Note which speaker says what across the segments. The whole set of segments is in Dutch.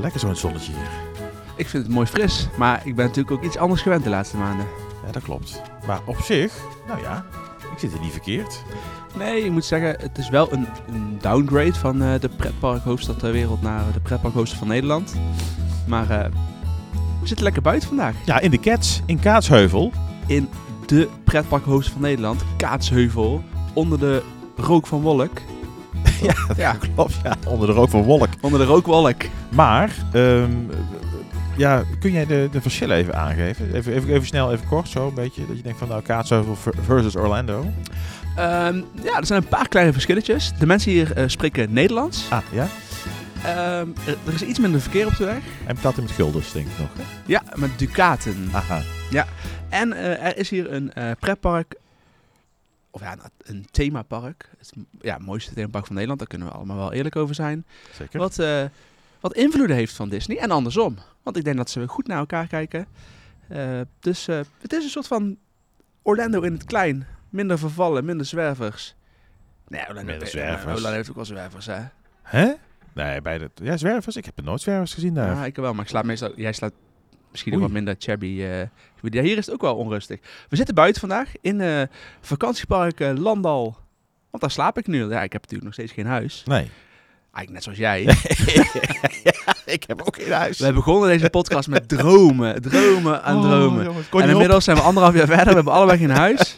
Speaker 1: Lekker zo'n zonnetje hier.
Speaker 2: Ik vind het mooi fris, maar ik ben natuurlijk ook iets anders gewend de laatste maanden.
Speaker 1: Ja, dat klopt. Maar op zich, nou ja, ik zit er niet verkeerd.
Speaker 2: Nee, ik moet zeggen, het is wel een, een downgrade van eh, de pretpark hoofdstad ter wereld naar de pretpark hoofdstad van Nederland. Maar eh, we zitten lekker buiten vandaag.
Speaker 1: Ja, in de Cats, in Kaatsheuvel.
Speaker 2: In de pretpark hoofdstad van Nederland, Kaatsheuvel, onder de rook van Wolk. ja,
Speaker 1: Klopt, ja. Onder de rook van Wolk.
Speaker 2: onder de rookwolk.
Speaker 1: Maar, ehm, ja, kun jij de, de verschillen even aangeven? Even, even, even snel, even kort zo, een beetje. Dat je denkt van, nou, Kaatsheuvel ver- versus Orlando.
Speaker 2: Ehm, ja, er zijn een paar kleine verschilletjes. De mensen hier eh, spreken Nederlands.
Speaker 1: Ah, ja.
Speaker 2: Ehm, er, er is iets minder verkeer op de weg.
Speaker 1: En betaalt hij met guldens, denk ik nog. hè?
Speaker 2: Ja, met ducaten.
Speaker 1: Aha.
Speaker 2: En eh, er is hier een eh pretpark. Of ja, een, een themapark. Het ja, het mooiste themapark van Nederland. Daar kunnen we allemaal wel eerlijk over zijn.
Speaker 1: Zeker.
Speaker 2: Wat, eh, wat invloeden heeft van Disney. En andersom. Want ik denk dat ze goed naar elkaar kijken. Eh, dus eh, het is een soort van Orlando in het klein. Minder vervallen, minder zwervers. Nee, Orlando,
Speaker 1: Minder
Speaker 2: eh,
Speaker 1: zwervers.
Speaker 2: Orlando heeft ook wel zwervers, hè?
Speaker 1: Hè? Nee, bij de... Ja, zwervers. Ik heb er nooit zwervers gezien daar.
Speaker 2: Ja, ik wel, maar ik slaap meestal, jij slaapt misschien nog
Speaker 1: Oei.
Speaker 2: wat minder chabby. eh, gebied. ja, hier is het ook wel onrustig. We zitten buiten vandaag in eh, vakantiepark eh, Landal. Want daar slaap ik nu. Ja, ik heb natuurlijk nog steeds geen huis.
Speaker 1: Nee.
Speaker 2: Eigenlijk net zoals jij.
Speaker 1: ik heb ook geen huis.
Speaker 2: We begonnen deze podcast met dromen, dromen
Speaker 1: Oh,
Speaker 2: en dromen. en inmiddels zijn we anderhalf jaar verder, we hebben allebei geen huis.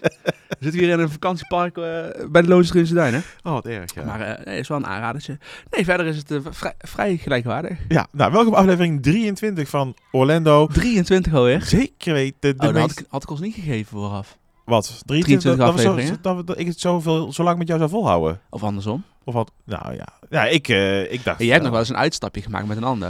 Speaker 2: We zitten hier in een vakantiepark eh, bij de Loonse Drunse Duinen.
Speaker 1: Oh, wat erg, ja.
Speaker 2: Maar eh, nee, is wel een aanradertje. Nee, verder is het eh, vrij, vrij gelijkwaardig.
Speaker 1: Ja, nou, welkom bij aflevering 23 van Orlando.
Speaker 2: 23 alweer.
Speaker 1: Zeker weten
Speaker 2: Oh,
Speaker 1: de
Speaker 2: dat had
Speaker 1: meest...
Speaker 2: ik, had ik ons niet gegeven vooraf.
Speaker 1: Wat?
Speaker 2: 23
Speaker 1: dat we zo-
Speaker 2: afleveringen?
Speaker 1: dat we- dat ik het zoveel, zo lang met jou zou volhouden.
Speaker 2: Of andersom.
Speaker 1: Of wat? Nou ja. Ja, ik, eh, ik dacht...
Speaker 2: En jij hebt
Speaker 1: ja,
Speaker 2: nog wel eens een uitstapje gemaakt met een ander.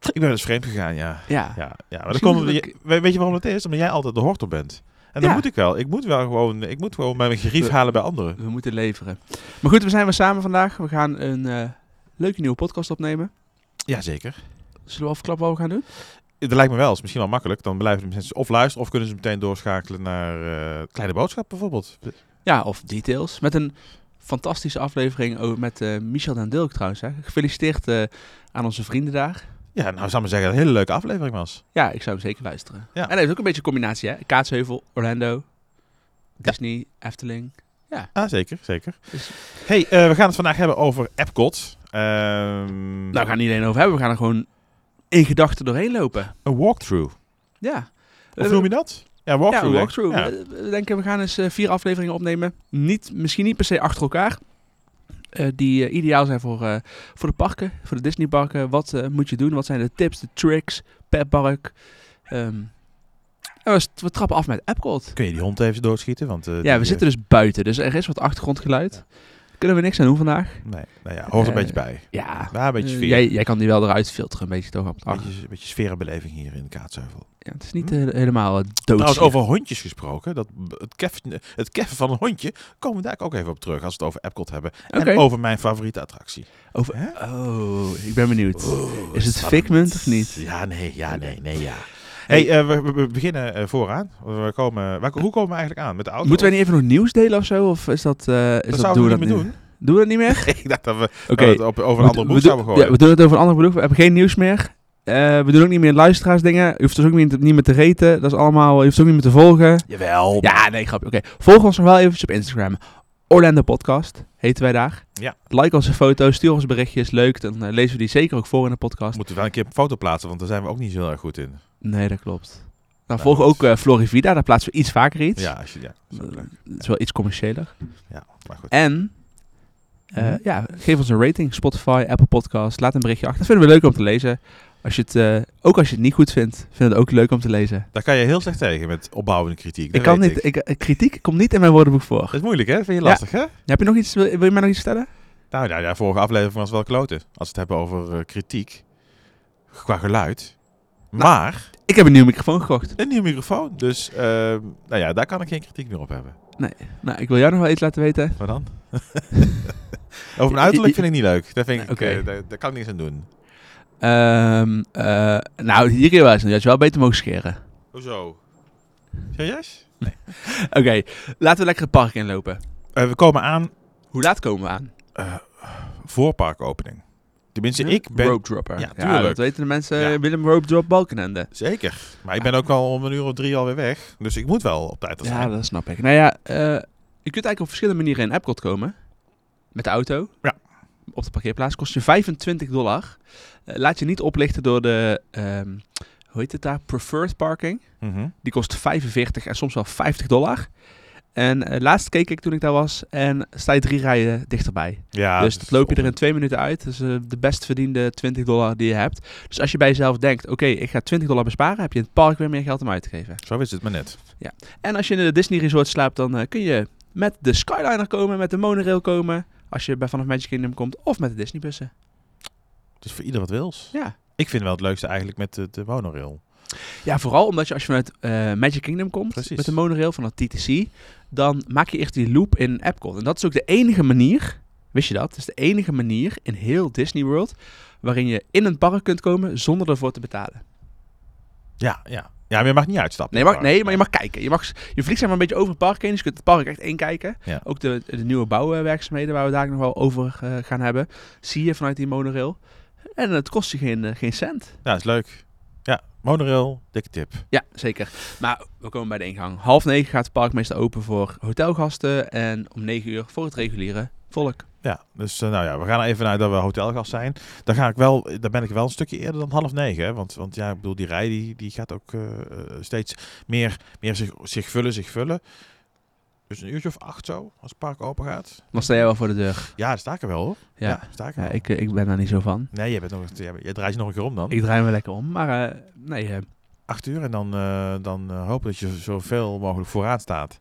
Speaker 1: Ik ben wel eens vreemd gegaan, ja.
Speaker 2: Ja.
Speaker 1: Ja, ja maar dat
Speaker 2: Misschien
Speaker 1: komt omdat
Speaker 2: dat
Speaker 1: je- we- weet je waarom dat is? Omdat jij altijd de hortel bent. En dat
Speaker 2: Ja. Eh.
Speaker 1: moet ik wel. Ik moet wel gewoon, ik moet gewoon mijn gerief
Speaker 2: We-
Speaker 1: halen bij anderen.
Speaker 2: We moeten leveren. Maar goed, we zijn weer samen vandaag. We gaan een eh, leuke nieuwe podcast opnemen.
Speaker 1: Jazeker.
Speaker 2: Zullen we afklappen wat we gaan doen?
Speaker 1: Dat lijkt me wel. is misschien wel makkelijk. Dan blijven de mensen of luisteren of kunnen ze meteen doorschakelen naar eh, Kleine Boodschap bijvoorbeeld.
Speaker 2: Ja, of details. Met een fantastische aflevering over- met eh, Michel den Dilk trouwens. Hè. Gefeliciteerd eh, aan onze vrienden daar.
Speaker 1: Ja, nou zou ik maar zeggen dat het een hele leuke aflevering was.
Speaker 2: Ja, ik zou hem zeker luisteren.
Speaker 1: Ja.
Speaker 2: En hij heeft ook een beetje een combinatie. Hè? Kaatsheuvel, Orlando, Disney, Efteling.
Speaker 1: Ah, zeker, zeker.
Speaker 2: Dus-
Speaker 1: hey, eh, we gaan het vandaag hebben over Epcot. Ehm,
Speaker 2: Nou, we gaan het niet alleen over hebben. We gaan er gewoon in gedachten doorheen lopen.
Speaker 1: Een walkthrough.
Speaker 2: Ja.
Speaker 1: Of noem je dat? Ja, walkthrough.
Speaker 2: Eh, ja,
Speaker 1: denk
Speaker 2: een
Speaker 1: ik.
Speaker 2: walkthrough. Eh,
Speaker 1: Ja.
Speaker 2: We, we denken, we gaan eens eh, vier afleveringen opnemen. Niet, misschien niet per se achter elkaar. Eh, die eh, ideaal zijn voor, eh, voor de parken, voor de Disneyparken. Wat eh, moet je doen? Wat zijn de tips, de tricks per park? Ehm, en we, st- we trappen af met Epcot.
Speaker 1: Kun je die hond even doodschieten? Want, eh,
Speaker 2: Ja, we
Speaker 1: die,
Speaker 2: zitten dus buiten, dus er is wat achtergrondgeluid. Kunnen we niks aan doen vandaag?
Speaker 1: eh, Nee, nou ja, hoort een
Speaker 2: Eh,
Speaker 1: beetje bij.
Speaker 2: Ja,
Speaker 1: Ja, een beetje
Speaker 2: eh,
Speaker 1: sfeer.
Speaker 2: jij, Ah. jij kan die wel eruit filteren, een beetje toch? Op het ach-
Speaker 1: beetje, beetje sfeer en beleving hier in de Kaatsheuvel.
Speaker 2: ja, het is niet eh, helemaal eh, dood.
Speaker 1: Trouwens, over hondjes gesproken. Dat, b- het, keffen, het keffen van een hondje komen we daar ook even op terug als we het over Epcot hebben.
Speaker 2: Oké.
Speaker 1: En over mijn favoriete attractie.
Speaker 2: Over-
Speaker 1: Hè?
Speaker 2: Oh, ik ben benieuwd.
Speaker 1: Oeh,
Speaker 2: is het
Speaker 1: spannend.
Speaker 2: figment of niet?
Speaker 1: Ja, nee, ja, nee, nee, ja. hey, eh, we, we- we beginnen eh, vooraan. We komen, waar- hoe komen we eigenlijk aan? Met de auto?
Speaker 2: Moeten wij niet even nog nieuws delen of zo? Of is dat, eh, is
Speaker 1: dat
Speaker 2: dat,
Speaker 1: zouden
Speaker 2: doen
Speaker 1: we
Speaker 2: we
Speaker 1: niet
Speaker 2: dat
Speaker 1: meer
Speaker 2: nu?
Speaker 1: doen.
Speaker 2: Doen we dat niet meer?
Speaker 1: ik dacht dat we
Speaker 2: Oké.
Speaker 1: dat we het op, over een andere boek zouden gooien.
Speaker 2: Ja, we doen het over een andere boek. We hebben geen nieuws meer. Eh, we doen ook niet meer luisteraarsdingen. Je hoeft ons ook niet, niet meer te reten. Dat is allemaal... Je hoeft ons ook niet meer te volgen.
Speaker 1: Jawel.
Speaker 2: Ja, nee, grapje. Oké. Volg ons nog wel eventjes op Instagram. Orlando Podcast heten wij daar.
Speaker 1: Ja.
Speaker 2: Like onze foto's, stuur ons berichtjes. Leuk, dan eh, lezen we die zeker ook voor in de podcast.
Speaker 1: Moeten we wel een keer een foto plaatsen, want daar zijn we ook niet zo heel erg goed in.
Speaker 2: Nee, dat klopt. Nou,
Speaker 1: Nou,
Speaker 2: volg
Speaker 1: goed.
Speaker 2: ook eh, Florivida. Daar plaatsen we iets vaker iets.
Speaker 1: Ja, als je, ja, dat is ook leuk.
Speaker 2: Het is wel iets commerciëler.
Speaker 1: Ja, maar goed.
Speaker 2: En eh,
Speaker 1: Mhm.
Speaker 2: ja, geef ons een rating. Spotify, Apple Podcast. Laat een berichtje achter. Dat vinden we leuk om te lezen. Als je het, eh, ook als je het niet goed vindt, vinden we het ook leuk om te lezen.
Speaker 1: Daar kan je heel slecht tegen met opbouwende kritiek.
Speaker 2: Ik
Speaker 1: dat
Speaker 2: kan
Speaker 1: weet
Speaker 2: niet, ik. eh, kritiek komt niet in mijn woordenboek voor.
Speaker 1: Dat is moeilijk, hè? Vind je
Speaker 2: Ja.
Speaker 1: lastig, hè?
Speaker 2: Heb je nog iets, wil, wil je mij nog iets vertellen?
Speaker 1: Nou, nou ja, vorige aflevering was wel kloten. Als we het hebben over eh, kritiek. Qua geluid. Maar,
Speaker 2: Ik heb een nieuwe microfoon gekocht.
Speaker 1: een nieuwe microfoon. Dus, eh, nou ja, daar kan ik geen kritiek meer op hebben.
Speaker 2: Nou, ik wil jou nog wel iets laten weten.
Speaker 1: Wat dan? over mijn uiterlijk vind ik niet leuk. Daar, vind ik,
Speaker 2: Oké.
Speaker 1: eh, daar, daar kan ik niks aan doen.
Speaker 2: Ehm, eh, nou, hier kun je wel eens. Je had je wel beter mogen scheren.
Speaker 1: Hoezo? Serieus?
Speaker 2: Oké, laten we lekker het park inlopen.
Speaker 1: Eh, we komen aan
Speaker 2: Hoe laat komen we aan?
Speaker 1: voor parkopening. Tenminste, Dus ik ben...
Speaker 2: Rope dropper.
Speaker 1: Ja, tuurlijk.
Speaker 2: dat weten de mensen.
Speaker 1: Ja.
Speaker 2: Willem Rope Drop Balkenende.
Speaker 1: Zeker. Maar ik ben ook al om een uur of drie alweer weg. Dus ik moet wel op tijd er zijn.
Speaker 2: Ja, dat snap ik. Nou ja, eh, je kunt eigenlijk op verschillende manieren in Epcot komen. Met de auto.
Speaker 1: Ja.
Speaker 2: Op de parkeerplaats. Kost je 25 dollar. Eh, laat je niet oplichten door de, ehm, hoe heet het daar? Preferred parking.
Speaker 1: Mhm.
Speaker 2: Die kost 45 en soms wel 50 dollar. En eh, laatst keek ik toen ik daar was en sta je drie rijen dichterbij.
Speaker 1: ja
Speaker 2: dus dat loop je er
Speaker 1: om-
Speaker 2: in twee minuten uit. Dat is eh, de best verdiende 20 dollar die je hebt. Dus als je bij jezelf denkt, oké, ik ga 20 dollar besparen, heb je in het park weer meer geld om uit te geven.
Speaker 1: Zo is het maar net.
Speaker 2: En als je in de Disney Resort slaapt, dan eh, kun je met de Skyliner komen, met de monorail komen. Als je bij Vanaf Magic Kingdom komt, of met de Disney bussen.
Speaker 1: Dus voor ieder wat wils.
Speaker 2: Ja.
Speaker 1: Ik vind wel het leukste eigenlijk met de, de monorail.
Speaker 2: Ja, vooral omdat je als je vanuit eh, Magic Kingdom komt,
Speaker 1: Precies.
Speaker 2: met de monorail van het TTC, dan maak je eerst die loop in Epcot. En dat is ook de enige manier, wist je dat? Het is de enige manier in heel Disney World waarin je in een park kunt komen zonder ervoor te betalen.
Speaker 1: Ja, ja. Ja, maar je mag niet uitstappen.
Speaker 2: Nee, je mag, nee maar je mag kijken. Je, mag, s- je vliegt zeg maar een beetje over het park heen, dus je kunt het park echt één kijken.
Speaker 1: Ja.
Speaker 2: Ook de, de nieuwe bouwwerkzaamheden waar we daar nog wel over eh, gaan hebben, zie je vanuit die monorail. En het kost je geen, eh, geen cent.
Speaker 1: Ja, Nou, is leuk. Ja, monorail, dikke tip.
Speaker 2: Ja, zeker. Maar we komen bij de ingang. Half negen gaat het park meestal open voor hotelgasten en om negen uur voor het reguliere volk.
Speaker 1: Ja, dus eh, nou ja, we gaan er even vanuit dat we hotelgast zijn. Dan, ga ik wel, dan ben ik wel een stukje eerder dan half negen. Hè? Want, want ja, ik bedoel, die rij die, die gaat ook eh, eh, steeds meer, meer zich, zich vullen, zich vullen. Dus een uurtje of acht zo, als het park open gaat.
Speaker 2: Dan sta jij wel voor de deur.
Speaker 1: Ja, daar sta ik er wel hoor.
Speaker 2: Ja.
Speaker 1: Ja, daar sta ik er
Speaker 2: Ja,
Speaker 1: wel.
Speaker 2: ik, eh, ik ben daar niet zo van.
Speaker 1: Nee, je, bent nog, jij, jij draait je nog een keer om dan.
Speaker 2: Ik draai me lekker om, maar eh, nee, eh,
Speaker 1: acht uur en dan, eh, dan eh, hopen dat je zoveel mogelijk voorraad staat.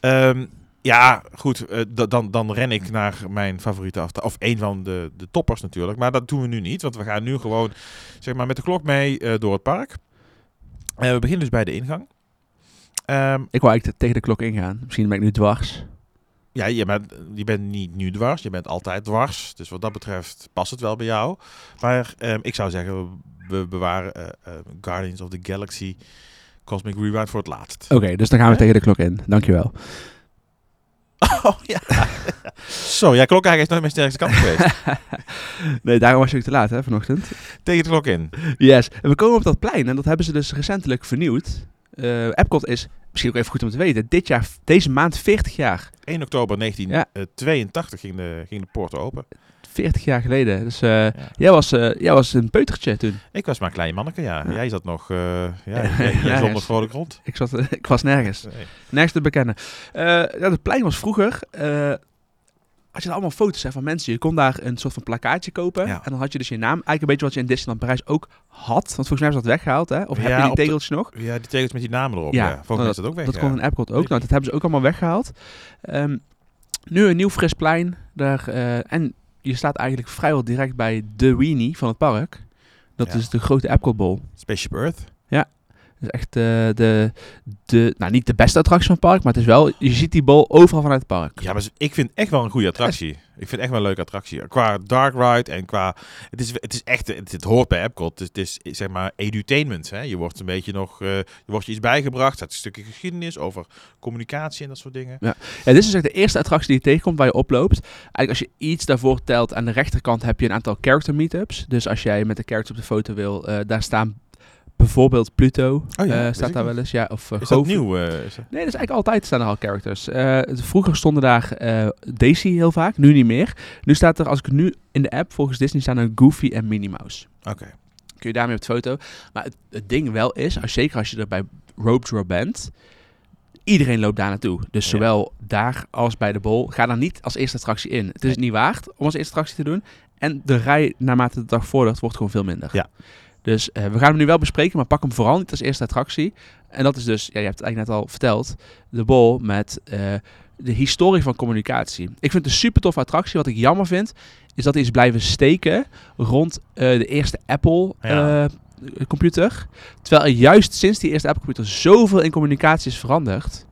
Speaker 1: Ehm, ja, goed, eh, da- dan, dan ren ik naar mijn favoriete aftal. Of één van de, de toppers natuurlijk. Maar dat doen we nu niet, want we gaan nu gewoon zeg maar, met de klok mee eh, door het park. Eh, we beginnen dus bij de ingang. Ehm,
Speaker 2: ik wil eigenlijk tegen de klok ingaan. Misschien ben ik nu dwars.
Speaker 1: ja, je bent, je bent niet nu dwars, je bent altijd dwars. Dus wat dat betreft past het wel bij jou. Maar ehm, ik zou zeggen, we, we bewaren eh, eh, Guardians of the Galaxy Cosmic Rewind voor het laatst.
Speaker 2: Oké, dus dan gaan we
Speaker 1: Hè?
Speaker 2: tegen de klok in. Dankjewel.
Speaker 1: Oh ja. Zo, jij klok eigenlijk is nooit mijn sterkste kant geweest.
Speaker 2: nee, daarom was je ook te laat hè, vanochtend.
Speaker 1: Tegen de klok in.
Speaker 2: Yes. En we komen op dat plein en dat hebben ze dus recentelijk vernieuwd. Eh Epcot is, misschien ook even goed om te weten, dit jaar, deze maand 40 jaar.
Speaker 1: 1 oktober 1982 ging, de, ging de poort open.
Speaker 2: 40 jaar geleden. Dus eh,
Speaker 1: Ja.
Speaker 2: jij, was, eh, jij was een peutertje toen.
Speaker 1: Ik was maar een klein manneke, ja.
Speaker 2: Ja.
Speaker 1: Jij zat nog eh ja, jij- jij
Speaker 2: Ja,
Speaker 1: zonder
Speaker 2: yes.
Speaker 1: vrolijk rond.
Speaker 2: Ik, zat, ik was nergens.
Speaker 1: Nee.
Speaker 2: Nergens te bekennen. Eh, ja, het plein was vroeger. eh, had je daar allemaal foto's hè, van mensen. Je kon daar een soort van plakkaatje kopen.
Speaker 1: Ja.
Speaker 2: En dan had je dus je naam. Eigenlijk een beetje wat je in Disneyland Parijs ook had. Want volgens mij is dat weggehaald, hè? Of
Speaker 1: Ja,
Speaker 2: heb je
Speaker 1: op
Speaker 2: die
Speaker 1: de-
Speaker 2: tegeltjes nog?
Speaker 1: Ja, die tekens met die namen erop.
Speaker 2: Ja, Oh,
Speaker 1: Ja, Volgens mij is dat ook weg.
Speaker 2: Dat
Speaker 1: ja.
Speaker 2: kon in Epcot ook.
Speaker 1: Weet
Speaker 2: Nou, dat hebben ze ook allemaal weggehaald. Ehm, nu een nieuw fris plein. Daar, eh, en je staat eigenlijk vrijwel direct bij de Weenie van het park. Dat
Speaker 1: Ja.
Speaker 2: is de grote Epcot Bowl.
Speaker 1: Spaceship Earth.
Speaker 2: Dat is echt eh, de, de, nou niet de beste attractie van het park, maar het is wel, je ziet die bol overal vanuit het park.
Speaker 1: Ja, maar ze- ik vind echt wel een goede attractie. Ik vind echt wel een leuke attractie. Qua dark ride en qua... Het is, het is echt... Het, het hoort bij Epcot. Het is, het is, zeg maar edutainment. Hè? Je wordt een beetje nog... eh, je wordt je iets bijgebracht. Er staat een stukje geschiedenis over communicatie en dat soort dingen.
Speaker 2: Ja, dit is dus echt de eerste attractie die je tegenkomt waar je oploopt. Eigenlijk als je iets daarvoor telt, aan de rechterkant heb je een aantal character meetups. Dus als jij met de character op de foto wil, eh, daar staan bijvoorbeeld Pluto.
Speaker 1: Oh ja,
Speaker 2: eh,
Speaker 1: wist
Speaker 2: staat
Speaker 1: ik
Speaker 2: daar
Speaker 1: niet.
Speaker 2: wel eens. Ja, of eh,
Speaker 1: Is dat
Speaker 2: Goofy.
Speaker 1: nieuw? eh, is dat-
Speaker 2: Nee, dat is eigenlijk altijd staan er al characters. Eh, het- vroeger stonden daar eh, Daisy heel vaak, nu niet meer. Nu staat er, als ik nu in de app, volgens Disney staan er Goofy en Minnie Mouse.
Speaker 1: Oké.
Speaker 2: kun je daarmee op de foto. Maar het, het ding wel is, als, zeker als je er bij Rope Drop bent, iedereen loopt daar naartoe. Dus
Speaker 1: Ja.
Speaker 2: zowel daar als bij de bol, ga daar niet als eerste attractie in. Het is het niet waard om als eerste attractie te doen. En de rij, naarmate de dag vordert, wordt gewoon veel minder.
Speaker 1: Ja.
Speaker 2: Dus eh, we gaan hem nu wel bespreken, maar pak hem vooral niet als eerste attractie. En dat is dus, ja, je hebt het eigenlijk net al verteld, de bol met eh, de historie van communicatie. Ik vind het een super toffe attractie. Wat ik jammer vind, is dat die is blijven steken rond eh, de eerste
Speaker 1: Ja.
Speaker 2: Apple-computer. Terwijl er juist sinds die eerste Apple-computer zoveel in communicatie is veranderd.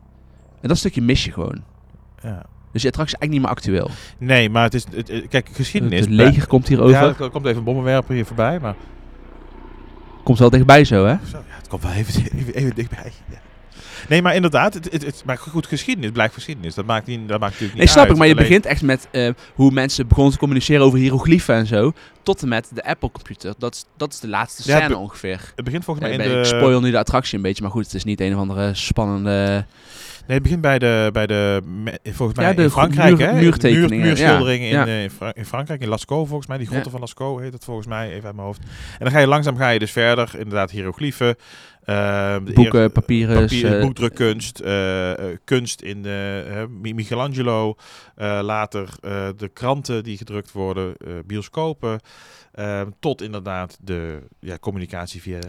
Speaker 2: En dat stukje mis je gewoon.
Speaker 1: Ja.
Speaker 2: Dus die attractie is eigenlijk niet meer actueel.
Speaker 1: Nee, maar het is... Het, het- kijk, geschiedenis...
Speaker 2: Het leger komt hier
Speaker 1: Ja,
Speaker 2: over.
Speaker 1: er komt even een bommenwerper hier voorbij, maar...
Speaker 2: Komt wel dichtbij zo, hè?
Speaker 1: Zo, ja, het komt wel even, even, even dichtbij. Ja. Nee, maar inderdaad, het, het, het- maar goed, geschiedenis blijft geschiedenis. Dat maakt, niet, dat maakt natuurlijk
Speaker 2: Nee,
Speaker 1: niet
Speaker 2: snap
Speaker 1: uit.
Speaker 2: ik, maar je
Speaker 1: Alleen-
Speaker 2: begint echt met eh, hoe mensen begonnen te communiceren over hieroglyphen en zo. Tot en met de Apple-computer. Dat, is- dat is de laatste
Speaker 1: Ja,
Speaker 2: scène
Speaker 1: be-
Speaker 2: ongeveer.
Speaker 1: Het begint volgens
Speaker 2: Ja,
Speaker 1: mij
Speaker 2: ik,
Speaker 1: in
Speaker 2: ben- ik
Speaker 1: de...
Speaker 2: spoil nu de attractie een beetje, maar goed, het is niet een of andere spannende...
Speaker 1: Nee, het begint bij de, bij de me- volgens mij
Speaker 2: Ja, de
Speaker 1: in
Speaker 2: gro-
Speaker 1: Frankrijk,
Speaker 2: muur-
Speaker 1: hè?
Speaker 2: muurtekeningen,
Speaker 1: Muur- muurschilderingen
Speaker 2: ja.
Speaker 1: in, eh, in, Fra- in Frankrijk, in Lascaux volgens mij. Die grotten
Speaker 2: Ja.
Speaker 1: van Lascaux heet het volgens mij, even uit mijn hoofd. En dan ga je langzaam ga je dus verder, inderdaad hieroglyphen. eh, de
Speaker 2: Boeken,
Speaker 1: eer-
Speaker 2: papieren,
Speaker 1: papier-
Speaker 2: eh,
Speaker 1: boekdrukkunst, eh, eh, kunst in de, eh, Mi- Michelangelo, eh, later eh, de kranten die gedrukt worden, eh, bioscopen, eh, tot inderdaad de ja, communicatie via eh,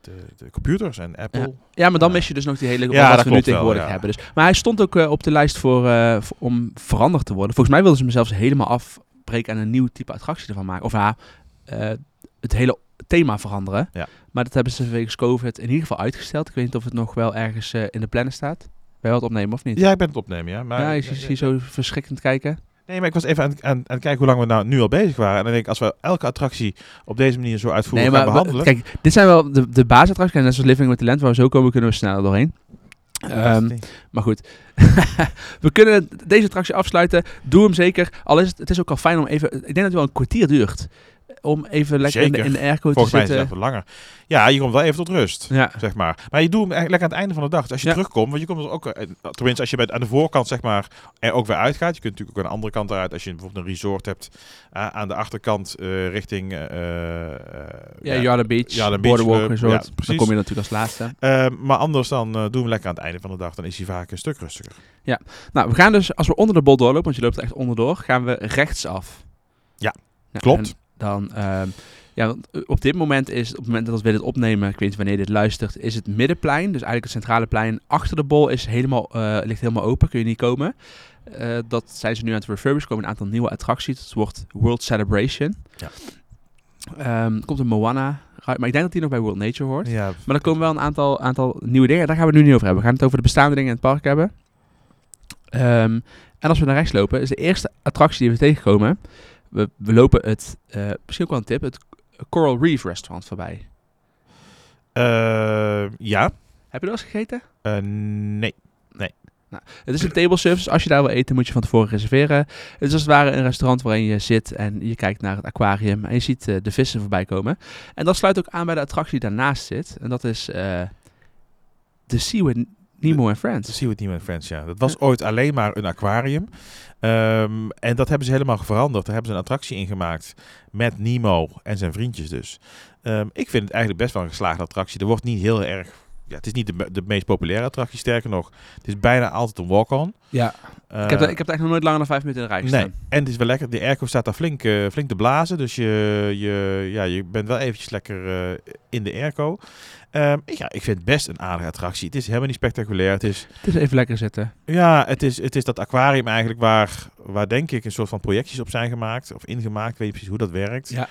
Speaker 1: de, de computers en Apple.
Speaker 2: Ja, maar dan
Speaker 1: Ja.
Speaker 2: mis je dus nog die hele...
Speaker 1: Ja,
Speaker 2: wat
Speaker 1: dat
Speaker 2: we nu
Speaker 1: klopt wel,
Speaker 2: tegenwoordig
Speaker 1: ja.
Speaker 2: hebben. Dus. Maar hij stond ook eh, op de lijst voor, eh, v- om veranderd te worden. Volgens mij wilden ze hem zelfs helemaal afbreken en een nieuw type attractie ervan maken. Of ja, eh, het hele thema veranderen.
Speaker 1: Ja.
Speaker 2: Maar dat hebben ze wegens COVID in ieder geval uitgesteld. Ik weet niet of het nog wel ergens eh, in de plannen staat. Bij wat opnemen of niet?
Speaker 1: Ja, ik ben het opnemen, ja. Maar,
Speaker 2: ja, je ziet zo verschrikkend kijken.
Speaker 1: Nee, maar ik was even aan, aan, aan het kijken hoe lang we nou nu al bezig waren. En dan denk ik, als we elke attractie op deze manier zo uitvoerig
Speaker 2: maar
Speaker 1: gaan behandelen...
Speaker 2: kijk, dit zijn wel de, de basisattracties. En net zoals Living with the Land, waar we zo komen, kunnen we sneller doorheen. Ehm, Maar goed, we kunnen deze attractie afsluiten. Doe hem zeker. Al is het, het is ook al fijn om even. Ik denk dat het wel een kwartier duurt. Om even lekker in de,
Speaker 1: Zeker.
Speaker 2: in de airco
Speaker 1: volgens
Speaker 2: te
Speaker 1: mij is het
Speaker 2: zitten.
Speaker 1: echt wat langer. Ja, je komt wel even tot rust,
Speaker 2: Ja.
Speaker 1: zeg maar. Maar je doet hem eigenlijk lekker aan het einde van de dag. Dus als je
Speaker 2: Ja.
Speaker 1: terugkomt, want je komt er ook... eh, Tenminste, als je bij, aan de voorkant zeg maar, er ook weer uitgaat. Je kunt natuurlijk ook aan de andere kant eruit. Als je bijvoorbeeld een resort hebt eh, aan de achterkant eh, richting... eh, eh,
Speaker 2: Ja,
Speaker 1: ja.
Speaker 2: Jordan Beach,
Speaker 1: Jordan Beach
Speaker 2: Boardwalk
Speaker 1: Club.
Speaker 2: Resort.
Speaker 1: Ja,
Speaker 2: Dan
Speaker 1: precies.
Speaker 2: kom je natuurlijk als laatste.
Speaker 1: Eh, maar anders dan eh, doen we hem lekker aan het einde van de dag. Dan is hij vaak een stuk rustiger.
Speaker 2: Nou, we gaan dus, als we onder de bol doorlopen, want je loopt er echt onderdoor, gaan we rechtsaf.
Speaker 1: Ja,
Speaker 2: Ja,
Speaker 1: klopt.
Speaker 2: en Dan, ehm, ja, want, eh, op dit moment is, op het moment dat we dit opnemen, ik weet niet wanneer je dit luistert, is het middenplein, dus eigenlijk het centrale plein achter de bol, is helemaal, eh, ligt helemaal open, kun je niet komen. Eh, dat zijn ze nu aan het refurbishen, komen een aantal nieuwe attracties. Het wordt World Celebration.
Speaker 1: Ja.
Speaker 2: Ehm, er komt een Moana, maar ik denk dat die nog bij World Nature hoort.
Speaker 1: Ja,
Speaker 2: Maar er komen wel een aantal, aantal nieuwe dingen. Daar gaan we het nu niet over hebben. We gaan het over de bestaande dingen in het park hebben. Ehm, en als we naar rechts lopen, is de eerste attractie die we tegenkomen. We, we lopen het, eh, misschien ook wel een tip, het Coral Reef Restaurant voorbij.
Speaker 1: Eh, ja.
Speaker 2: Heb je dat eens gegeten?
Speaker 1: Eh, nee.
Speaker 2: Het is een table service. Als je daar wil eten, moet je van tevoren reserveren. Het is als het ware een restaurant waarin je zit en je kijkt naar het aquarium en je ziet eh, de vissen voorbij komen. En dat sluit ook aan bij de attractie die daarnaast zit. En dat is eh The Sea with Nemo and Friends.
Speaker 1: Sea with Nemo and Friends, ja. Dat was ooit alleen maar een aquarium. Ehm, en dat hebben ze helemaal veranderd. Daar hebben ze een attractie in gemaakt met Nemo en zijn vriendjes dus. Ehm, ik vind het eigenlijk best wel een geslaagde attractie. Er wordt niet heel erg... Ja, het is niet de, me- de meest populaire attractie, sterker nog. Het is bijna altijd een walk-on.
Speaker 2: Ja,
Speaker 1: Eh,
Speaker 2: Ik heb, daar- ik heb daar echt nog nooit langer dan vijf minuten in de rij gestaan.
Speaker 1: Nee, en het is wel lekker. De airco staat daar flink, eh, flink te blazen. Dus je, je, ja, je bent wel eventjes lekker eh, in de airco. Ehm, ja, ik vind het best een aardige attractie. Het is helemaal niet spectaculair. Het is
Speaker 2: Het is even lekker zitten.
Speaker 1: Ja, het is, het is dat aquarium eigenlijk waar, waar denk ik een soort van projecties op zijn gemaakt of ingemaakt. Ik weet niet precies hoe dat werkt.
Speaker 2: Ja.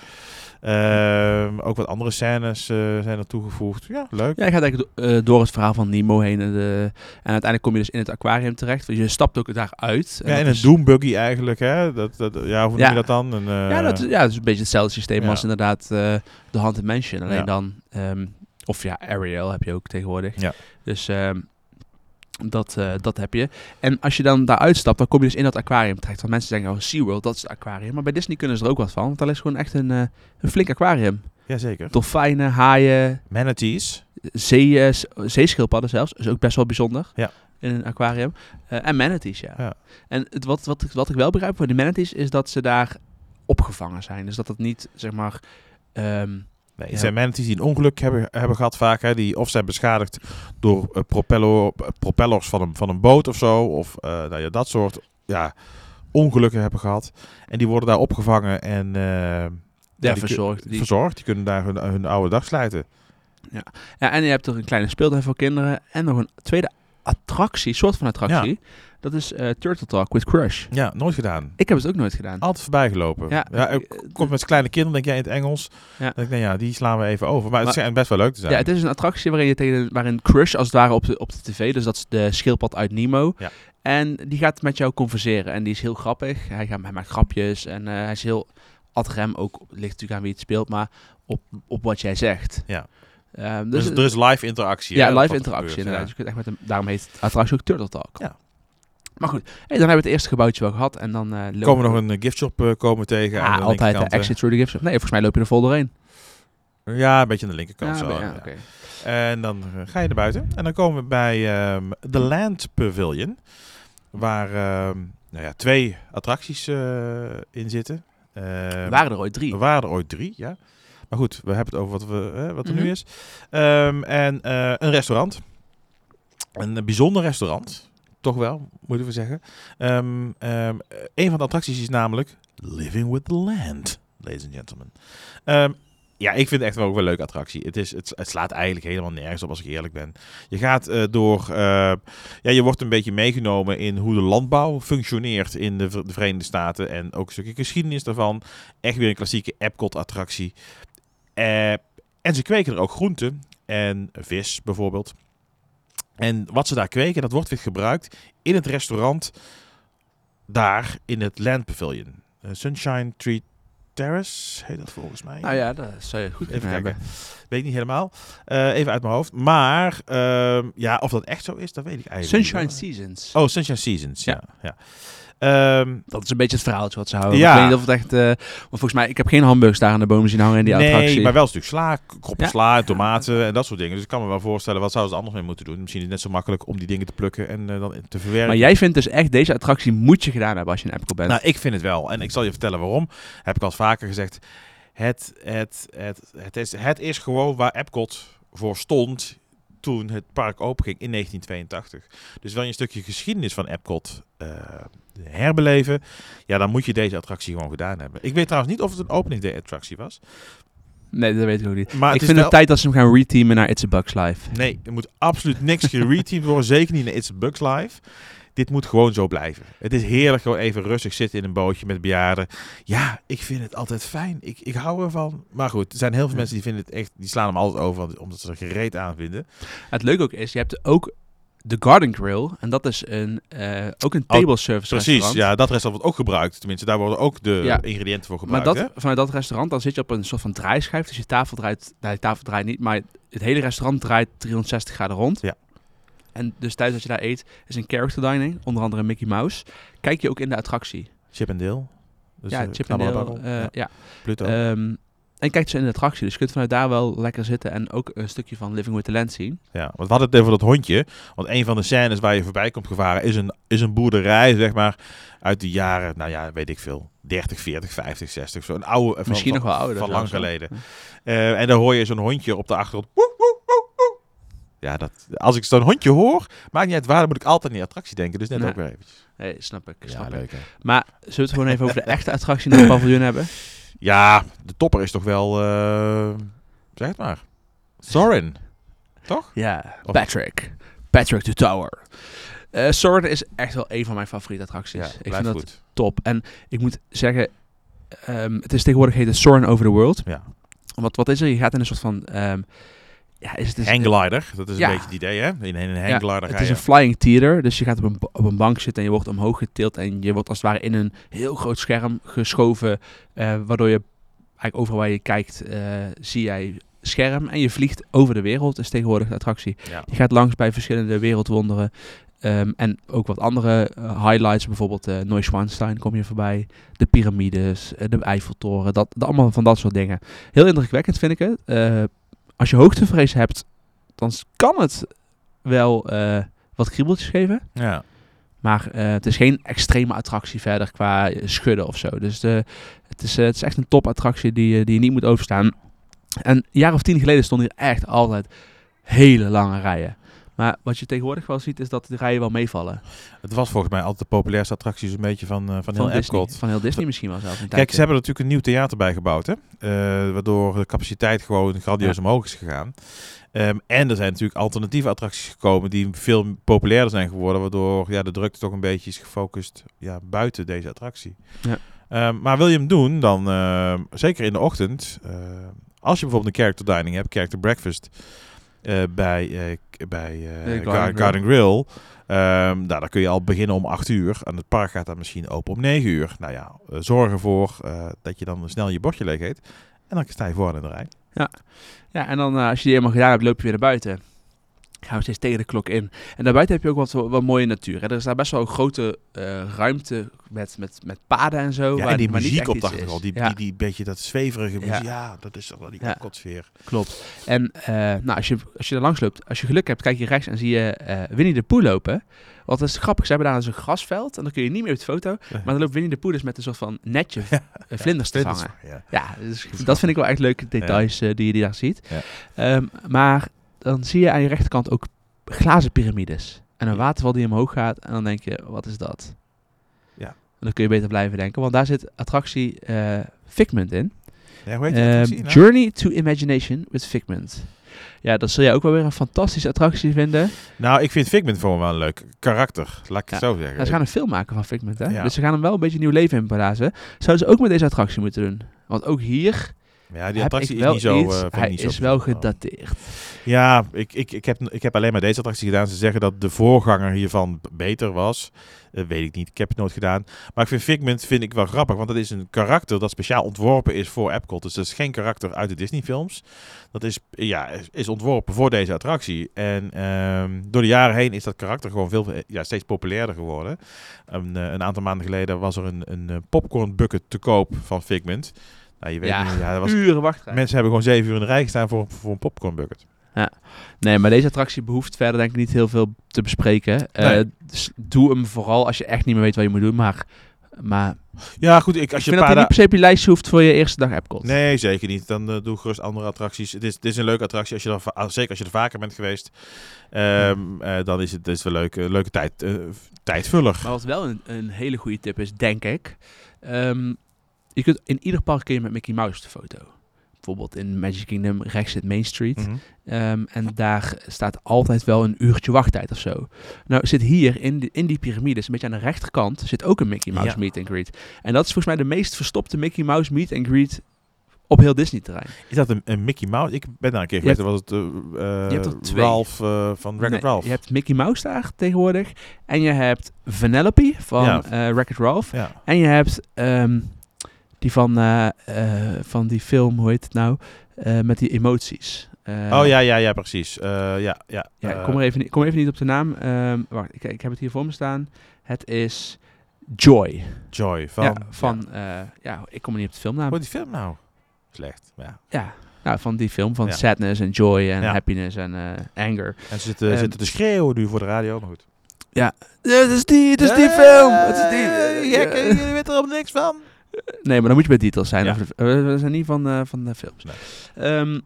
Speaker 1: Ehm, ook wat andere scènes eh, zijn er toegevoegd. Ja, leuk.
Speaker 2: Ja, je gaat eigenlijk do- eh, door het verhaal van Nemo heen. En, de, en uiteindelijk kom je dus in het aquarium terecht. Dus je stapt ook daaruit.
Speaker 1: Ja, en
Speaker 2: dat
Speaker 1: een
Speaker 2: is-
Speaker 1: doombuggy eigenlijk. Hè? Dat, dat, ja, hoe noem
Speaker 2: Ja.
Speaker 1: je dat dan? Een, eh,
Speaker 2: Ja, dat is, ja, dat is een beetje hetzelfde systeem
Speaker 1: ja.
Speaker 2: als inderdaad eh de Haunted Mansion. Alleen
Speaker 1: Ja.
Speaker 2: dan, ehm, of ja, Ariel heb je ook tegenwoordig.
Speaker 1: Ja.
Speaker 2: Dus ehm, dat, eh, dat heb je. En als je dan daaruit stapt, dan kom je dus in dat aquarium terecht. Want mensen denken, oh, SeaWorld, dat is het aquarium. Maar bij Disney kunnen ze er ook wat van. Want daar is gewoon echt een, eh, een flink aquarium.
Speaker 1: Jazeker.
Speaker 2: Dolfijnen, haaien,
Speaker 1: Manatees.
Speaker 2: zee, eh, s- zeeschildpadden zelfs. is ook best wel bijzonder.
Speaker 1: Ja.
Speaker 2: In een aquarium. Eh, en manatees, ja.
Speaker 1: Ja.
Speaker 2: En het, wat, wat, ik- wat ik wel begrijp van die manatees is dat ze daar opgevangen zijn. Dus dat het niet, zeg maar... ehm,
Speaker 1: Nee, het
Speaker 2: Ja.
Speaker 1: zijn manatees die een ongeluk hebben, hebben gehad vaak. Hè? Die of zijn beschadigd door eh, propeller, propellers van een, van een boot of zo. Of eh, nou ja, dat soort ja, ongelukken hebben gehad. En die worden daar opgevangen en... eh,
Speaker 2: ja,
Speaker 1: die kun-
Speaker 2: verzorgd. Die,
Speaker 1: verzorgd. Die kunnen daar hun, hun oude dag slijten.
Speaker 2: ja, en je hebt er een kleine speeltuin voor kinderen. En nog een tweede attractie, soort van attractie. Dat is eh, Turtle Talk with Crush.
Speaker 1: Ja, nooit gedaan.
Speaker 2: Ik heb het ook nooit gedaan.
Speaker 1: Altijd voorbij gelopen. Oh. Ja, ik
Speaker 2: eh,
Speaker 1: kom met kleine kinderen, denk jij in het Engels.
Speaker 2: Ja.
Speaker 1: Dan denk ik, nou ja, die slaan we even over. Maar,
Speaker 2: Maar-
Speaker 1: het schijnt best wel leuk te zijn.
Speaker 2: Ja, het is een attractie waarin je tegen waarin Crush als het ware op de, op de tv, dus dat is de schildpad uit Nemo.
Speaker 1: Ja.
Speaker 2: En die gaat met jou converseren en die is heel grappig. Hij, gaat, hij maakt grapjes en eh, hij is heel ad rem ook ligt natuurlijk aan wie het speelt, maar op, op wat jij zegt.
Speaker 1: Ja.
Speaker 2: Ehm,
Speaker 1: Dus,
Speaker 2: dus,
Speaker 1: er is live interactie.
Speaker 2: ja,
Speaker 1: hè, wat
Speaker 2: live
Speaker 1: er
Speaker 2: interactie
Speaker 1: gebeurt,
Speaker 2: inderdaad. Dus
Speaker 1: ja.
Speaker 2: je kunt echt met hem, daarom heet het attractie ook Turtle Talk.
Speaker 1: Ja.
Speaker 2: Maar goed, hey, dan hebben we het eerste gebouwtje wel gehad. En dan eh, lopen
Speaker 1: Komen we nog een eh, giftshop eh, komen tegen. aan
Speaker 2: Ah,
Speaker 1: de
Speaker 2: altijd de
Speaker 1: linkerkant, hè.
Speaker 2: exit through the gift shop. Nee, volgens mij loop je er vol doorheen.
Speaker 1: Ja, een beetje aan de linkerkant
Speaker 2: Ja,
Speaker 1: zo.
Speaker 2: ben- ja,
Speaker 1: ja.
Speaker 2: oké.
Speaker 1: En dan eh, ga je naar buiten. En dan komen we bij ehm, de Land Pavilion. Waar ehm, nou ja, twee attracties eh, in zitten. Ehm,
Speaker 2: Er waren er ooit drie.
Speaker 1: er waren er ooit drie, ja. Maar goed, we hebben het over wat, we, eh, wat er
Speaker 2: Mhm.
Speaker 1: nu is. Ehm, en eh, een restaurant. Een eh, bijzonder restaurant. Toch wel, moeten we zeggen. Ehm, ehm, eh, een van de attracties is namelijk Living with the Land, ladies and gentlemen. Ehm, ja, ik vind het echt wel ook wel een leuke attractie. Het, is, het, het slaat eigenlijk helemaal nergens op, als ik eerlijk ben. Je gaat eh, door... eh, ja, je wordt een beetje meegenomen in hoe de landbouw functioneert in de, Ver- de Verenigde Staten. En ook een stukje geschiedenis daarvan echt weer een klassieke Epcot-attractie. Eh, en ze kweken er ook groenten en vis bijvoorbeeld. En wat ze daar kweken, dat wordt weer gebruikt in het restaurant daar in het Land Pavilion. Eh, Sunshine Tree Terrace heet dat volgens mij.
Speaker 2: Nou ja, dat zou je goed
Speaker 1: Even
Speaker 2: kunnen
Speaker 1: kijken.
Speaker 2: hebben.
Speaker 1: Weet ik niet helemaal. Eh, even uit mijn hoofd. Maar ehm, ja, of dat echt zo is, dat weet ik eigenlijk
Speaker 2: Sunshine
Speaker 1: niet.
Speaker 2: Seasons.
Speaker 1: Oh, Sunshine Seasons, ja. ja. Ehm,
Speaker 2: Dat is een beetje het verhaaltje wat ze houden.
Speaker 1: Ja.
Speaker 2: Ik weet niet of het echt... eh, want volgens mij, ik heb geen hamburgers daar aan de bomen zien hangen in die
Speaker 1: nee,
Speaker 2: attractie.
Speaker 1: maar wel een stuk sla, k- kroppen
Speaker 2: Ja.
Speaker 1: sla en tomaten en dat soort dingen. Dus ik kan me wel voorstellen, wat zouden ze anders mee moeten doen? Misschien is het net zo makkelijk om die dingen te plukken en eh, dan te verwerken.
Speaker 2: Maar jij vindt dus echt, deze attractie moet je gedaan hebben als je in Epcot bent.
Speaker 1: Nou, ik vind het wel. En ik zal je vertellen waarom. Heb ik al eens vaker gezegd. Het, het, het, het, is, het is gewoon waar Epcot voor stond toen het park openging in 1982. Dus wil je een stukje geschiedenis van Epcot eh, herbeleven, ja, dan moet je deze attractie gewoon gedaan hebben. Ik weet trouwens niet of het een opening day attractie was.
Speaker 2: nee, dat weet ik ook niet.
Speaker 1: Maar
Speaker 2: ik
Speaker 1: is
Speaker 2: vind
Speaker 1: wel-
Speaker 2: het tijd dat ze hem gaan reteamen naar It's a Bugs Life.
Speaker 1: Nee, er moet absoluut niks gereteamd worden. Zeker niet in It's a Bugs Life. Dit moet gewoon zo blijven. Het is heerlijk gewoon even rustig zitten in een bootje met bejaarden. Ja, ik vind het altijd fijn. Ik, ik hou ervan. Maar goed, er zijn heel veel
Speaker 2: Ja.
Speaker 1: mensen die vinden het echt... Die slaan hem altijd over want- omdat ze er gereed aan vinden.
Speaker 2: Het leuke ook is, je hebt ook de Garden Grill. En dat is een, eh, ook een table service
Speaker 1: Oh, Precies,
Speaker 2: restaurant.
Speaker 1: ja, dat restaurant wordt ook gebruikt. Tenminste, daar worden ook de
Speaker 2: Ja.
Speaker 1: ingrediënten voor
Speaker 2: Maar
Speaker 1: gebruikt.
Speaker 2: dat,
Speaker 1: hè?
Speaker 2: vanuit dat restaurant, dan zit je op een soort van draaischijf. Dus je tafel draait, nee, je tafel draait niet, maar het hele restaurant draait 360 graden rond.
Speaker 1: Ja.
Speaker 2: En dus tijdens dat je daar eet, is een character dining, onder andere Mickey Mouse. Kijk je ook in de attractie.
Speaker 1: Chip en Dale. Dus,
Speaker 2: ja,
Speaker 1: eh,
Speaker 2: Chip and
Speaker 1: knabbelen
Speaker 2: Dale,
Speaker 1: bakkel.
Speaker 2: eh,
Speaker 1: Ja,
Speaker 2: ja.
Speaker 1: Pluto.
Speaker 2: Ehm, en je kijkt ze in de attractie. Dus je kunt vanuit daar wel lekker zitten en ook een stukje van Living with the Land zien.
Speaker 1: Ja, want we hadden het over dat hondje. Want een van de scènes waar je voorbij komt gevaren is een, is een boerderij, zeg maar, uit de jaren, nou ja, weet ik veel, 30, 40, 50, 60, zo. Een oude, van,
Speaker 2: Misschien
Speaker 1: van-
Speaker 2: nog wel ouder.
Speaker 1: Van lang
Speaker 2: zelfs, hoor.
Speaker 1: geleden. Eh, en dan hoor je zo'n hondje op de achtergrond. Woe, woe, woe, woe. Ja, dat, als ik zo'n hondje hoor, maakt niet uit waar, dan moet ik altijd aan die attractie denken. Dus net
Speaker 2: Ja.
Speaker 1: ook weer eventjes.
Speaker 2: Nee, snap ik.
Speaker 1: ja,
Speaker 2: Snap ik.
Speaker 1: leuk, hè?
Speaker 2: Maar zullen we het gewoon even over de echte attractie naar het paviljoen hebben?
Speaker 1: Ja, de topper is toch wel, eh, zeg het maar, Sorin.
Speaker 2: Ja,
Speaker 1: Of-
Speaker 2: Patrick. Patrick the Tower. Eh Soren is echt wel een van mijn favoriete attracties.
Speaker 1: Ja,
Speaker 2: ik vind
Speaker 1: blijft
Speaker 2: dat
Speaker 1: goed.
Speaker 2: top. En ik moet zeggen, ehm, het is tegenwoordig heet het Soren Over the World.
Speaker 1: Ja.
Speaker 2: Wat, wat is er? Je gaat in een soort van... ehm, ja, is het is-
Speaker 1: Hangglider, dat is
Speaker 2: Ja.
Speaker 1: een beetje het idee, hè? In een
Speaker 2: ja,
Speaker 1: hangglider ga
Speaker 2: Het is
Speaker 1: je-
Speaker 2: een flying theater, dus je gaat op een, ba- op een bank zitten en je wordt omhoog getild. En je wordt als het ware in een heel groot scherm geschoven, eh, waardoor je eigenlijk overal waar je kijkt, eh, zie jij scherm. En je vliegt over de wereld, is tegenwoordig de attractie.
Speaker 1: Ja.
Speaker 2: Je gaat langs bij verschillende wereldwonderen. ehm, en ook wat andere eh, highlights, bijvoorbeeld eh Neuschwanstein kom je voorbij. De piramides, eh, de Eiffeltoren, dat, dat, allemaal van dat soort dingen. Heel indrukwekkend vind ik het. Eh, als je hoogtevrees hebt, dan s- kan het wel eh, wat kriebeltjes geven.
Speaker 1: Ja.
Speaker 2: Maar eh, het is geen extreme attractie verder qua eh, schudden of zo. Dus de, het, is, eh, het is echt een topattractie die, je- die je niet moet overstaan. En een jaar of tien geleden stonden hier echt altijd hele lange rijen. Maar wat je tegenwoordig wel ziet, is dat de rijen wel meevallen.
Speaker 1: Het was volgens mij altijd de populairste attractie zo'n beetje van, eh, van heel
Speaker 2: Disney,
Speaker 1: Epcot.
Speaker 2: van heel Disney misschien wel zelfs. een
Speaker 1: Kijk,
Speaker 2: tijdje.
Speaker 1: ze hebben er natuurlijk een nieuw theater bij gebouwd, hè? Eh, waardoor de capaciteit gewoon grandioos
Speaker 2: Ja.
Speaker 1: omhoog is gegaan. Ehm, en er zijn natuurlijk alternatieve attracties gekomen die veel populairder zijn geworden, waardoor ja, de drukte toch een beetje is gefocust ja, buiten deze attractie.
Speaker 2: Ja.
Speaker 1: Ehm, maar wil je hem doen, dan ehm, zeker in de ochtend, ehm, als je bijvoorbeeld een character dining hebt, character breakfast eh, bij, eh, k- bij eh,
Speaker 2: Garden
Speaker 1: Gar-
Speaker 2: Grill.
Speaker 1: Garden Grill, Ehm, nou, dan kun je al beginnen om 8 uur. En het park gaat dan misschien open om 9 uur. Nou ja, eh, zorg ervoor eh, dat je dan snel je bordje leeg eet. En dan sta je voor in de rij.
Speaker 2: Ja, en dan eh, als je die helemaal gedaan hebt, loop je weer naar buiten. Gaan we steeds tegen de klok in. En daarbuiten heb je ook wat, wat mooie natuur. Hè. Er is daar best wel een grote eh, ruimte met, met, met paden en zo.
Speaker 1: Ja,
Speaker 2: waar-
Speaker 1: en die
Speaker 2: waar Oh, niet
Speaker 1: muziek
Speaker 2: echt
Speaker 1: op
Speaker 2: iets
Speaker 1: de
Speaker 2: is.
Speaker 1: achtergrond. Die,
Speaker 2: Ja.
Speaker 1: die, die beetje dat zweverige
Speaker 2: Ja.
Speaker 1: muziek. Ja, dat is toch wel die
Speaker 2: Ja.
Speaker 1: kotsfeer.
Speaker 2: Klopt. En eh, nou, als, je, als je er langs loopt, als je geluk hebt, kijk je rechts en zie je eh, Winnie de Pooh lopen. Want dat is grappig. Ze hebben daar dus een grasveld en dan kun je niet meer op de foto. Maar dan loopt Winnie de Pooh dus met een soort van netje eh, vlinders te vangen.
Speaker 1: Ja.
Speaker 2: Ja, dus dat vind ik wel echt leuke details eh, die je daar ziet.
Speaker 1: Ja.
Speaker 2: Ehm, maar dan zie je aan je rechterkant ook glazen piramides. En een waterval die omhoog gaat. En dan denk je, wat is dat?
Speaker 1: Ja.
Speaker 2: En dan kun je beter blijven denken. Want daar zit attractie eh Figment in.
Speaker 1: Ja, hoe heet die
Speaker 2: Ehm,
Speaker 1: attractie nou?
Speaker 2: Journey to Imagination with Figment. Ja, dat zul jij ook wel weer een fantastische attractie vinden.
Speaker 1: Nou, ik vind Figment voor me wel een leuk karakter. Laat ik het
Speaker 2: Ja.
Speaker 1: zo zeggen.
Speaker 2: Nou, ze gaan een film maken van Figment, hè?
Speaker 1: Ja.
Speaker 2: Dus ze gaan hem wel een beetje nieuw leven inblazen. Zouden ze ook met deze attractie moeten doen. Want ook hier
Speaker 1: ja, die
Speaker 2: heb ik
Speaker 1: attractie is
Speaker 2: wel
Speaker 1: niet zo...
Speaker 2: iets,
Speaker 1: eh, vind ik
Speaker 2: hij
Speaker 1: niet zo
Speaker 2: is wel
Speaker 1: bijzonder.
Speaker 2: gedateerd.
Speaker 1: Ja, ik, ik, ik, heb, ik heb alleen maar deze attractie gedaan. Ze zeggen dat de voorganger hiervan b- beter was. Eh, weet ik niet, ik heb het nooit gedaan. Maar ik vind Figment vind ik wel grappig, want dat is een karakter dat speciaal ontworpen is voor Epcot. Dus dat is geen karakter uit de Disney-films. Dat is, eh, ja, is- is ontworpen voor deze attractie. En ehm, door de jaren heen is dat karakter gewoon veel, eh, ja, steeds populairder geworden. Een, eh, een aantal maanden geleden was er een, een eh, popcorn bucket te koop van Figment. Nou, je weet
Speaker 2: Ja.
Speaker 1: niet, ja, dat was,
Speaker 2: uren wachtrij.
Speaker 1: mensen hebben gewoon zeven uur in de rij gestaan voor, voor een popcorn bucket.
Speaker 2: Nee, maar deze attractie behoeft verder denk ik niet heel veel te bespreken. Eh,
Speaker 1: Nee.
Speaker 2: dus doe hem vooral als je echt niet meer weet wat je moet doen. Maar, maar
Speaker 1: Ja, goed. Ik,
Speaker 2: ik
Speaker 1: als je
Speaker 2: vind
Speaker 1: een paar
Speaker 2: dat hij niet
Speaker 1: da-
Speaker 2: per se op je lijstje hoeft voor je eerste dag Epcot.
Speaker 1: Nee, zeker niet. Dan eh, doe gerust andere attracties. Het is, het is een leuke attractie. Als je er, va- als- zeker als je er vaker bent geweest. Ehm, eh, dan is het, is het wel leuk. eh, leuke tijd, eh, tijdvuller.
Speaker 2: Maar wat wel een, een hele goede tip is, denk ik. ehm, je kunt in ieder park kun je met Mickey Mouse de foto. Bijvoorbeeld in Magic Kingdom rechts zit Main Street.
Speaker 1: Mhm.
Speaker 2: Ehm, en daar staat altijd wel een uurtje wachttijd of zo. Nou zit hier in die, in die piramides, een beetje aan de rechterkant, zit ook een Mickey Mouse
Speaker 1: Ja.
Speaker 2: meet and greet. En dat is volgens mij de meest verstopte Mickey Mouse meet and greet op heel Disney terrein.
Speaker 1: Is dat een, een Mickey Mouse? Ik ben daar een keer
Speaker 2: Je
Speaker 1: geweest. Dat was het eh, eh,
Speaker 2: je hebt er twee.
Speaker 1: Ralph eh, van Wreck-It
Speaker 2: Nee,
Speaker 1: Ralph.
Speaker 2: Je hebt Mickey Mouse daar tegenwoordig. En je hebt Vanellope van
Speaker 1: Ja.
Speaker 2: eh Wreck-It Ralph.
Speaker 1: Ja.
Speaker 2: En je hebt ehm, die van, eh, eh, van die film, hoe heet het nou? Eh, met die emoties. Eh,
Speaker 1: oh ja, ja, ja, precies. Eh, ja, ja.
Speaker 2: ja, ik
Speaker 1: eh,
Speaker 2: kom, er even, niet- kom even niet op de naam. Ehm, wacht, ik, ik heb het hier voor me staan. Het is Joy.
Speaker 1: Joy van.
Speaker 2: ja, van, eh, ja, ik kom er niet op de
Speaker 1: Ja.
Speaker 2: filmnaam.
Speaker 1: Hoe heet die film nou? Slecht. Ja.
Speaker 2: Ja, nou, van die film van
Speaker 1: Ja.
Speaker 2: Sadness en Joy en
Speaker 1: Ja.
Speaker 2: Happiness en eh, Anger.
Speaker 1: En ze zitten,
Speaker 2: Ehm.
Speaker 1: zitten te schreeuwen nu voor de radio, maar goed.
Speaker 2: Het is die, het is die
Speaker 1: Eh,
Speaker 2: film! Het is die...
Speaker 1: gekken, jullie weten er helemaal niks van.
Speaker 2: Nee, maar dan moet je bij details zijn.
Speaker 1: Ja.
Speaker 2: over de- eh, we zijn niet van, eh, van de films.
Speaker 1: Nee.
Speaker 2: Ehm,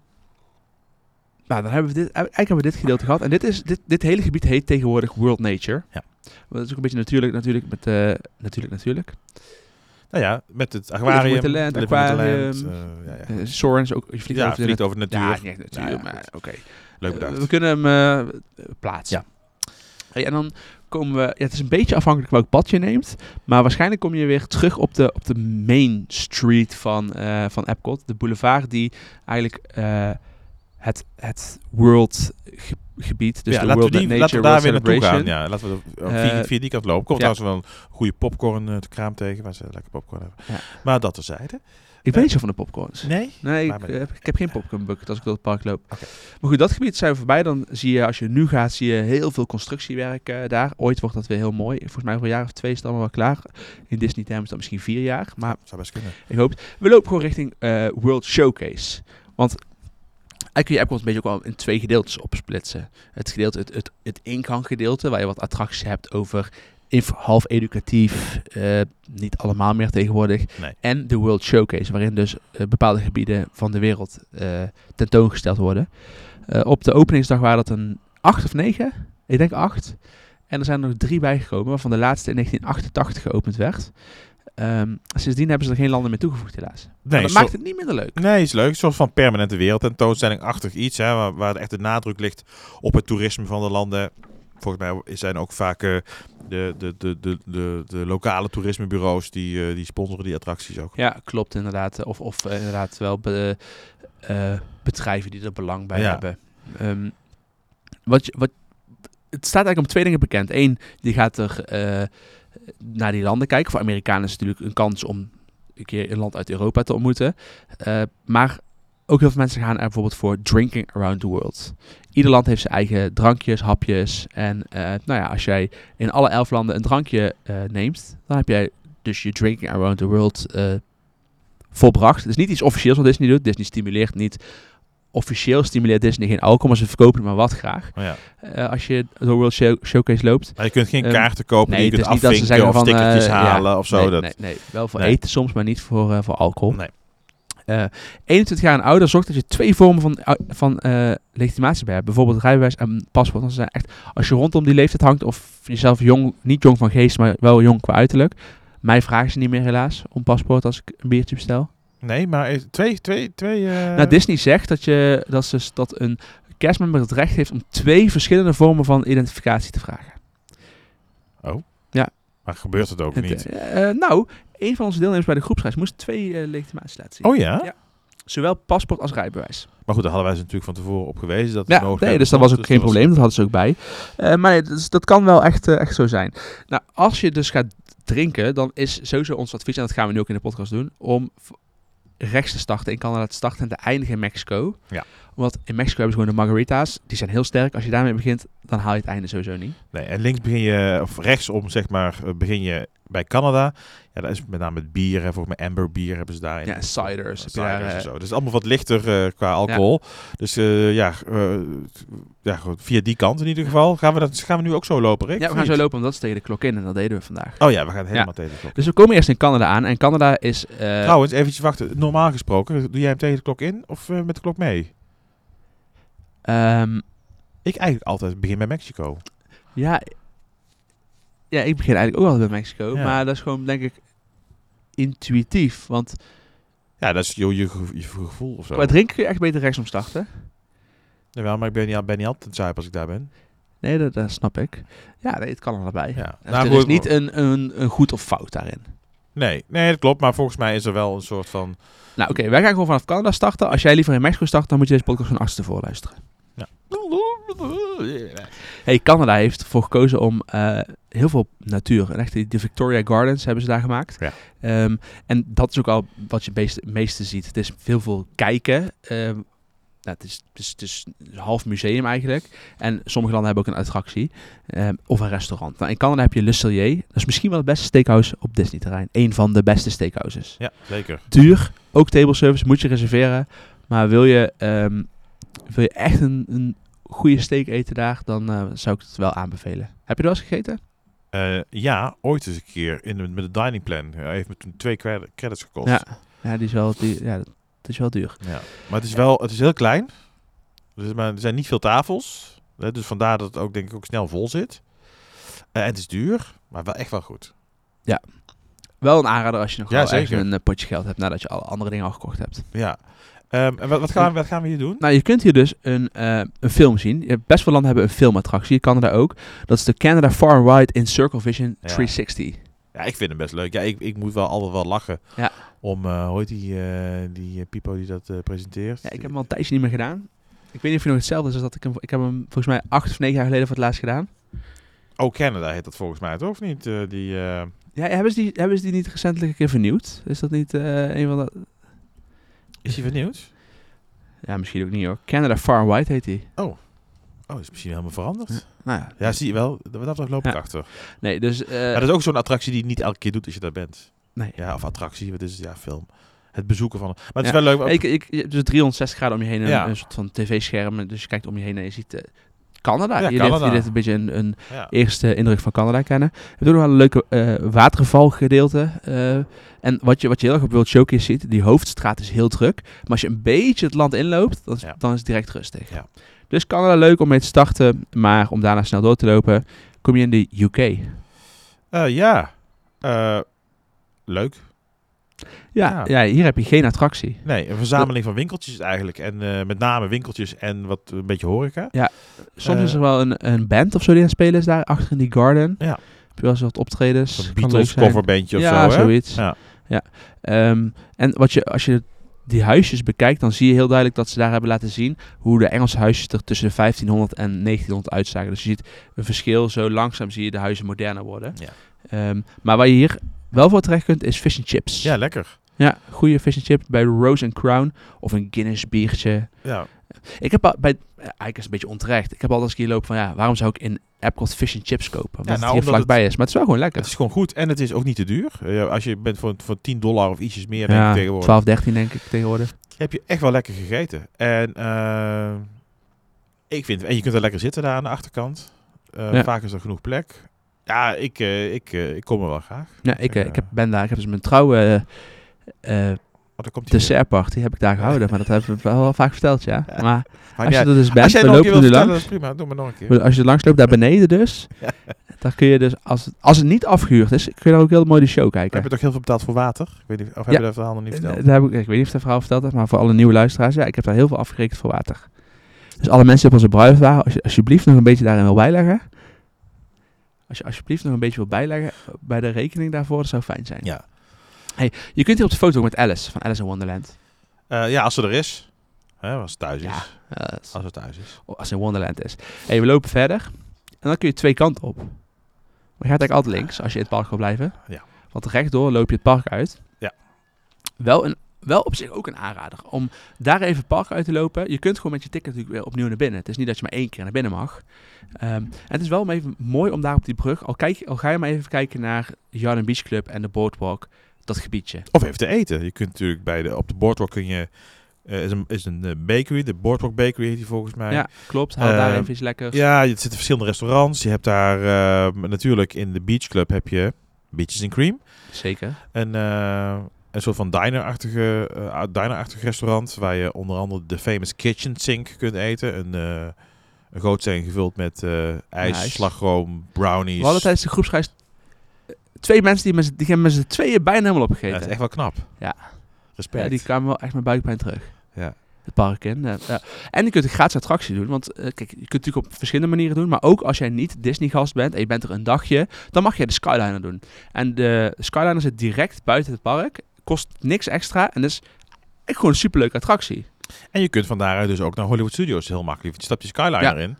Speaker 2: nou, dan hebben we dit, eigenlijk hebben we dit gedeelte gehad. En dit, is, dit, dit hele gebied heet tegenwoordig World Nature.
Speaker 1: Ja.
Speaker 2: Want Dat is ook een beetje natuurlijk, natuurlijk, met, eh, natuurlijk, natuurlijk.
Speaker 1: Nou ja, met het aquarium.
Speaker 2: with the land,
Speaker 1: Living with the
Speaker 2: aquarium.
Speaker 1: land, eh, ja, ja.
Speaker 2: Eh, Soren is ook, je vliegt
Speaker 1: ja,
Speaker 2: over de
Speaker 1: vliegt
Speaker 2: nat-
Speaker 1: over de
Speaker 2: Ja,
Speaker 1: natuur.
Speaker 2: niet echt natuur,
Speaker 1: Nou ja,
Speaker 2: maar
Speaker 1: goed.
Speaker 2: oké.
Speaker 1: Leuk
Speaker 2: Eh,
Speaker 1: bedacht.
Speaker 2: we kunnen hem eh, plaatsen. Hey, en dan komen we... Ja, het is een beetje afhankelijk welk pad je neemt. Maar waarschijnlijk kom je weer terug op de, op de main street van, eh, van Epcot. De boulevard die eigenlijk eh, het, het world ge- gebied... Dus
Speaker 1: ja,
Speaker 2: de
Speaker 1: laten we,
Speaker 2: world
Speaker 1: die,
Speaker 2: nature,
Speaker 1: laten we daar
Speaker 2: world
Speaker 1: weer naartoe gaan.
Speaker 2: celebration.
Speaker 1: Ja, laten we de-
Speaker 2: Eh,
Speaker 1: via, via die kant lopen. Komt
Speaker 2: ja.
Speaker 1: trouwens wel een goede popcorn eh, te kraam tegen, waar ze lekker popcorn hebben.
Speaker 2: Ja.
Speaker 1: Maar dat terzijde.
Speaker 2: Ik weet zo van de popcorns.
Speaker 1: Nee?
Speaker 2: Nee,
Speaker 1: Maar
Speaker 2: ik,
Speaker 1: met-
Speaker 2: eh, ik heb geen popcorn bucket als ik door het park loop.
Speaker 1: Oké.
Speaker 2: Maar goed, dat gebied zijn we voorbij. Dan zie je, als je nu gaat, zie je heel veel constructiewerk eh, daar. Ooit wordt dat weer heel mooi. Volgens mij over een jaar of twee is het allemaal wel klaar. In Disney Time is dat misschien vier jaar. Maar
Speaker 1: Zou best kunnen.
Speaker 2: ik hoop het. We lopen gewoon richting eh, World Showcase. Want eigenlijk kun je Epcot een beetje ook wel in twee gedeeltes opsplitsen. Het, gedeelte, het, het, het inganggedeelte, waar je wat attracties hebt over inf- half educatief, eh, niet allemaal meer tegenwoordig.
Speaker 1: Nee.
Speaker 2: En de World Showcase, waarin dus eh, bepaalde gebieden van de wereld eh, tentoongesteld worden. Eh, op de openingsdag waren dat een acht of negen, ik denk acht. En er zijn er nog drie bijgekomen, waarvan de laatste in 1988 geopend werd. Ehm, sindsdien hebben ze er geen landen meer toegevoegd, helaas. Maar
Speaker 1: Nee,
Speaker 2: dat
Speaker 1: zo-
Speaker 2: maakt het niet minder leuk.
Speaker 1: nee, is leuk. Een soort van permanente wereldtentoonstelling-achtig iets. Hè, waar, waar echt de nadruk ligt op het toerisme van de landen. Volgens mij zijn ook vaak eh, de, de, de, de, de, de lokale toerismebureaus die, eh, die sponsoren die attracties ook.
Speaker 2: Ja, klopt inderdaad. Of, of eh, inderdaad wel be- eh, bedrijven die er belang bij
Speaker 1: Ja.
Speaker 2: hebben. Ehm, wat, je- wat, het staat eigenlijk om twee dingen bekend. Eén, je gaat er eh, naar die landen kijken. Voor Amerikanen is het natuurlijk een kans om een keer een land uit Europa te ontmoeten. Eh, maar ook heel veel mensen gaan er bijvoorbeeld voor drinking around the world. Ieder land heeft zijn eigen drankjes, hapjes. En eh, nou ja, als jij in alle elf landen een drankje eh, neemt, dan heb jij dus je drinking around the world eh, volbracht. Het is niet iets officieels wat Disney doet. Disney stimuleert niet. Officieel stimuleert Disney geen alcohol, maar ze verkopen het maar wat graag.
Speaker 1: Oh, ja.
Speaker 2: Eh, als je door World Show- Showcase loopt.
Speaker 1: Maar je kunt geen
Speaker 2: Ehm,
Speaker 1: kaarten kopen
Speaker 2: nee,
Speaker 1: die je
Speaker 2: het
Speaker 1: kunt
Speaker 2: is niet dat ze
Speaker 1: afvinken
Speaker 2: zeggen
Speaker 1: of
Speaker 2: van,
Speaker 1: stickertjes
Speaker 2: eh, ja,
Speaker 1: halen of zo.
Speaker 2: nee,
Speaker 1: dat,
Speaker 2: nee, nee, wel voor
Speaker 1: Nee.
Speaker 2: eten soms, maar niet voor, eh, voor alcohol.
Speaker 1: Nee.
Speaker 2: Eh, 21 jaar en ouder zorgt dat je twee vormen van, au- van eh, legitimatie bij hebt. Bijvoorbeeld rijbewijs en paspoort. Want ze zijn echt, als je rondom die leeftijd hangt of jezelf jong, niet jong van geest, maar wel jong qua uiterlijk. Mij vragen ze niet meer helaas om paspoort als ik een biertje bestel.
Speaker 1: Nee, maar is- twee... twee, twee eh,
Speaker 2: nou, Disney zegt dat, je, dat, ze, dat een kerstmember het recht heeft om twee verschillende vormen van identificatie te vragen.
Speaker 1: Maar gebeurt het ook
Speaker 2: Het,
Speaker 1: niet?
Speaker 2: eh, eh, nou, een van onze deelnemers bij de groepsreis moest twee eh, legitimaties laten zien.
Speaker 1: Oh ja?
Speaker 2: Ja. Zowel paspoort als rijbewijs.
Speaker 1: Maar goed, daar hadden wij ze natuurlijk van tevoren op gewezen. Dat het
Speaker 2: Ja,
Speaker 1: nodig
Speaker 2: nee,
Speaker 1: werd
Speaker 2: dus dat was ook
Speaker 1: Dus
Speaker 2: geen probleem. Dat hadden ze ook bij. Eh, maar nee, dus dat kan wel echt, eh, echt zo zijn. Nou, als je dus gaat drinken, dan is sowieso ons advies, en dat gaan we nu ook in de podcast doen, om v- rechts te starten in Canada te starten en te eindigen in Mexico.
Speaker 1: Ja.
Speaker 2: Want in Mexico hebben ze gewoon de margarita's. Die zijn heel sterk. Als je daarmee begint, dan haal je het einde sowieso niet.
Speaker 1: Nee, en links begin je, of rechtsom zeg maar, eh, begin je bij Canada. Ja, daar is met name het bier, hè, volgens mij amber bier hebben ze daar.
Speaker 2: Ja, en ciders. heb je daar,
Speaker 1: Ciders en
Speaker 2: eh,
Speaker 1: zo. Dus het is allemaal wat lichter eh, qua alcohol. Dus eh, ja, eh, ja goed, via die kant in ieder geval. Gaan we, dat, gaan we nu ook zo lopen, Rick?
Speaker 2: ja, we
Speaker 1: Of
Speaker 2: gaan zo
Speaker 1: niet?
Speaker 2: lopen, want dat is tegen de klok in en dat deden we vandaag.
Speaker 1: Oh ja, we gaan helemaal tegen de klok.
Speaker 2: Dus we komen eerst in Canada aan. En Canada is... eh,
Speaker 1: Trouwens, eventjes wachten. Normaal gesproken, doe jij hem tegen de klok in of eh, met de klok mee?
Speaker 2: ehm,
Speaker 1: Ik eigenlijk altijd begin bij Mexico.
Speaker 2: Ja, ja, ik begin eigenlijk ook altijd bij Mexico.
Speaker 1: Ja.
Speaker 2: Maar dat is gewoon, denk ik, intuïtief. Want
Speaker 1: Ja, dat is je, je, ge- je gevoel of zo.
Speaker 2: qua drinken kun je echt beter rechtsom starten.
Speaker 1: Jawel, maar ik ben niet, al- ben niet altijd zuip als ik daar ben.
Speaker 2: Nee, dat, dat snap ik. Ja, nee, het kan allebei.
Speaker 1: Ja.
Speaker 2: Dus
Speaker 1: Nou,
Speaker 2: er is
Speaker 1: goed,
Speaker 2: niet een, een, een goed of fout daarin.
Speaker 1: Nee, nee, dat klopt. Maar volgens mij is er wel een soort van...
Speaker 2: Nou, oké, wij gaan gewoon vanaf Canada starten. Als jij liever in Mexico start, dan moet je deze podcast van achter voor luisteren. Hey, Canada heeft ervoor gekozen om eh, heel veel natuur. En echt, die- de Victoria Gardens hebben ze daar gemaakt.
Speaker 1: Ja.
Speaker 2: Ehm, en dat is ook al wat je beest- het meeste ziet. Het is heel veel kijken. Ehm, nou, het, is, het, is, het is een half museum eigenlijk. En sommige landen hebben ook een attractie. ehm, of een restaurant. Nou, in Canada heb je Le Cellier. Dat is misschien wel het beste steakhouse op Disney-terrein. Eén van de beste steakhouses
Speaker 1: Ja, zeker.
Speaker 2: duur. Ook table service moet je reserveren. Maar wil je, ehm, wil je echt een, een goede steak eten daar, dan eh, zou ik het wel aanbevelen. Heb je er wel eens gegeten?
Speaker 1: Eh, ja, ooit eens een keer in de, met de dining plan. Hij heeft me toen twee cred- credits gekost.
Speaker 2: Ja, ja, die is wel duur. Ja, dat dat is wel duur.
Speaker 1: Ja. Maar het is wel, het is heel klein. Dus, maar er zijn niet veel tafels. Hè, dus vandaar dat het ook denk ik ook snel vol zit. Eh, en het is duur, maar wel echt wel goed.
Speaker 2: Wel een aanrader als je nog
Speaker 1: Ja,
Speaker 2: wel ergens
Speaker 1: zeker.
Speaker 2: een eh, potje geld hebt nadat je alle andere dingen al gekocht hebt.
Speaker 1: Ja. Ehm, en wat, wat, gaan, we- wat gaan we hier doen?
Speaker 2: Nou, je kunt hier dus een, eh, een film zien. Je hebt- Best veel landen hebben een filmattractie. Canada ook. Dat is de Canada Far and Wide in Circle Vision
Speaker 1: Ja.
Speaker 2: 360.
Speaker 1: Ja, ik vind hem best leuk. Ja, ik, ik moet wel altijd wel lachen.
Speaker 2: Ja.
Speaker 1: Om, eh hoe heet die, eh, die eh, Pipo die dat eh, presenteert?
Speaker 2: Ja, ik heb hem al een tijdje niet meer gedaan. Ik weet niet of je nog hetzelfde is als dat ik hem... Ik heb hem volgens mij acht of negen jaar geleden voor het laatst gedaan.
Speaker 1: Oh, Canada heet dat volgens mij, toch? Of niet? Eh, die, eh,
Speaker 2: Ja, hebben ze die, hebben ze die niet recentelijk een keer vernieuwd? Is dat niet eh, een van de...
Speaker 1: Is hij vernieuwd?
Speaker 2: Ja, misschien ook niet hoor. Canada Far and Wide heet die.
Speaker 1: Oh, is misschien helemaal veranderd.
Speaker 2: Nou ja.
Speaker 1: Ja, zie je wel. Dat dat betreft loop ik
Speaker 2: Ja.
Speaker 1: achter.
Speaker 2: Nee, dus... eh,
Speaker 1: Maar dat is ook zo'n attractie die je niet elke keer doet als je daar bent.
Speaker 2: nee.
Speaker 1: Ja, of attractie, wat is het? Ja, film. Het bezoeken van... Maar het is
Speaker 2: Ja.
Speaker 1: wel leuk. want-
Speaker 2: Ik, ik, je hebt dus 360 graden om je heen. en
Speaker 1: Ja.
Speaker 2: Een soort van tv-scherm. Dus je kijkt om je heen en je ziet... eh, Canada.
Speaker 1: Ja,
Speaker 2: je, leert,
Speaker 1: Canada.
Speaker 2: je leert een beetje een, een
Speaker 1: ja.
Speaker 2: eerste indruk van Canada kennen. We hebben ook nog wel een leuke eh, watervalgedeelte. eh, en wat je, wat je heel erg op World Showcase ziet, die hoofdstraat is heel druk. Maar als je een beetje het land inloopt, dan is,
Speaker 1: Ja.
Speaker 2: dan is het direct rustig.
Speaker 1: Ja.
Speaker 2: Dus Canada leuk om mee te starten, maar om daarna snel door te lopen, kom je in de UK.
Speaker 1: Eh, ja. Eh, leuk.
Speaker 2: Ja,
Speaker 1: Ja.
Speaker 2: ja. hier heb je geen attractie.
Speaker 1: Nee, een verzameling van winkeltjes eigenlijk. En eh, met name winkeltjes en wat een beetje horeca.
Speaker 2: Soms
Speaker 1: Eh.
Speaker 2: is er wel een, een band of zo die aan het spelen is daar, achter in die garden.
Speaker 1: Ja.
Speaker 2: Heb je wel eens wat optredens.
Speaker 1: Een
Speaker 2: kan leuk
Speaker 1: Beatles
Speaker 2: zijn.
Speaker 1: coverbandje of
Speaker 2: ja,
Speaker 1: zo, hè?
Speaker 2: zoiets.
Speaker 1: Ja.
Speaker 2: Ehm, en wat je, als je die huisjes bekijkt, dan zie je heel duidelijk dat ze daar hebben laten zien hoe de Engelse huisjes er tussen de 1500 en 1900 uitzagen. Dus je ziet een verschil, zo langzaam zie je de huizen moderner worden.
Speaker 1: Ja.
Speaker 2: Ehm, maar waar je hier wel voor terecht kunt, is fish and chips.
Speaker 1: ja, lekker.
Speaker 2: Ja, goede fish and chips bij Rose and Crown. Of een Guinness biertje.
Speaker 1: Ja.
Speaker 2: Ik heb al, bij, eh, eigenlijk is het een beetje onterecht. Ik heb altijd eens een keer lopen van, ja, waarom zou ik in Epcot fish and chips kopen? Omdat
Speaker 1: nou,
Speaker 2: het hier
Speaker 1: omdat
Speaker 2: vlakbij is. Maar het is wel gewoon lekker.
Speaker 1: Het is gewoon goed en het is ook niet te duur. Eh, als je bent voor, voor 10 dollar of ietsjes meer denk ik
Speaker 2: ja,
Speaker 1: tegenwoordig,
Speaker 2: 12, 13 denk ik tegenwoordig.
Speaker 1: heb je echt wel lekker gegeten. En eh, ik vind, en je kunt er lekker zitten daar aan de achterkant. Eh,
Speaker 2: Ja.
Speaker 1: Vaak is er genoeg plek. Ja, ik, eh, ik, eh, ik kom er wel graag.
Speaker 2: Ja, ik, eh,
Speaker 1: Ja.
Speaker 2: ik heb, ben daar, ik heb dus mijn trouwe eh eh,
Speaker 1: Maar dan komt hij weer.
Speaker 2: dessertparty heb ik daar gehouden. Maar dat heb ik wel vaak verteld, ja.
Speaker 1: Ja.
Speaker 2: Maar
Speaker 1: Maar
Speaker 2: als je
Speaker 1: jij-
Speaker 2: er dus
Speaker 1: als
Speaker 2: bent,
Speaker 1: jij
Speaker 2: we
Speaker 1: nog een keer
Speaker 2: lopen er
Speaker 1: wilt
Speaker 2: nu
Speaker 1: vertellen,
Speaker 2: langs.
Speaker 1: dat is prima. Doe maar nog een keer.
Speaker 2: Maar Als je langs loopt, daar beneden dus, dan kun je dus, als het, als het niet afgehuurd is, kun je dan ook heel mooi de show kijken.
Speaker 1: Heb je toch heel veel betaald voor water? Ik weet niet, of heb
Speaker 2: Ja.
Speaker 1: je dat verhaal nog niet
Speaker 2: Eh,
Speaker 1: verteld?
Speaker 2: daar heb ik, ik weet niet of ik dat verhaal verteld heb, maar voor alle nieuwe luisteraars, ja, ik heb daar heel veel afgerekend voor water. Dus alle mensen die op onze bruiloft waren, als je alsjeblieft nog een beetje daarin wil bijleggen. Als je alsjeblieft nog een beetje wil bijleggen eh, bij de rekening daarvoor, dat zou fijn zijn.
Speaker 1: Ja.
Speaker 2: Je kunt hier op de foto ook met Alice, van Alice in Wonderland.
Speaker 1: Eh, ja, als ze er is. Hè, als het thuis is.
Speaker 2: Ja, eh, dat is- oh,
Speaker 1: Als het thuis is.
Speaker 2: als in Wonderland is. Hey, we lopen verder. En dan kun je twee kanten op. Maar je gaat eigenlijk altijd links als je in het park wil blijven.
Speaker 1: Ja.
Speaker 2: Want rechtdoor loop je het park uit.
Speaker 1: Ja.
Speaker 2: Wel, een, wel op zich ook een aanrader. Om daar even het park uit te lopen. Je kunt gewoon met je ticket natuurlijk weer opnieuw naar binnen. Het is niet dat je maar één keer naar binnen mag. Ehm, en het is wel om even mooi om daar op die brug. Al, kijk, al ga je maar even kijken naar Garden Beach Club en de Boardwalk. Dat gebiedje.
Speaker 1: Of even te eten. Je kunt natuurlijk bij de, op de boardwalk kun je... eh, is, een, is een eh, bakery, de Boardwalk Bakery heet die volgens mij.
Speaker 2: Ja, klopt. Haal daar
Speaker 1: Ehm,
Speaker 2: even iets lekkers.
Speaker 1: Ja, er zitten verschillende restaurants. Je hebt daar eh, natuurlijk in de Beach Club heb je Beaches and Cream.
Speaker 2: Zeker.
Speaker 1: Een, eh, een soort van diner-achtige, eh, diner-achtig restaurant. Waar je onder andere de famous kitchen sink kunt eten. Een, eh een gootsteen gevuld met eh, ijs,
Speaker 2: Ijs.
Speaker 1: slagroom, brownies.
Speaker 2: We hadden tijdens de groepsreis eh, twee mensen die, met z'n- die hebben met z'n tweeën bijna helemaal
Speaker 1: Ja,
Speaker 2: opgegeten.
Speaker 1: dat is echt wel knap.
Speaker 2: Ja.
Speaker 1: Respect.
Speaker 2: Ja, die kwamen wel echt met buikpijn terug.
Speaker 1: Ja.
Speaker 2: Het park in. Ja, ja. En je kunt een gratis attractie doen. Want eh, kijk, je kunt het natuurlijk op verschillende manieren doen. Maar ook als jij niet Disney-gast bent en je bent er een dagje, dan mag jij de Skyliner doen. En de Skyliner zit direct buiten het park. Kost niks extra en is echt gewoon een superleuke attractie.
Speaker 1: En je kunt van daaruit dus ook naar Hollywood Studios heel makkelijk. Je stapt je Skyliner in.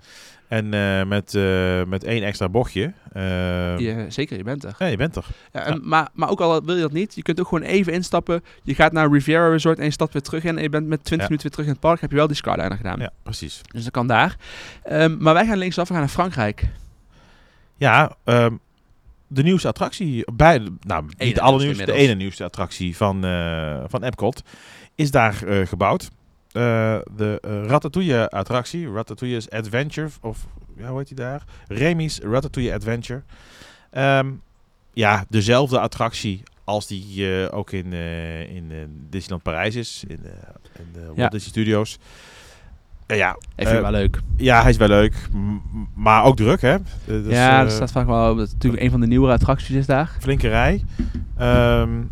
Speaker 1: En eh, met, eh, met één extra bochtje. eh,
Speaker 2: Je, zeker, je bent er.
Speaker 1: ja, je bent er.
Speaker 2: Ja, en- Maar, maar ook al wil je dat niet, je kunt ook gewoon even instappen. Je gaat naar Riviera Resort en je stapt weer terug in. En je bent met 20
Speaker 1: Ja.
Speaker 2: minuten weer terug in het park. Heb je wel die Skyliner gedaan.
Speaker 1: Ja, precies.
Speaker 2: Dus dat kan daar. Ehm, maar wij gaan linksaf, we gaan naar Frankrijk.
Speaker 1: Ja, ehm, de nieuwste attractie, bij, nou niet
Speaker 2: nieuwste
Speaker 1: de allernieuwste, de
Speaker 2: inmiddels.
Speaker 1: ene nieuwste attractie van, eh, van Epcot, is daar eh, gebouwd. Eh, de eh, Ratatouille attractie, Ratatouille's Adventure, of ja, hoe heet die daar? Remy's Ratatouille Adventure. Ehm, ja, dezelfde attractie als die eh, ook in, eh, in eh, Disneyland Parijs is, in, eh, in de Walt
Speaker 2: Ja.
Speaker 1: Disney Studios. Eh, ja,
Speaker 2: Ik vind het
Speaker 1: Eh,
Speaker 2: wel leuk.
Speaker 1: ja, hij is wel leuk, m- maar ook druk, hè? Eh, dus,
Speaker 2: ja,
Speaker 1: eh,
Speaker 2: dat staat vaak wel op. Dat het natuurlijk een van de nieuwere attracties is daar.
Speaker 1: flinke rij. Ehm,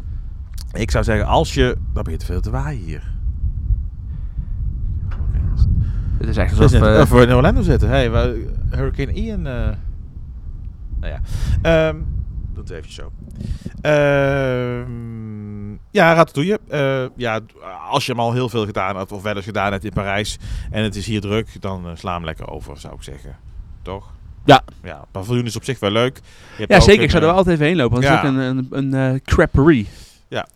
Speaker 1: ik zou zeggen, als je... Dan begint het veel te waaien hier.
Speaker 2: Het is echt
Speaker 1: Of,
Speaker 2: alsof... eh,
Speaker 1: of we in Orlando zitten. Hey, we- Hurricane Ian. eh Nou ja. Ehm dat even zo. Ehm, ja, Ratatouille. Eh ja, d- als je hem al heel veel gedaan hebt of wel eens gedaan hebt in Parijs en het is hier druk, dan eh, sla hem lekker over, zou ik zeggen. Toch?
Speaker 2: Ja.
Speaker 1: Ja, het paviljoen is op zich wel leuk. Je hebt
Speaker 2: ja,
Speaker 1: ook
Speaker 2: zeker.
Speaker 1: een,
Speaker 2: Ik zou er
Speaker 1: eh,
Speaker 2: wel altijd even heen lopen. Want het is
Speaker 1: Ja.
Speaker 2: ook een, een, een eh, creperie.
Speaker 1: Ja.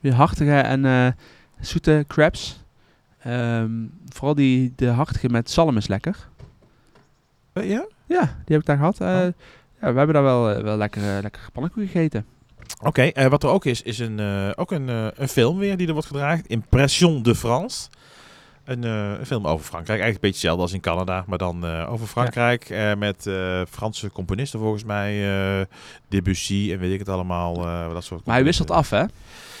Speaker 2: Weer hartige en eh, zoete crepes. Ehm, vooral die de hartige met zalm is lekker.
Speaker 1: eh, Ja?
Speaker 2: Ja, die heb ik daar gehad. Eh,
Speaker 1: Oh.
Speaker 2: ja, we hebben daar wel, eh, wel lekker, eh, lekker pannenkoeken gegeten.
Speaker 1: Oké, eh, wat er ook is, is een, eh, ook een, eh, een film weer die er wordt gedraaid. Impression de France. Een, eh, een film over Frankrijk. Eigenlijk een beetje hetzelfde als in Canada, maar dan eh, over Frankrijk. Eh, met eh, Franse componisten volgens mij. eh, Debussy en weet ik het allemaal. eh, dat soort
Speaker 2: Maar
Speaker 1: componisten.
Speaker 2: hij wisselt af, hè?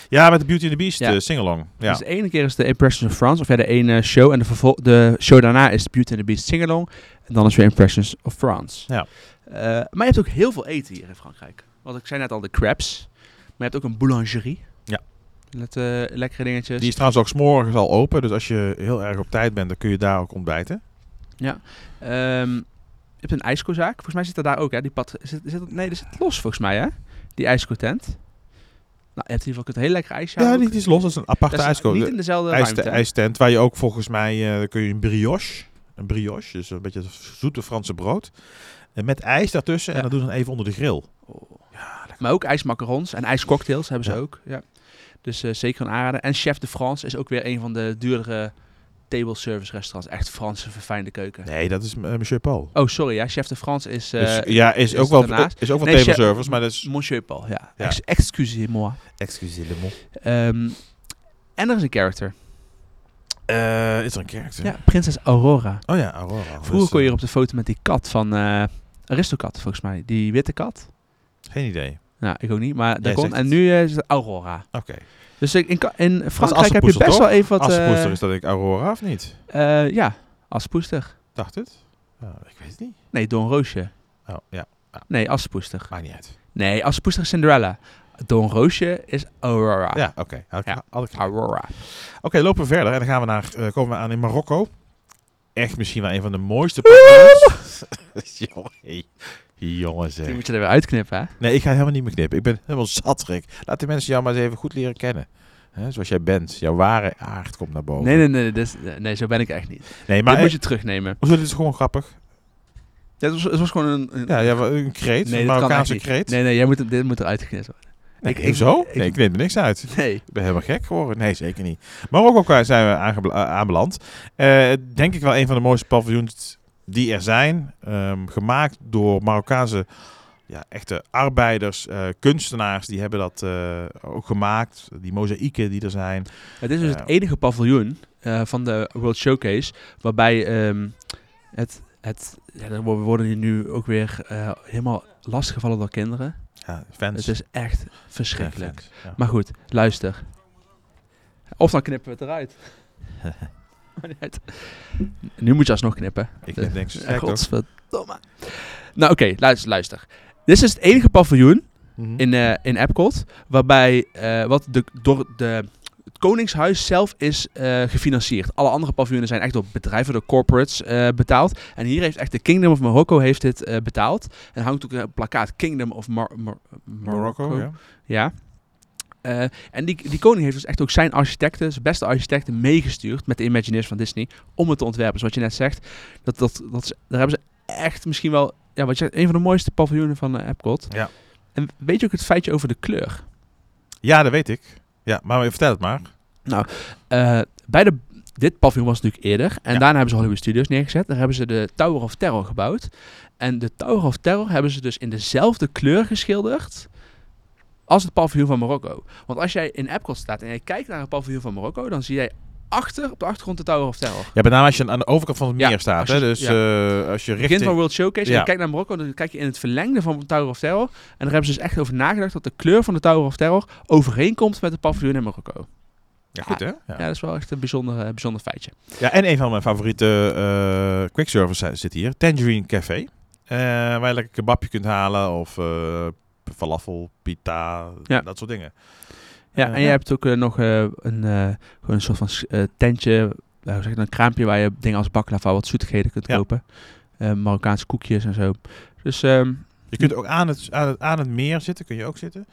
Speaker 1: Ja, met de Beauty and the Beast
Speaker 2: Ja.
Speaker 1: eh, singalong. Ja.
Speaker 2: Dus de ene keer is de Impressions of France, of ja, de ene show. En de, vervol- de show daarna is Beauty and the Beast Singalong. En dan is weer Impressions of France.
Speaker 1: Ja.
Speaker 2: Eh, maar je hebt ook heel veel eten hier in Frankrijk. Want ik zei net al de crepes. Maar je hebt ook een boulangerie.
Speaker 1: Ja.
Speaker 2: Met eh, lekkere dingetjes.
Speaker 1: Die is trouwens ook 's morgens al open. Dus als je heel erg op tijd bent, dan kun je daar ook ontbijten.
Speaker 2: Ehm, je hebt een ijskozaak. Volgens mij zit er daar ook, hè? Die pad, zit, zit, dat- nee, dat zit los volgens mij, hè? Die ijskotent. Nou, je hebt in ieder geval kunt een heel lekker ijsje
Speaker 1: Ja, die is los. Dat is een aparte ijskoop.
Speaker 2: Niet in dezelfde
Speaker 1: ijs,
Speaker 2: eh, ruimte. hè?
Speaker 1: ijstent. Waar je ook volgens mij eh, dan kun je een brioche. Een brioche, dus een beetje zoete Franse brood. En met ijs daartussen.
Speaker 2: Ja.
Speaker 1: En dat doen ze dan even onder de grill.
Speaker 2: Oh. maar ook ijsmacarons en ijscocktails hebben ze
Speaker 1: Ja.
Speaker 2: ook. Ja. Dus eh, zeker een aanrader. En Chef de France is ook weer een van de duurdere table service restaurants. Echt Franse verfijnde keuken.
Speaker 1: Nee, dat is eh, Monsieur Paul.
Speaker 2: Oh, sorry. Ja, Chef de France is eh,
Speaker 1: Dus, ja, is,
Speaker 2: is
Speaker 1: ook
Speaker 2: het
Speaker 1: wel,
Speaker 2: daarnaast?
Speaker 1: is ook wel
Speaker 2: Nee,
Speaker 1: table
Speaker 2: chef-
Speaker 1: service, maar dat is...
Speaker 2: Monsieur Paul. Ja.
Speaker 1: Ja.
Speaker 2: Ex- Excusez-moi.
Speaker 1: Excusez-le-moi.
Speaker 2: Ehm, en er is een character.
Speaker 1: Eh, is er een character?
Speaker 2: Ja, prinses Aurora.
Speaker 1: Oh ja, Aurora.
Speaker 2: Vroeger
Speaker 1: Dus,
Speaker 2: kon je
Speaker 1: eh,
Speaker 2: hier op de foto met die kat van eh Aristocat, volgens mij. Die witte kat.
Speaker 1: Geen idee.
Speaker 2: Nou, ik ook niet, maar
Speaker 1: Jij
Speaker 2: dat kon.
Speaker 1: zegt
Speaker 2: En
Speaker 1: het.
Speaker 2: nu eh, is het Aurora.
Speaker 1: Oké.
Speaker 2: Dus ik- in, Ka- in Frankrijk heb je
Speaker 1: assenpoester,
Speaker 2: best
Speaker 1: toch?
Speaker 2: wel even wat...
Speaker 1: Als de poester
Speaker 2: eh,
Speaker 1: Ah, is dat ik Aurora of niet?
Speaker 2: eh, ja, aspoester.
Speaker 1: Dacht het? Nou, ik weet het niet.
Speaker 2: Nee, Don Roosje.
Speaker 1: Oh, ja.
Speaker 2: Nee, aspoester.
Speaker 1: Maakt niet uit.
Speaker 2: Nee, aspoester is Cinderella. Don Roosje is Aurora.
Speaker 1: Ja, oké. Had ik-
Speaker 2: Ah. Ja.
Speaker 1: had ik-
Speaker 2: Aurora.
Speaker 1: Oké, lopen we verder en dan gaan we naar, eh, komen we aan in Marokko. Echt misschien wel een van de mooiste parcours. Jongen, hé. Jongens,
Speaker 2: Die
Speaker 1: hè.
Speaker 2: moet je er weer uitknippen, hè?
Speaker 1: Nee, ik ga helemaal niet meer knippen. Ik ben helemaal zat, Rick. Laat de mensen jou maar eens even goed leren kennen. Hè, zoals jij bent. Jouw ware aard komt naar boven.
Speaker 2: Nee, nee, nee, dit is- eh, nee, zo ben ik echt niet.
Speaker 1: Nee,
Speaker 2: Maar
Speaker 1: maar
Speaker 2: Dit
Speaker 1: eh,
Speaker 2: moet je terugnemen.
Speaker 1: hoezo, dit is gewoon grappig.
Speaker 2: Ja, het, was, het was gewoon een... een-
Speaker 1: Ja, ja een kreet.
Speaker 2: Nee,
Speaker 1: een
Speaker 2: dat kan
Speaker 1: Marokkaanse
Speaker 2: echt niet.
Speaker 1: kreet.
Speaker 2: Nee, nee, jij moet, het- dit moet eruit geknipt worden.
Speaker 1: Nee,
Speaker 2: Ik- ik-
Speaker 1: ik, zo?
Speaker 2: ik-
Speaker 1: nee, ik neem er niks uit.
Speaker 2: Nee.
Speaker 1: Ik ben helemaal gek geworden. Nee, zeker niet. Marokko kwa- zijn we aangebla- eh, aanbeland. Eh, denk ik wel een van de mooiste paviljoens die er zijn. Ehm, gemaakt door Marokkaanse ja, echte arbeiders, eh, kunstenaars. Die hebben dat eh, ook gemaakt. Die mozaïeken die er zijn.
Speaker 2: Het is dus
Speaker 1: Ja.
Speaker 2: het enige paviljoen eh, van de World Showcase waarbij ehm, het, het ja, er wo- worden hier nu ook weer eh, helemaal lastgevallen door kinderen.
Speaker 1: Ja, fans.
Speaker 2: Het is echt
Speaker 1: Ja,
Speaker 2: verschrikkelijk.
Speaker 1: fans, ja.
Speaker 2: Maar goed, luister. Of dan knippen we het eruit. Maakt niet uit. nu moet je alsnog knippen.
Speaker 1: ik denk,
Speaker 2: eh,
Speaker 1: denk zo sterk toch?
Speaker 2: Godverdomme. Nou oké, luister, luister. Dit is het enige paviljoen
Speaker 1: Mhm.
Speaker 2: in, eh in Epcot. Waarbij eh, wat de, door de, het Koningshuis zelf is eh, gefinancierd. Alle andere paviljoenen zijn echt door bedrijven, door corporates eh, betaald. En hier heeft echt de Kingdom of Morocco heeft dit eh, betaald. En hangt ook een plakkaat Kingdom of Mar- Mar-
Speaker 1: Marokko, ja.
Speaker 2: ja. Eh, en die, die koning heeft dus echt ook zijn architecten, zijn beste architecten, meegestuurd met de Imagineers van Disney om het te ontwerpen. Zoals je net zegt, dat, dat, dat, ze- daar hebben ze echt misschien wel, ja, wat je zegt, een van de mooiste paviljoenen van eh, Epcot.
Speaker 1: Ja.
Speaker 2: En weet je ook het feitje over de kleur?
Speaker 1: Ja, dat weet ik. Ja, maar vertel het maar.
Speaker 2: Eh, bij de, dit paviljoen was natuurlijk eerder. En
Speaker 1: Ja.
Speaker 2: daarna hebben ze Hollywood Studios neergezet. Daar hebben ze de Tower of Terror gebouwd. En de Tower of Terror hebben ze dus in dezelfde kleur geschilderd als het paviljoen van Marokko. Want als jij in Epcot staat en jij kijkt naar het paviljoen van Marokko, dan zie jij achter op de achtergrond de Tower of Terror.
Speaker 1: Ja, met name als je aan de overkant van het
Speaker 2: Ja,
Speaker 1: meer staat.
Speaker 2: als je-
Speaker 1: hè, dus
Speaker 2: ja.
Speaker 1: eh, als je
Speaker 2: Begin
Speaker 1: richting...
Speaker 2: van World Showcase. En
Speaker 1: Ja.
Speaker 2: je kijkt naar Marokko, dan kijk je in het verlengde van de Tower of Terror. En daar hebben ze dus echt over nagedacht dat de kleur van de Tower of Terror overeenkomt met het paviljoen in Marokko.
Speaker 1: Ja, goed hè? Ja.
Speaker 2: Ja, dat is wel echt een bijzonder, eh, bijzonder feitje.
Speaker 1: Ja, en een van mijn favoriete eh quick service zit hier. Tangerine Café. Eh, waar je lekker kebabje kunt halen of eh, falafel, pita,
Speaker 2: Ja.
Speaker 1: dat soort dingen.
Speaker 2: Ja,
Speaker 1: Eh,
Speaker 2: en je
Speaker 1: ja.
Speaker 2: hebt ook eh, nog eh, een, eh, gewoon een soort van s- eh, tentje, eh, hoe zeg je dat, een kraampje waar je dingen als baklava, wat zoetigheden kunt
Speaker 1: Ja.
Speaker 2: kopen. Eh, Marokkaanse koekjes en zo. Dus ehm,
Speaker 1: Je kunt ook aan het, aan het, aan het meer zitten, kun je ook zitten.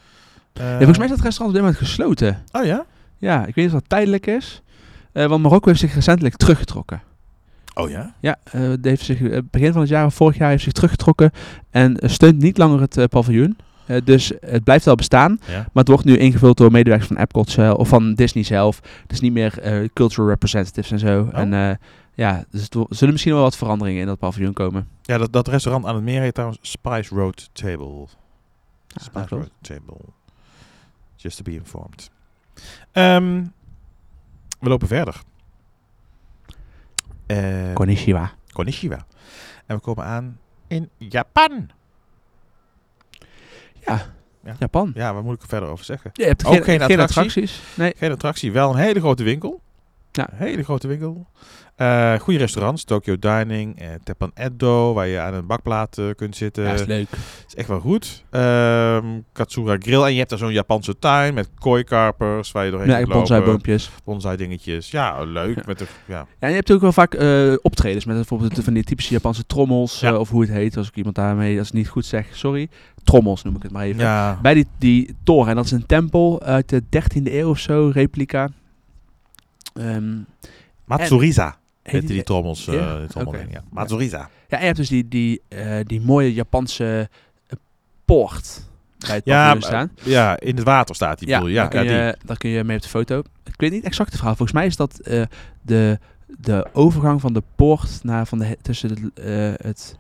Speaker 1: Eh,
Speaker 2: ja, volgens mij is dat restaurant op dit moment gesloten.
Speaker 1: Oh ja?
Speaker 2: Ja, ik weet niet of dat tijdelijk is. eh, want Marokko heeft zich recentelijk teruggetrokken.
Speaker 1: Oh ja?
Speaker 2: Ja, eh, het heeft zich, eh, begin van het jaar of vorig jaar heeft zich teruggetrokken en eh, steunt niet langer het eh, paviljoen. Eh, dus het blijft wel bestaan.
Speaker 1: Ja.
Speaker 2: Maar het wordt nu ingevuld door medewerkers van Epcot zelf, of van Disney zelf. Het is niet meer eh, cultural representatives en zo.
Speaker 1: Oh.
Speaker 2: En eh, ja, dus er zullen misschien wel wat veranderingen in dat paviljoen komen.
Speaker 1: Ja, dat, dat restaurant aan het meer heet trouwens Spice Road Table. Spice
Speaker 2: Ah, klopt.
Speaker 1: Road Table. Just to be informed. Ehm, we lopen verder. Eh,
Speaker 2: Konishiwa.
Speaker 1: Konishiwa. En we komen aan in Japan.
Speaker 2: Japan.
Speaker 1: Ja, waar moet ik er verder over zeggen?
Speaker 2: Je hebt
Speaker 1: Ook geen attractie?
Speaker 2: attracties. Nee.
Speaker 1: Geen attractie, wel een hele grote winkel.
Speaker 2: Ja.
Speaker 1: Een hele grote winkel. Eh goede restaurants, Tokyo Dining, eh, Teppan Edo, waar je aan een bakplaat eh, kunt zitten.
Speaker 2: ja, is leuk.
Speaker 1: is echt wel goed. Ehm, Katsura Grill. En je hebt daar zo'n Japanse tuin met kooikarpers waar je doorheen
Speaker 2: Ja,
Speaker 1: kunt
Speaker 2: bonsai
Speaker 1: lopen.
Speaker 2: boompjes.
Speaker 1: Bonsai dingetjes. Ja, leuk.
Speaker 2: Ja.
Speaker 1: Met de, ja.
Speaker 2: Ja, en je hebt ook wel vaak eh, optredens met bijvoorbeeld van die typische Japanse trommels.
Speaker 1: Ja.
Speaker 2: eh, of hoe het heet, als ik iemand daarmee, als ik het niet goed zeg, sorry. Trommels noem ik het maar even.
Speaker 1: ja.
Speaker 2: Bij die, die toren, en dat is een tempel uit de 13e eeuw of zo, replica. Ehm
Speaker 1: Matsuriza.
Speaker 2: heet
Speaker 1: Heette die trommels. eh
Speaker 2: Ja,
Speaker 1: die trommeling,
Speaker 2: oké.
Speaker 1: ja. Matsuriza.
Speaker 2: Ja, en je hebt dus die, die, eh, die mooie Japanse eh, poort bij het
Speaker 1: Ja,
Speaker 2: paviljoen
Speaker 1: maar-
Speaker 2: staan.
Speaker 1: Ja, in het water staat die. bedoel je.
Speaker 2: dan
Speaker 1: Ja, ja,
Speaker 2: kun,
Speaker 1: die.
Speaker 2: je, dan kun je mee op de foto. Ik weet niet exact de verhaal. Volgens mij is dat eh, de, de overgang van de poort naar van de, he- tussen het, eh, het,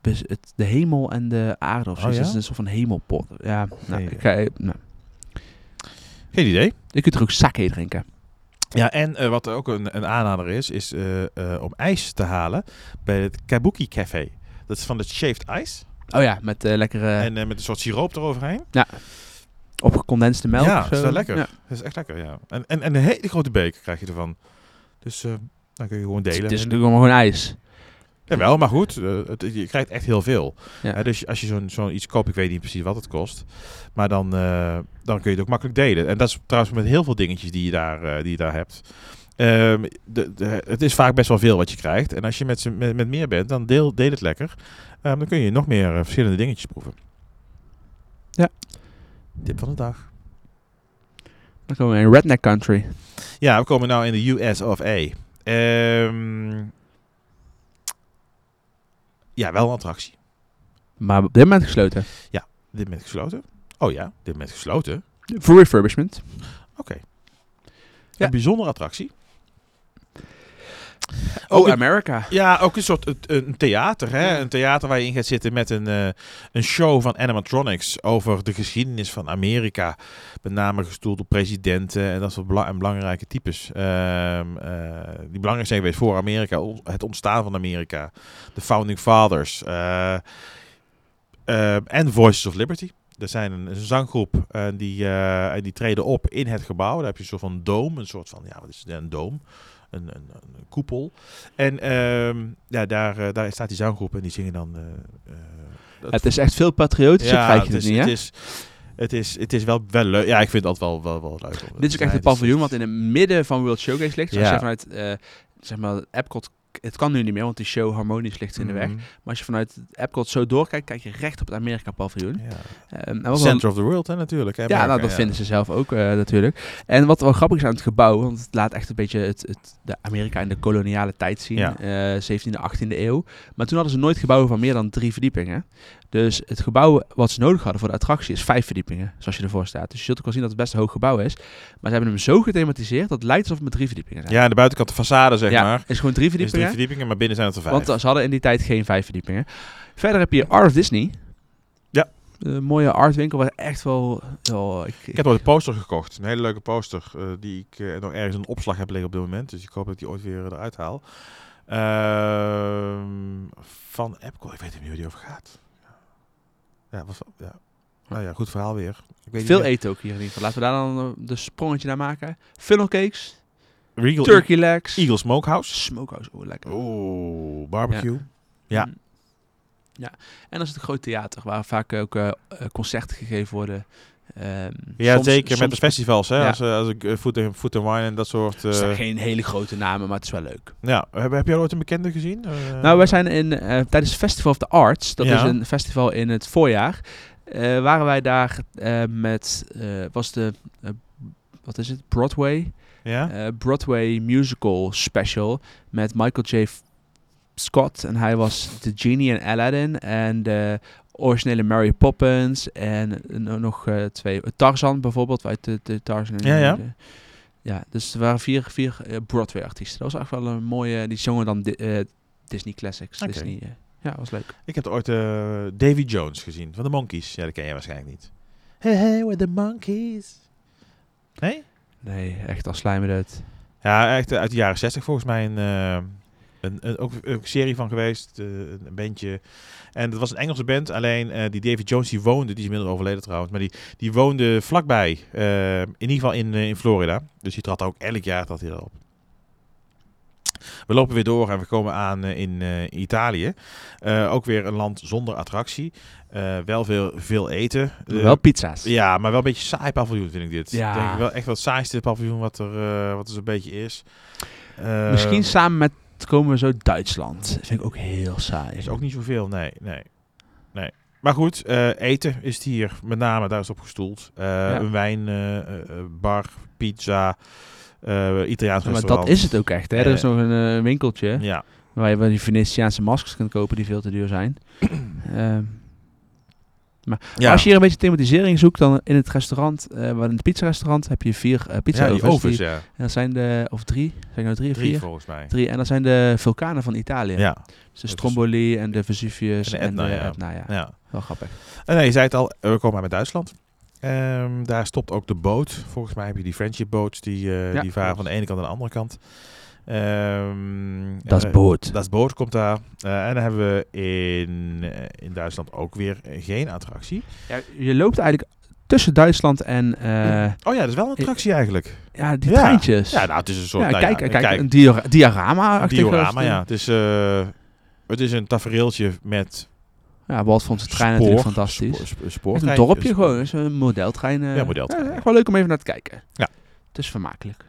Speaker 2: bes- het- de hemel en de aarde. Of
Speaker 1: Oh,
Speaker 2: zo. Dus
Speaker 1: ja?
Speaker 2: dat is een soort van hemelpoort. Ja, nou,
Speaker 1: idee.
Speaker 2: ik ga, eh, nou.
Speaker 1: Geen idee.
Speaker 2: je kunt er ook sake drinken.
Speaker 1: Ja, en eh, wat ook een, een aanrader is, is eh, eh, om ijs te halen bij het Kabuki Café. Dat is van het shaved ice.
Speaker 2: Oh ja, met eh, lekkere
Speaker 1: En eh, met een soort siroop eroverheen.
Speaker 2: opgecondenste melk.
Speaker 1: ja,
Speaker 2: of zo.
Speaker 1: is wel lekker.
Speaker 2: Ja.
Speaker 1: Dat is echt lekker, ja. En, en, en een hele grote beker krijg je ervan. Dus eh, dan kun je gewoon delen.
Speaker 2: Het is natuurlijk allemaal gewoon ijs.
Speaker 1: Jawel, maar goed, eh, het, je krijgt echt heel veel.
Speaker 2: Ja.
Speaker 1: Hè, dus als je zo'n zo'n iets koopt, ik weet niet precies wat het kost. Maar dan, eh, dan kun je het ook makkelijk delen. En dat is trouwens met heel veel dingetjes die je daar, eh, die je daar hebt. Ehm, de, de- het is vaak best wel veel wat je krijgt. En als je met, z'n- met, met meer bent, dan deel, deel het lekker. Ehm, dan kun je nog meer eh, verschillende dingetjes proeven.
Speaker 2: Ja.
Speaker 1: Tip van de dag.
Speaker 2: Dan komen we in Redneck Country.
Speaker 1: Ja, we komen nou in de US of A. Ehm, ja, wel een attractie.
Speaker 2: Maar op dit moment gesloten.
Speaker 1: Dit moment gesloten? Oh ja, dit moment gesloten.
Speaker 2: Voor refurbishment.
Speaker 1: Oké.
Speaker 2: Ja.
Speaker 1: Een bijzondere attractie.
Speaker 2: Oh,
Speaker 1: Ook een-
Speaker 2: America.
Speaker 1: ja, ook een soort een, een theater. Hè?
Speaker 2: Ja.
Speaker 1: Een theater waar je in gaat zitten met een, eh, een show van animatronics over de geschiedenis van Amerika. Met name gestoeld door presidenten en dat soort bela- en belangrijke types. Ehm, eh, die belangrijk zijn geweest voor Amerika. on- Het ontstaan van Amerika. De Founding Fathers. eh, eh, en Voices of Liberty. Er zijn een, een zanggroep eh, die, eh, en die treden op in het gebouw. Daar heb je een soort van doom, een soort van, ja, wat is het? Een doom, een, een, een koepel. En ehm, ja, daar, eh, daar staat die zanggroep en die zingen dan. eh, eh, dat-
Speaker 2: Het is echt veel patriotischer, krijg je
Speaker 1: het
Speaker 2: het
Speaker 1: is,
Speaker 2: niet, hè?
Speaker 1: het is, het is, het is wel, wel leuk. Ja, ik vind dat wel, wel, wel leuk. om
Speaker 2: Dit is
Speaker 1: te
Speaker 2: ook echt
Speaker 1: zijn.
Speaker 2: het paviljoen wat in het midden van World Showcase ligt. Dus Als
Speaker 1: Ja.
Speaker 2: je vanuit, eh, zeg maar, Epcot... Het kan nu niet meer, want die show harmonisch ligt in de weg.
Speaker 1: Mhm.
Speaker 2: Maar als je vanuit het Epcot zo doorkijkt, kijk je recht op het Amerika-paviljoen.
Speaker 1: Ja.
Speaker 2: Ehm, en wat wel-
Speaker 1: Center of the world, hè, natuurlijk. Hè,
Speaker 2: ja,
Speaker 1: Amerika,
Speaker 2: nou, dat vinden ze zelf ook eh, natuurlijk. En wat wel grappig is aan het gebouw, want het laat echt een beetje het, het, de Amerika in de koloniale tijd zien,
Speaker 1: Ja.
Speaker 2: eh, 17e, 18e eeuw. Maar toen hadden ze nooit gebouwen van meer dan drie verdiepingen. Dus het gebouw wat ze nodig hadden voor de attractie is vijf verdiepingen, zoals je ervoor staat. Dus je zult ook wel zien dat het best een hoog gebouw is. Maar ze hebben hem zo gethematiseerd dat het lijkt alsof het met drie verdiepingen zijn.
Speaker 1: Ja, aan de buitenkant de façade, zeg maar.
Speaker 2: is gewoon drie
Speaker 1: Is drie
Speaker 2: verdiepingen.
Speaker 1: verdiepingen, maar binnen zijn het er vijf.
Speaker 2: Want eh, ze hadden in die tijd geen vijf verdiepingen. Verder heb je Art of Disney.
Speaker 1: Ja.
Speaker 2: Een mooie artwinkel, waar echt wel... Oh, ik,
Speaker 1: Ik heb ooit een poster gekocht. Een hele leuke poster. eh, die ik eh, nog ergens in opslag heb liggen op dit moment. Dus ik hoop dat ik die ooit weer eh, eruit haal. Ehm, van Epcot. Ik weet niet meer waar die over gaat. Ja, was, ja. Nou ja, goed verhaal weer. Ik weet
Speaker 2: Veel
Speaker 1: niet meer.
Speaker 2: eten ook hier in ieder geval. Laten we daar dan eh, de sprongetje naar maken. Funnelcakes,
Speaker 1: e- Regal
Speaker 2: turkey legs,
Speaker 1: Eagle Smokehouse.
Speaker 2: smokehouse. Oh, lekker.
Speaker 1: Oeh, barbecue. ja.
Speaker 2: Mm. ja. En dat is het groot theater waar vaak ook eh, eh, concerten gegeven worden. Ehm,
Speaker 1: Ja,
Speaker 2: soms-
Speaker 1: zeker met de
Speaker 2: soms-
Speaker 1: festivals. Hè?
Speaker 2: Ja.
Speaker 1: Als, eh, als ik eh, food, and, food and Wine en dat soort... eh,
Speaker 2: Het zijn geen hele grote namen, maar het is wel leuk.
Speaker 1: ja. heb, heb jij ooit een bekende gezien? Eh,
Speaker 2: Nou, wij zijn in, eh, tijdens het Festival of the Arts, dat
Speaker 1: Ja.
Speaker 2: is een festival in het voorjaar, eh, waren wij daar eh, met, eh, was de, eh, wat is het, Broadway?
Speaker 1: Ja?
Speaker 2: eh, Broadway musical special met Michael J. F- Scott. En hij was de genie in Aladdin en de originele Mary Poppins en no- nog eh, twee. Tarzan bijvoorbeeld, uit de, de Tarzan. en
Speaker 1: Ja, ja.
Speaker 2: de- ja, dus er waren vier, vier eh, Broadway-artiesten. Dat was echt wel een mooie, die zongen dan di- eh, Disney Classics.
Speaker 1: Oké.
Speaker 2: Disney, eh, ja, was leuk.
Speaker 1: Ik heb er ooit eh, Davy Jones gezien van de Monkeys. Ja, dat ken jij waarschijnlijk niet. Hey, hey, we're the Monkeys. Nee?
Speaker 2: Nee, echt als slijmen het.
Speaker 1: Ja, echt eh, uit de jaren 60 volgens mij. Een, eh, een, een- ook een serie van geweest, eh, een een bandje. En dat was een Engelse band, alleen eh, die Davy Jones die woonde, die is inmiddels overleden trouwens, maar die, die woonde vlakbij, eh, in ieder geval in, eh, in Florida. Dus die trad daar ook elk jaar trad hij daar op. We lopen weer door en we komen aan eh, in eh, Italië. Eh, ook weer een land zonder attractie. Eh, wel veel, veel eten. Eh,
Speaker 2: wel pizza's.
Speaker 1: ja, maar wel een beetje saai paviljoen vind ik dit. Ik
Speaker 2: Ja.
Speaker 1: denk wel echt wel het saaiste paviljoen wat er, eh, wat er zo'n beetje is. Eh,
Speaker 2: Misschien samen met, komen we zo Duitsland. vind ik ook heel saai.
Speaker 1: is ook niet zoveel, nee, nee. nee. Maar goed, eh, eten is het hier met name, daar is het op gestoeld. Eh, Een wijn, eh, eh, eh, bar, pizza, eh Italiaans
Speaker 2: Ja, maar
Speaker 1: restaurant.
Speaker 2: dat is het ook echt, hè? er is nog een eh, winkeltje
Speaker 1: Ja,
Speaker 2: waar je wel die Venetiaanse maskers kunt kopen die veel te duur zijn. Ehm, Maar
Speaker 1: Ja,
Speaker 2: als je hier een beetje thematisering zoekt, dan in het restaurant, eh, waar in het pizzarestaurant, heb je vier eh pizza
Speaker 1: ja, die
Speaker 2: ovens.
Speaker 1: ovens,
Speaker 2: die-
Speaker 1: ja.
Speaker 2: en dat zijn de, of drie, zijn er nou drie of
Speaker 1: Drie
Speaker 2: vier?
Speaker 1: volgens mij.
Speaker 2: Drie. En dat zijn de vulkanen van Italië.
Speaker 1: Ja,
Speaker 2: Dus de Stromboli en de Vesuvius
Speaker 1: En
Speaker 2: en
Speaker 1: de
Speaker 2: de Etna.
Speaker 1: Etna, ja.
Speaker 2: ja.
Speaker 1: ja.
Speaker 2: Wel grappig.
Speaker 1: En nee, je zei het al, eh, we komen uit met Duitsland. Ehm, daar stopt ook de boot. Volgens mij heb je die friendship boats die, eh,
Speaker 2: Ja,
Speaker 1: die varen van
Speaker 2: klopt.
Speaker 1: de ene kant naar de andere kant. Ehm,
Speaker 2: Dat
Speaker 1: eh,
Speaker 2: is boord.
Speaker 1: Dat boot komt daar. Eh, en dan hebben we in, eh, in Duitsland ook weer eh, geen attractie.
Speaker 2: Ja, je loopt eigenlijk tussen Duitsland en eh,
Speaker 1: Oh ja, dat is wel een attractie eigenlijk.
Speaker 2: ja, die
Speaker 1: Ja.
Speaker 2: treintjes.
Speaker 1: Ja, nou, het is een soort...
Speaker 2: Ja,
Speaker 1: nou ja,
Speaker 2: kijk, kijk, een diora diorama.
Speaker 1: een diorama, ja. Het is, eh, het is een tafereeltje met
Speaker 2: Ja, Walt vond zijn trein
Speaker 1: spoor,
Speaker 2: natuurlijk fantastisch.
Speaker 1: Spoor, spoor,
Speaker 2: Het is een
Speaker 1: spoortrein.
Speaker 2: dorpje
Speaker 1: Dus-
Speaker 2: gewoon, het is een modeltrein. eh.
Speaker 1: Ja, modeltrein,
Speaker 2: echt wel leuk om even naar te kijken.
Speaker 1: Ja.
Speaker 2: Het is vermakelijk.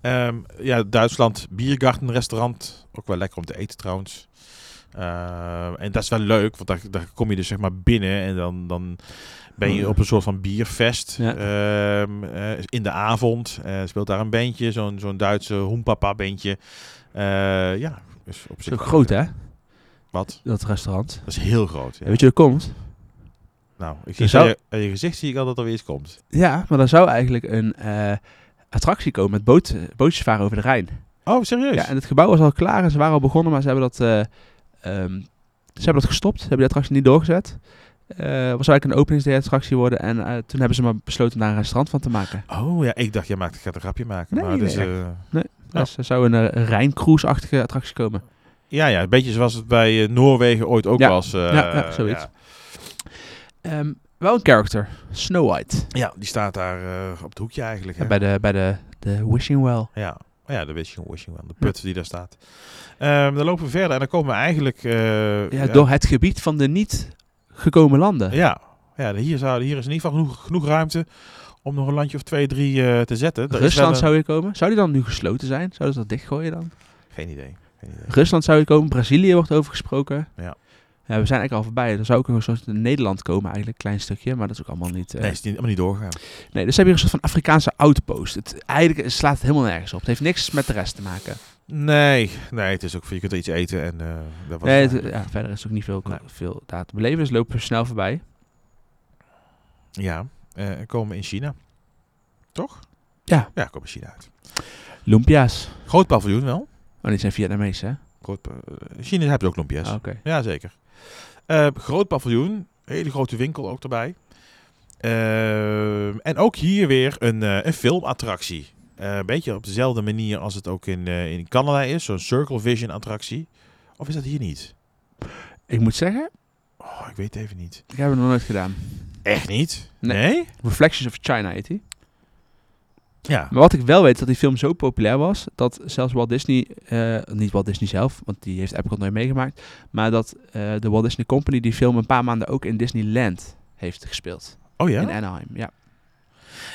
Speaker 1: Ehm, ja, Duitsland, Biergarten restaurant. Ook wel lekker om te eten trouwens. Ehm, en dat is wel leuk, want daar, daar kom je dus zeg maar binnen en dan, dan ben je op een soort van bierfest.
Speaker 2: Oh. Ja.
Speaker 1: Ehm, eh, in de avond eh, speelt daar een bandje, zo'n zo'n Duitse hoempapa bandje. Eh, ja, is op
Speaker 2: Het is
Speaker 1: zich...
Speaker 2: ook groot, hè?
Speaker 1: Wat?
Speaker 2: Dat restaurant.
Speaker 1: Dat is heel groot. Ja.
Speaker 2: Ja, weet je, er komt.
Speaker 1: Nou, ik zie
Speaker 2: Dus zou-
Speaker 1: aan je, aan je gezicht zie ik al dat er weer iets komt.
Speaker 2: Ja, maar daar zou eigenlijk een eh, attractie komen met boot, eh, bootjes varen over de Rijn.
Speaker 1: Oh, serieus?
Speaker 2: Ja, en het gebouw was al klaar en ze waren al begonnen, maar ze hebben dat, eh, ehm, ze hebben dat gestopt. Ze hebben die attractie niet doorgezet. Eh, was eigenlijk een openingsday-attractie worden en eh, toen hebben ze maar besloten daar een restaurant van te maken.
Speaker 1: Oh ja, ik dacht, jij maakt, gaat een grapje maken.
Speaker 2: Nee,
Speaker 1: maar het is,
Speaker 2: nee.
Speaker 1: eh, Ja.
Speaker 2: Dus er zou een eh, Rijncruise-achtige attractie komen.
Speaker 1: ja, ja, een beetje zoals het bij eh, Noorwegen ooit ook
Speaker 2: Ja,
Speaker 1: was. eh,
Speaker 2: ja, ja, zoiets.
Speaker 1: Ja.
Speaker 2: Ehm, wel een character, Snow White,
Speaker 1: Ja, die staat daar eh, op het hoekje eigenlijk. Hè?
Speaker 2: bij, de, bij de, de Wishing Well.
Speaker 1: Ja. Oh ja, de wishing, wishing well, de put die daar staat. Ehm, dan lopen we verder en dan komen we eigenlijk... eh,
Speaker 2: Ja, Door het gebied van de niet gekomen landen.
Speaker 1: Ja, ja hier, zou, hier is in ieder geval genoeg, genoeg ruimte om nog een landje of twee, drie eh, te zetten. Er is wel
Speaker 2: Rusland
Speaker 1: een-
Speaker 2: zou hier komen. Zou die dan nu gesloten zijn? Zouden ze dat dichtgooien dan?
Speaker 1: Geen idee. Geen idee.
Speaker 2: Rusland zou hier komen. Brazilië wordt over gesproken.
Speaker 1: Ja.
Speaker 2: Ja, we zijn eigenlijk al voorbij. Er zou ook een soort Nederland komen eigenlijk, een klein stukje. Maar dat is ook allemaal niet... eh,
Speaker 1: Nee, is niet, helemaal niet doorgaan.
Speaker 2: nee, dus ze hebben hier een soort van Afrikaanse outpost. Het, eigenlijk slaat het helemaal nergens op. Het heeft niks met de rest te maken.
Speaker 1: Nee, nee, het is ook... Je kunt er iets eten en eh, dat was
Speaker 2: Nee,
Speaker 1: het
Speaker 2: het-
Speaker 1: eigenlijk.
Speaker 2: ja, verder is ook niet veel,
Speaker 1: Nee.
Speaker 2: veel daar te beleven. Dus lopen we snel voorbij.
Speaker 1: Ja, eh, en komen we in China. Toch?
Speaker 2: Ja.
Speaker 1: Ja, komen in China uit.
Speaker 2: Lumpia's.
Speaker 1: Groot paviljoen wel.
Speaker 2: Oh, die zijn Vietnamees, hè?
Speaker 1: Groot, pa- eh, China heeft ook lompjes.
Speaker 2: Ah, Oké.
Speaker 1: Jazeker. Eh, groot paviljoen. Hele grote winkel ook erbij. Ehm, en ook hier weer een, eh, een filmattractie. Eh, een beetje op dezelfde manier als het ook in, eh, in Canada is. Zo'n Circle Vision attractie. Of is dat hier niet?
Speaker 2: Ik moet zeggen,
Speaker 1: Oh, ik weet het even niet.
Speaker 2: ik heb het nog nooit gedaan.
Speaker 1: Echt niet?
Speaker 2: Nee. Reflections of China heet die.
Speaker 1: Ja.
Speaker 2: Maar wat ik wel weet, is dat die film zo populair was, dat zelfs Walt Disney, eh, niet Walt Disney zelf, want die heeft Epcot nooit meegemaakt, maar dat eh, de Walt Disney Company die film een paar maanden ook in Disneyland heeft gespeeld.
Speaker 1: Oh ja?
Speaker 2: In Anaheim, ja.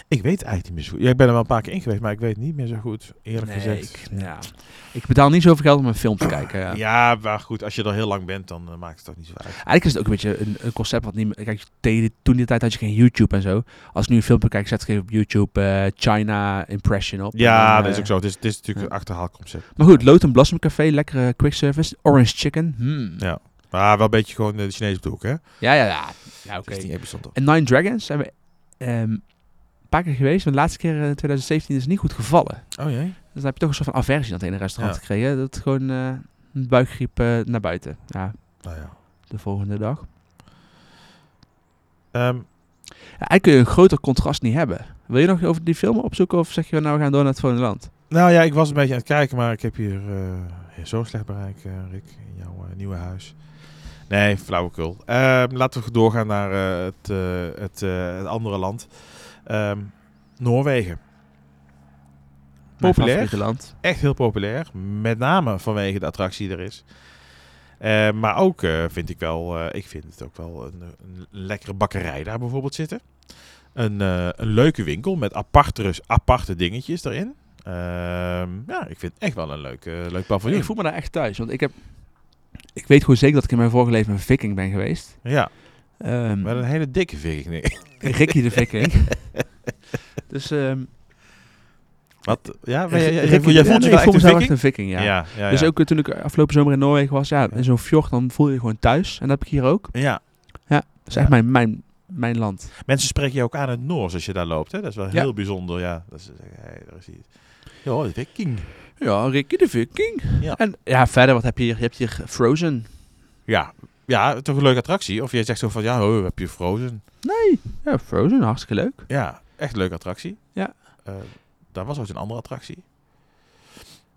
Speaker 1: Ik weet het eigenlijk niet meer zo goed. Ja, ik ben er wel een paar keer in geweest, maar ik weet het niet meer zo goed. Eerlijk gezegd.
Speaker 2: ik, ja. ik betaal niet zoveel geld om een film te kijken. ja.
Speaker 1: Ja. maar goed. Als je er heel lang bent, dan eh, maakt het toch niet zo uit.
Speaker 2: Eigenlijk is het ook een beetje een, een concept wat niet meer... Kijk, tegen- toen die tijd had je geen YouTube en zo. Als ik nu een film bekijk, zet ik even op YouTube eh, China Impression op. En
Speaker 1: Ja,
Speaker 2: dan,
Speaker 1: dat is
Speaker 2: eh,
Speaker 1: ook zo. Het is, het is natuurlijk
Speaker 2: ja.
Speaker 1: een achterhaald concept.
Speaker 2: Maar goed, Lotum Blossom Café, lekkere quick service. Orange Chicken, hmm.
Speaker 1: Ja. Maar wel een beetje gewoon eh, de Chinese op de hoek, hè?
Speaker 2: Ja, ja, ja. Ja, oké.
Speaker 1: is niet even bijzonder.
Speaker 2: En Nine Dragons zijn we ehm, een paar keer geweest. Maar de laatste keer in 2017 is het niet goed gevallen.
Speaker 1: Oh jee.
Speaker 2: Dus dan heb je toch een soort van aversie aan het ene restaurant
Speaker 1: Ja.
Speaker 2: gekregen. Dat het gewoon eh, een buikgriep eh, naar buiten. Ja,
Speaker 1: Nou ja.
Speaker 2: de volgende dag.
Speaker 1: Ehm,
Speaker 2: Ja, eigenlijk kun je een groter contrast niet hebben. Wil je nog over die film opzoeken of zeg je nou we gaan door naar het volgende land?
Speaker 1: nou ja, ik was een beetje aan het kijken, maar ik heb hier eh, zo slecht bereik, eh, Rick, in jouw eh, nieuwe huis. Nee, flauwekul. Ehm, laten we doorgaan naar eh, het, eh, het, eh, het andere land. Ehm, Noorwegen.
Speaker 2: Mijn
Speaker 1: Populair?
Speaker 2: favoriete land.
Speaker 1: Echt heel populair. Met name vanwege de attractie die er is. Eh, maar ook eh, vind ik wel, eh, ik vind het ook wel een, een lekkere bakkerij daar bijvoorbeeld zitten. Een, eh, een leuke winkel met aparte, aparte dingetjes erin. Ehm, ja, ik vind het echt wel een leuk, eh, leuk paviljoen.
Speaker 2: Ik voel me daar echt thuis. Want ik heb... Ik weet gewoon zeker dat ik in mijn vorige leven een viking ben geweest.
Speaker 1: Ja,
Speaker 2: Ehm,
Speaker 1: met een hele dikke viking. Nee.
Speaker 2: Ricky de viking. dus... ehm
Speaker 1: Wat? Ja, maar jij- jij- jij
Speaker 2: Ricky-
Speaker 1: voelt- jij voelt je wel
Speaker 2: nee, ik
Speaker 1: echt
Speaker 2: voel
Speaker 1: een
Speaker 2: mezelf echt
Speaker 1: viking?
Speaker 2: een viking, ja.
Speaker 1: ja, ja.
Speaker 2: Dus
Speaker 1: ja.
Speaker 2: ook eh, toen ik afgelopen zomer in Noorwegen was, ja,
Speaker 1: Ja.
Speaker 2: in zo'n fjord, dan voel je je gewoon thuis. En dat heb ik hier ook.
Speaker 1: Ja.
Speaker 2: Ja. Dat is echt mijn, mijn, mijn land.
Speaker 1: Mensen spreken je ook aan in het Noors als je daar loopt. Hè? Dat is wel
Speaker 2: Ja.
Speaker 1: heel bijzonder. Ja, dat ze zeggen, hey, daar is hij. Joh, de Viking.
Speaker 2: Ja, Ricky de Viking.
Speaker 1: Ja.
Speaker 2: En ja, verder, wat heb je hier? Je hebt hier Frozen.
Speaker 1: Ja. ja, toch een leuke attractie. Of je zegt zo van, ja, oh, heb je Frozen.
Speaker 2: Ja, Frozen, hartstikke leuk.
Speaker 1: Ja, echt leuke attractie.
Speaker 2: Ja.
Speaker 1: Eh, daar was ook een andere attractie.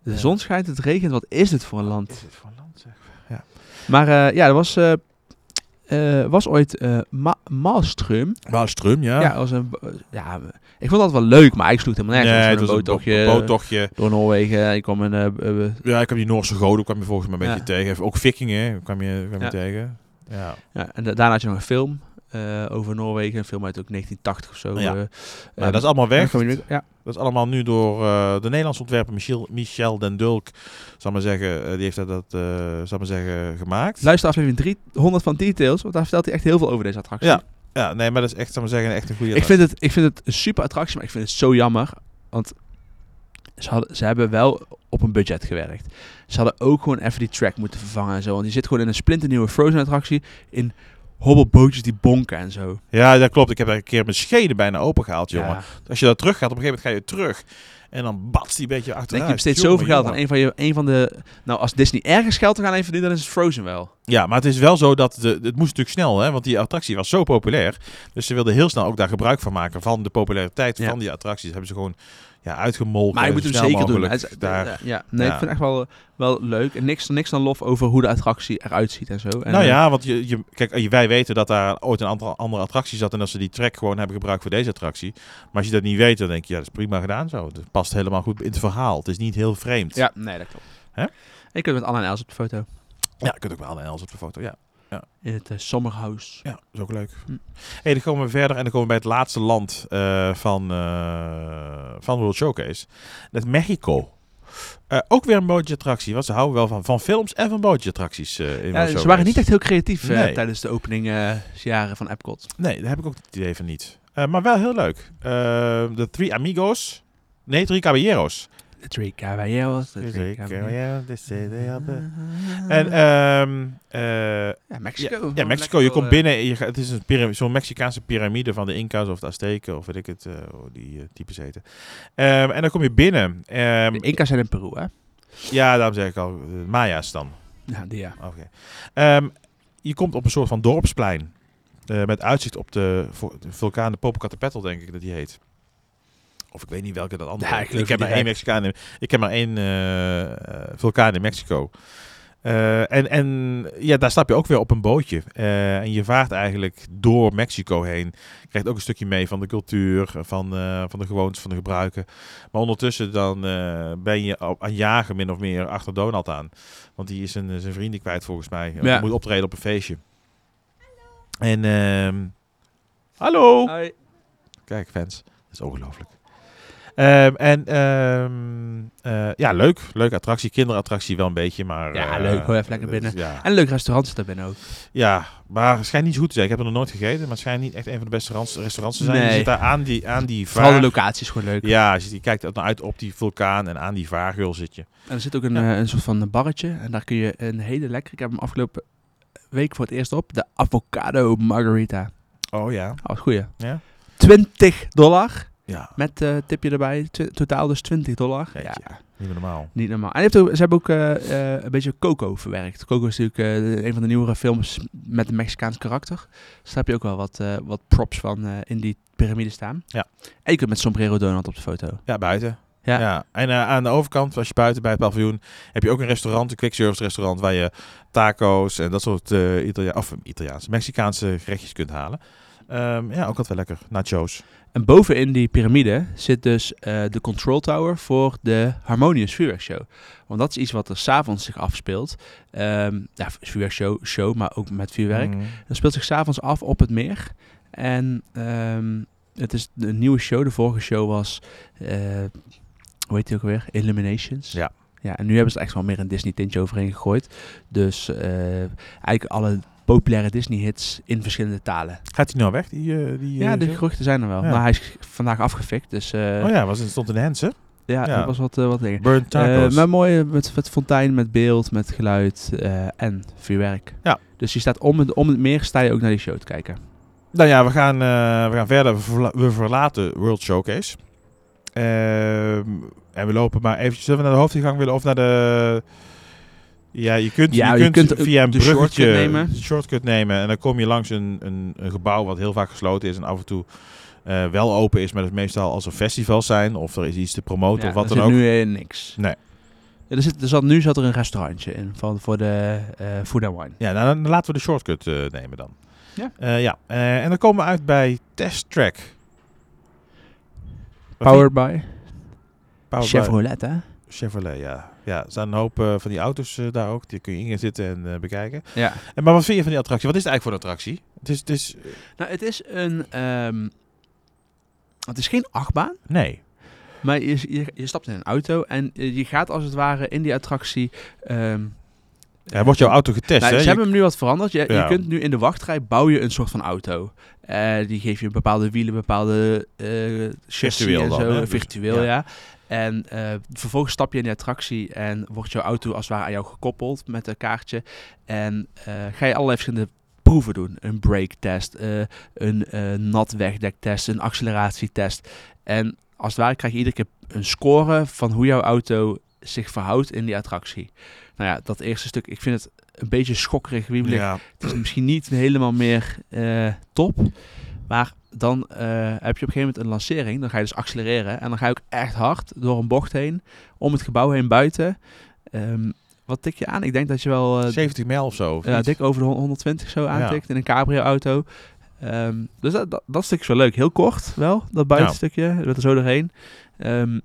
Speaker 2: De
Speaker 1: Ja.
Speaker 2: zon schijnt, het regent. Wat is dit voor een land?
Speaker 1: Is het voor een land, zeg?
Speaker 2: Maar eh, ja, er was, eh, eh, was ooit eh Ma Malmström.
Speaker 1: Waalstrum, ja.
Speaker 2: Ja, dat was een, ja, ik vond dat wel leuk, maar ik sloeg helemaal nergens.
Speaker 1: nee,
Speaker 2: op.
Speaker 1: het was
Speaker 2: Zo'n
Speaker 1: een
Speaker 2: boottochtje
Speaker 1: boottochtje. boottochtje.
Speaker 2: door Noorwegen. Ik kwam een... eh, eh,
Speaker 1: Ja, ik heb die Noorse goden kwam je volgens mij een
Speaker 2: Ja.
Speaker 1: beetje tegen. Ook vikingen kwam je, kwam je
Speaker 2: Ja.
Speaker 1: tegen. Ja.
Speaker 2: ja, en da- daarna had je nog een film eh, over Noorwegen. Een film uit ook 1980 of zo.
Speaker 1: Ja.
Speaker 2: eh,
Speaker 1: Nou,
Speaker 2: eh,
Speaker 1: dat is allemaal weg.
Speaker 2: dan kwam je nu- Ja,
Speaker 1: Dat is allemaal nu door eh, de Nederlandse ontwerper Michel, Michel den Dulk, zal ik maar zeggen, eh, die heeft dat, dat eh, zal ik maar zeggen, gemaakt.
Speaker 2: luister aflevering 300 van Details, want daar vertelt hij echt heel veel over deze attractie.
Speaker 1: Ja, ja, nee, maar dat is echt, zal ik maar zeggen, echt een goede
Speaker 2: Ik vind, het, ik vind het een super attractie, maar ik vind het zo jammer. Want ze, hadden, ze hebben wel op een budget gewerkt. Ze hadden ook gewoon even die track moeten vervangen en zo. Want die zit gewoon in een splinternieuwe Frozen attractie. In hobbelbootjes die bonken en zo.
Speaker 1: Ja, dat klopt. Ik heb daar een keer mijn schenen bijna opengehaald, jongen.
Speaker 2: Ja.
Speaker 1: Als je daar terug gaat, op een gegeven moment ga je terug. En dan batst die een beetje
Speaker 2: Denk
Speaker 1: achteruit.
Speaker 2: je besteedt
Speaker 1: Jongen,
Speaker 2: zoveel geld aan
Speaker 1: jongen.
Speaker 2: een van, je, een van de... Nou, als Disney ergens geld te gaan even verdienen, dan is het Frozen wel.
Speaker 1: Ja, maar het is wel zo dat de, het moest natuurlijk snel, hè, want die attractie was zo populair. Dus ze wilden heel snel ook daar gebruik van maken van de populariteit
Speaker 2: Ja.
Speaker 1: van die attracties. Hebben ze gewoon ja, uitgemolken.
Speaker 2: Maar je
Speaker 1: zo
Speaker 2: moet hem
Speaker 1: snel
Speaker 2: zeker doen.
Speaker 1: mogelijk
Speaker 2: Hij is-
Speaker 1: daar.
Speaker 2: Ja, nee,
Speaker 1: Ja.
Speaker 2: ik vind het echt wel, wel leuk. En niks, niks dan lof over hoe de attractie eruit ziet en zo. En,
Speaker 1: nou
Speaker 2: eh,
Speaker 1: ja, want je, je, kijk, eh, wij weten dat daar ooit een aantal andere attractie zat en dat ze die track gewoon hebben gebruikt voor deze attractie. Maar als je dat niet weet, dan denk je, ja, dat is prima gedaan zo. Dat past helemaal goed in het verhaal. Het is niet heel vreemd.
Speaker 2: eh, Ja, nee, dat klopt.
Speaker 1: Hè?
Speaker 2: Ik kunt met Anna en Els op de foto.
Speaker 1: ja je kunt ook wel een Els op de foto. Ja,
Speaker 2: In het eh, Sommerhuis.
Speaker 1: ja is ook leuk.
Speaker 2: Hm.
Speaker 1: hey, dan komen we verder en dan komen we bij het laatste land eh, van, eh, van World Showcase. Dat is Mexico. Eh, ook weer een bootje attractie, want ze houden wel van, van films en van bootje attracties eh, in World
Speaker 2: Ja, ze
Speaker 1: Showcase.
Speaker 2: waren niet echt heel creatief eh,
Speaker 1: Nee.
Speaker 2: tijdens de openingjaren van Epcot.
Speaker 1: Nee, daar heb ik ook het idee van niet. Eh, maar wel heel leuk. Eh, de Three Amigos. Nee, Three Caballeros.
Speaker 2: De Three Caballeros. de Three Caballeros.
Speaker 1: En ehm, eh,
Speaker 2: ja, Mexico.
Speaker 1: ja,
Speaker 2: Gewoon
Speaker 1: Mexico,
Speaker 2: lekker
Speaker 1: je
Speaker 2: wel,
Speaker 1: komt
Speaker 2: eh,
Speaker 1: binnen. Je gaat, het is een piram- zo'n Mexicaanse piramide van de Inca's of de Azteken of weet ik het, eh, hoe die eh, types heten. Ehm, en dan kom je binnen. Ehm,
Speaker 2: de eh, Inca's zijn in Peru, hè?
Speaker 1: ja, daarom zeg ik al, eh, Maya's dan.
Speaker 2: Ja, die ja.
Speaker 1: Oké. Ehm, je komt op een soort van dorpsplein. Eh, met uitzicht op de, vo- de vulkaan de Popocatépetl, denk ik dat die heet. Of ik weet niet welke dat andere
Speaker 2: Ja, ik
Speaker 1: is. ik,
Speaker 2: geloof
Speaker 1: heb
Speaker 2: het
Speaker 1: maar
Speaker 2: niet
Speaker 1: één Mexicaan in, ik heb maar één eh, eh, vulkaan in Mexico. Eh, en en ja, daar stap je ook weer op een bootje. Eh, en je vaart eigenlijk door Mexico heen. Je krijgt ook een stukje mee van de cultuur, van, eh, van de gewoontes, van de gebruiken. Maar ondertussen dan eh, ben je al- aan jagen min of meer achter Donald aan. Want die is eh, zijn, zijn vrienden kwijt volgens mij.
Speaker 2: Ja.
Speaker 1: Hij moet optreden op een feestje. En ehm, hallo. Kijk, fans. Dat is ongelooflijk. Ehm, en ehm, eh, ja, leuk. Leuke attractie. Kinderattractie wel een beetje, maar...
Speaker 2: Ja,
Speaker 1: eh,
Speaker 2: leuk. Gewoon even lekker
Speaker 1: eh,
Speaker 2: binnen.
Speaker 1: Ja.
Speaker 2: En een leuk restaurant zit daar binnen ook.
Speaker 1: ja, maar het schijnt niet zo goed te zijn. Ik heb er nog nooit gegeten, maar het schijnt niet echt een van de beste rans- restaurants te zijn.
Speaker 2: Nee.
Speaker 1: Je zit daar aan die, aan die
Speaker 2: Vooral de
Speaker 1: vaar...
Speaker 2: locatie is gewoon leuk.
Speaker 1: Ja, als je die kijkt ook naar uit op die vulkaan en aan die vaargeul zit je.
Speaker 2: En er zit ook een,
Speaker 1: Ja.
Speaker 2: eh, een soort van barretje. En daar kun je een hele lekker... Ik heb hem afgelopen week voor het eerst op. De avocado margarita.
Speaker 1: Oh ja.
Speaker 2: Oh, wat goeie.
Speaker 1: Ja.
Speaker 2: 20 dollar.
Speaker 1: Ja,
Speaker 2: Met eh, tipje erbij. Tw- totaal dus 20 dollar.
Speaker 1: Jeetje.
Speaker 2: Ja.
Speaker 1: niet meer normaal.
Speaker 2: Niet normaal. En hij heeft ook- ze hebben ook eh, eh, een beetje Coco verwerkt. Coco is natuurlijk eh, een van de nieuwere films met een Mexicaans karakter. Dus daar heb je ook wel wat, eh, wat props van eh, in die piramide staan.
Speaker 1: Ja.
Speaker 2: En je kunt met Sombrero Donald op de foto.
Speaker 1: Ja, buiten.
Speaker 2: Ja.
Speaker 1: Ja. En eh, aan de overkant, als je buiten bij het paviljoen, heb je ook een restaurant, een quick service restaurant, waar je taco's en dat soort eh Italia of Italiaans, Mexicaanse gerechtjes kunt halen. Ehm, ja, ook altijd wel lekker. Nachos.
Speaker 2: En bovenin die piramide zit dus eh, de control tower voor de Harmonious Vuurwerkshow. Want dat is iets wat er s'avonds zich afspeelt. Ehm ja, vuurwerkshow, show, maar ook met vuurwerk.
Speaker 1: Mm.
Speaker 2: Dat speelt zich s'avonds af op het meer. En ehm, het is de nieuwe show. De vorige show was, eh, hoe heet die ook alweer? Illuminations.
Speaker 1: Ja.
Speaker 2: Ja, en nu hebben ze er echt wel meer een Disney tintje overheen gegooid. Dus eh, eigenlijk alle populaire Disney hits in verschillende talen.
Speaker 1: Gaat die nou weg? Die, eh, die,
Speaker 2: ja,
Speaker 1: eh,
Speaker 2: de
Speaker 1: zo?
Speaker 2: geruchten zijn er wel.
Speaker 1: Ja.
Speaker 2: Maar hij is vandaag afgefikt, dus... eh,
Speaker 1: Oh ja, was het stond in de Hens, hè?
Speaker 2: ja,
Speaker 1: Ja.
Speaker 2: dat was wat, eh, wat dingen.
Speaker 1: Burnt tacos.
Speaker 2: Eh, maar mooi eh, met, met fontein, met beeld, met geluid eh, en vuurwerk.
Speaker 1: Ja.
Speaker 2: Dus je staat om het, om het meer, sta je ook naar die show te kijken.
Speaker 1: Nou ja, we gaan, eh, we gaan verder. We, verla- we verlaten World Showcase. Ehm, en we lopen maar eventjes... Zullen we naar de hoofdingang willen of naar de... Ja, je kunt,
Speaker 2: Ja,
Speaker 1: je
Speaker 2: je
Speaker 1: kunt,
Speaker 2: kunt ook
Speaker 1: via een
Speaker 2: de
Speaker 1: bruggetje
Speaker 2: shortcut nemen.
Speaker 1: de shortcut nemen. En dan kom je langs een, een, een gebouw wat heel vaak gesloten is en af en toe eh, wel open is. Maar dat is meestal als er festivals zijn of er is iets te promoten
Speaker 2: Ja,
Speaker 1: of wat
Speaker 2: er
Speaker 1: dan ook.
Speaker 2: zit nu eh, niks.
Speaker 1: Nee.
Speaker 2: Ja, er zit, er zat, nu zat er een restaurantje in van, voor de eh Food and Wine.
Speaker 1: Ja, nou, dan laten we de shortcut eh, nemen dan.
Speaker 2: Ja.
Speaker 1: Eh, ja. Eh, en dan komen we uit bij Test Track. Wat vind
Speaker 2: Powered by
Speaker 1: je- Powered by-
Speaker 2: Chevrolet, hè?
Speaker 1: Chevrolet, ja. Ja, er zijn een hoop eh, van die auto's eh, daar ook. Die kun je in gaan zitten en eh, bekijken.
Speaker 2: Ja.
Speaker 1: En, maar wat vind je van die attractie? Wat is het eigenlijk voor een attractie? Het is, het is eh,
Speaker 2: Nou, het is een... ehm, het is geen achtbaan.
Speaker 1: nee.
Speaker 2: Maar je, je, je stapt in een auto en eh, je gaat als het ware in die attractie. ehm,
Speaker 1: Ja, wordt jouw auto getest,
Speaker 2: nou,
Speaker 1: hè?
Speaker 2: ze
Speaker 1: Je-
Speaker 2: hebben hem nu wat veranderd. Je, je
Speaker 1: Ja.
Speaker 2: kunt nu in de wachtrij bouw je een soort van auto. Eh, die geef je bepaalde wielen, bepaalde eh chassis
Speaker 1: Virtueel
Speaker 2: en
Speaker 1: dan,
Speaker 2: zo. Eh,
Speaker 1: hè? Dus-
Speaker 2: virtueel,
Speaker 1: ja.
Speaker 2: ja. En eh, vervolgens stap je in die attractie en wordt jouw auto als het ware aan jou gekoppeld met een kaartje. En eh, ga je allerlei verschillende proeven doen. Een brake test, eh, een eh nat wegdektest, een acceleratietest. En als het ware krijg je iedere keer een score van hoe jouw auto zich verhoudt in die attractie. Nou ja, dat eerste stuk, ik vind het een beetje schokkerig, wiebelig.
Speaker 1: ja.
Speaker 2: Het is misschien niet helemaal meer eh, top, maar dan eh, heb je op een gegeven moment een lancering. Dan ga je dus accelereren en dan ga je ook echt hard door een bocht heen, om het gebouw heen buiten. Ehm, wat tik je aan? Ik denk dat je wel eh,
Speaker 1: 70 mijl of zo. of
Speaker 2: ja,
Speaker 1: iets.
Speaker 2: dik over de hon- 120 zo aantikt
Speaker 1: Ja.
Speaker 2: in een cabrio-auto. Ehm, dus dat, dat, dat stukje is wel leuk. Heel kort wel, dat buitenstukje. Je bent er zo doorheen. Ehm,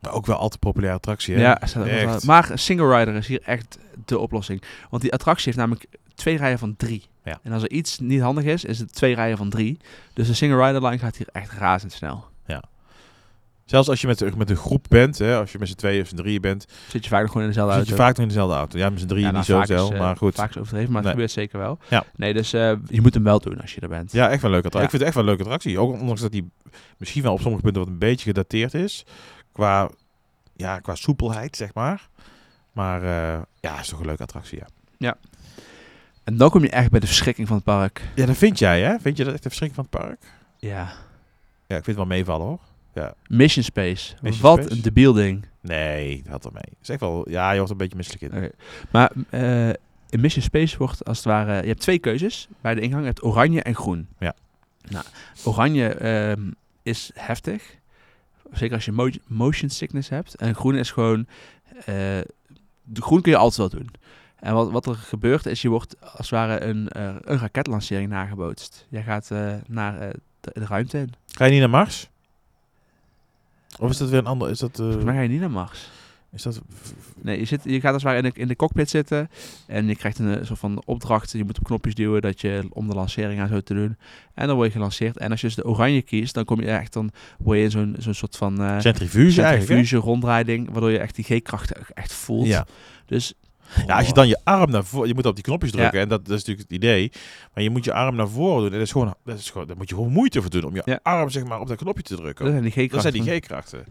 Speaker 1: Maar ook wel altijd populaire attractie, hè?
Speaker 2: ja, er staat ook nog
Speaker 1: echt.
Speaker 2: wel- maar single rider is hier echt de oplossing. Want die attractie heeft namelijk twee rijen van drie.
Speaker 1: Ja.
Speaker 2: En als er iets niet handig is, is het twee rijen van drie. Dus de single rider line gaat hier echt razendsnel.
Speaker 1: Zelfs als je met, met een groep bent, hè, als je met z'n tweeën of z'n drieën bent,
Speaker 2: Zit je vaak nog gewoon in dezelfde
Speaker 1: zit je
Speaker 2: auto.
Speaker 1: vaak nog in dezelfde auto. Ja, met z'n drieën
Speaker 2: Ja,
Speaker 1: niet
Speaker 2: nou,
Speaker 1: zo
Speaker 2: vaak is,
Speaker 1: zelf,
Speaker 2: eh,
Speaker 1: maar goed.
Speaker 2: Vaak is overdreven, maar het
Speaker 1: Nee.
Speaker 2: gebeurt zeker wel.
Speaker 1: Ja.
Speaker 2: Nee, dus eh, je moet hem wel doen als je er bent.
Speaker 1: Ja, echt wel een leuke attractie.
Speaker 2: Ja.
Speaker 1: Ik vind het echt wel een leuke attractie. Ook ondanks dat die misschien wel op sommige punten wat een beetje gedateerd is. Qua, ja, qua soepelheid, zeg maar. Maar eh, ja, is toch een leuke attractie, ja.
Speaker 2: En dan kom je echt bij de verschrikking van het park.
Speaker 1: Ja, dat vind jij, hè? Vind je dat echt de verschrikking van het park?
Speaker 2: Ja.
Speaker 1: Ja, ik vind het wel meevallen, hoor.
Speaker 2: Mission Space.
Speaker 1: Mission
Speaker 2: Wat
Speaker 1: Space.
Speaker 2: een debiel ding.
Speaker 1: Nee, dat had er mee. Zeg wel, ja, je wordt er een beetje misselijk in.
Speaker 2: Oké. Maar eh, in Mission Space wordt als het ware... Je hebt twee keuzes bij de ingang. Je hebt oranje en groen.
Speaker 1: Ja.
Speaker 2: Nou, oranje ehm, is heftig. Zeker als je mo- motion sickness hebt. En groen is gewoon... eh, de groen kun je altijd wel doen. En wat, wat er gebeurt is, je wordt als het ware een, eh, een raketlancering nagebootst. Jij gaat eh, naar eh, de, de ruimte in.
Speaker 1: Ga je niet naar Mars? Of is dat weer een ander? Is dat, eh,
Speaker 2: Volgens mij ga je niet naar Mars.
Speaker 1: is dat
Speaker 2: Nee, je, zit, je gaat als het ware in de, in de cockpit zitten en je krijgt een eh, soort van opdracht. Je moet op knopjes duwen dat je, om de lancering aan zo te doen. En dan word je gelanceerd. En als je dus de oranje kiest, dan kom je echt dan word je in zo'n zo'n soort van eh
Speaker 1: centrifuge, eigenlijk?
Speaker 2: centrifuge rondrijding, waardoor je echt die G-krachten ook echt
Speaker 1: hè?
Speaker 2: voelt.
Speaker 1: Ja.
Speaker 2: Dus
Speaker 1: Ja, als je dan je arm naar voren... Je moet op die knopjes drukken. En dat, dat is natuurlijk het idee. Maar je moet je arm naar voren doen. En dat is gewoon... Dat is gewoon daar moet je gewoon moeite voor doen. Om je
Speaker 2: Ja.
Speaker 1: arm zeg maar op dat knopje te
Speaker 2: dat
Speaker 1: drukken.
Speaker 2: zijn die
Speaker 1: Dat
Speaker 2: G-krachten.
Speaker 1: zijn die G-krachten.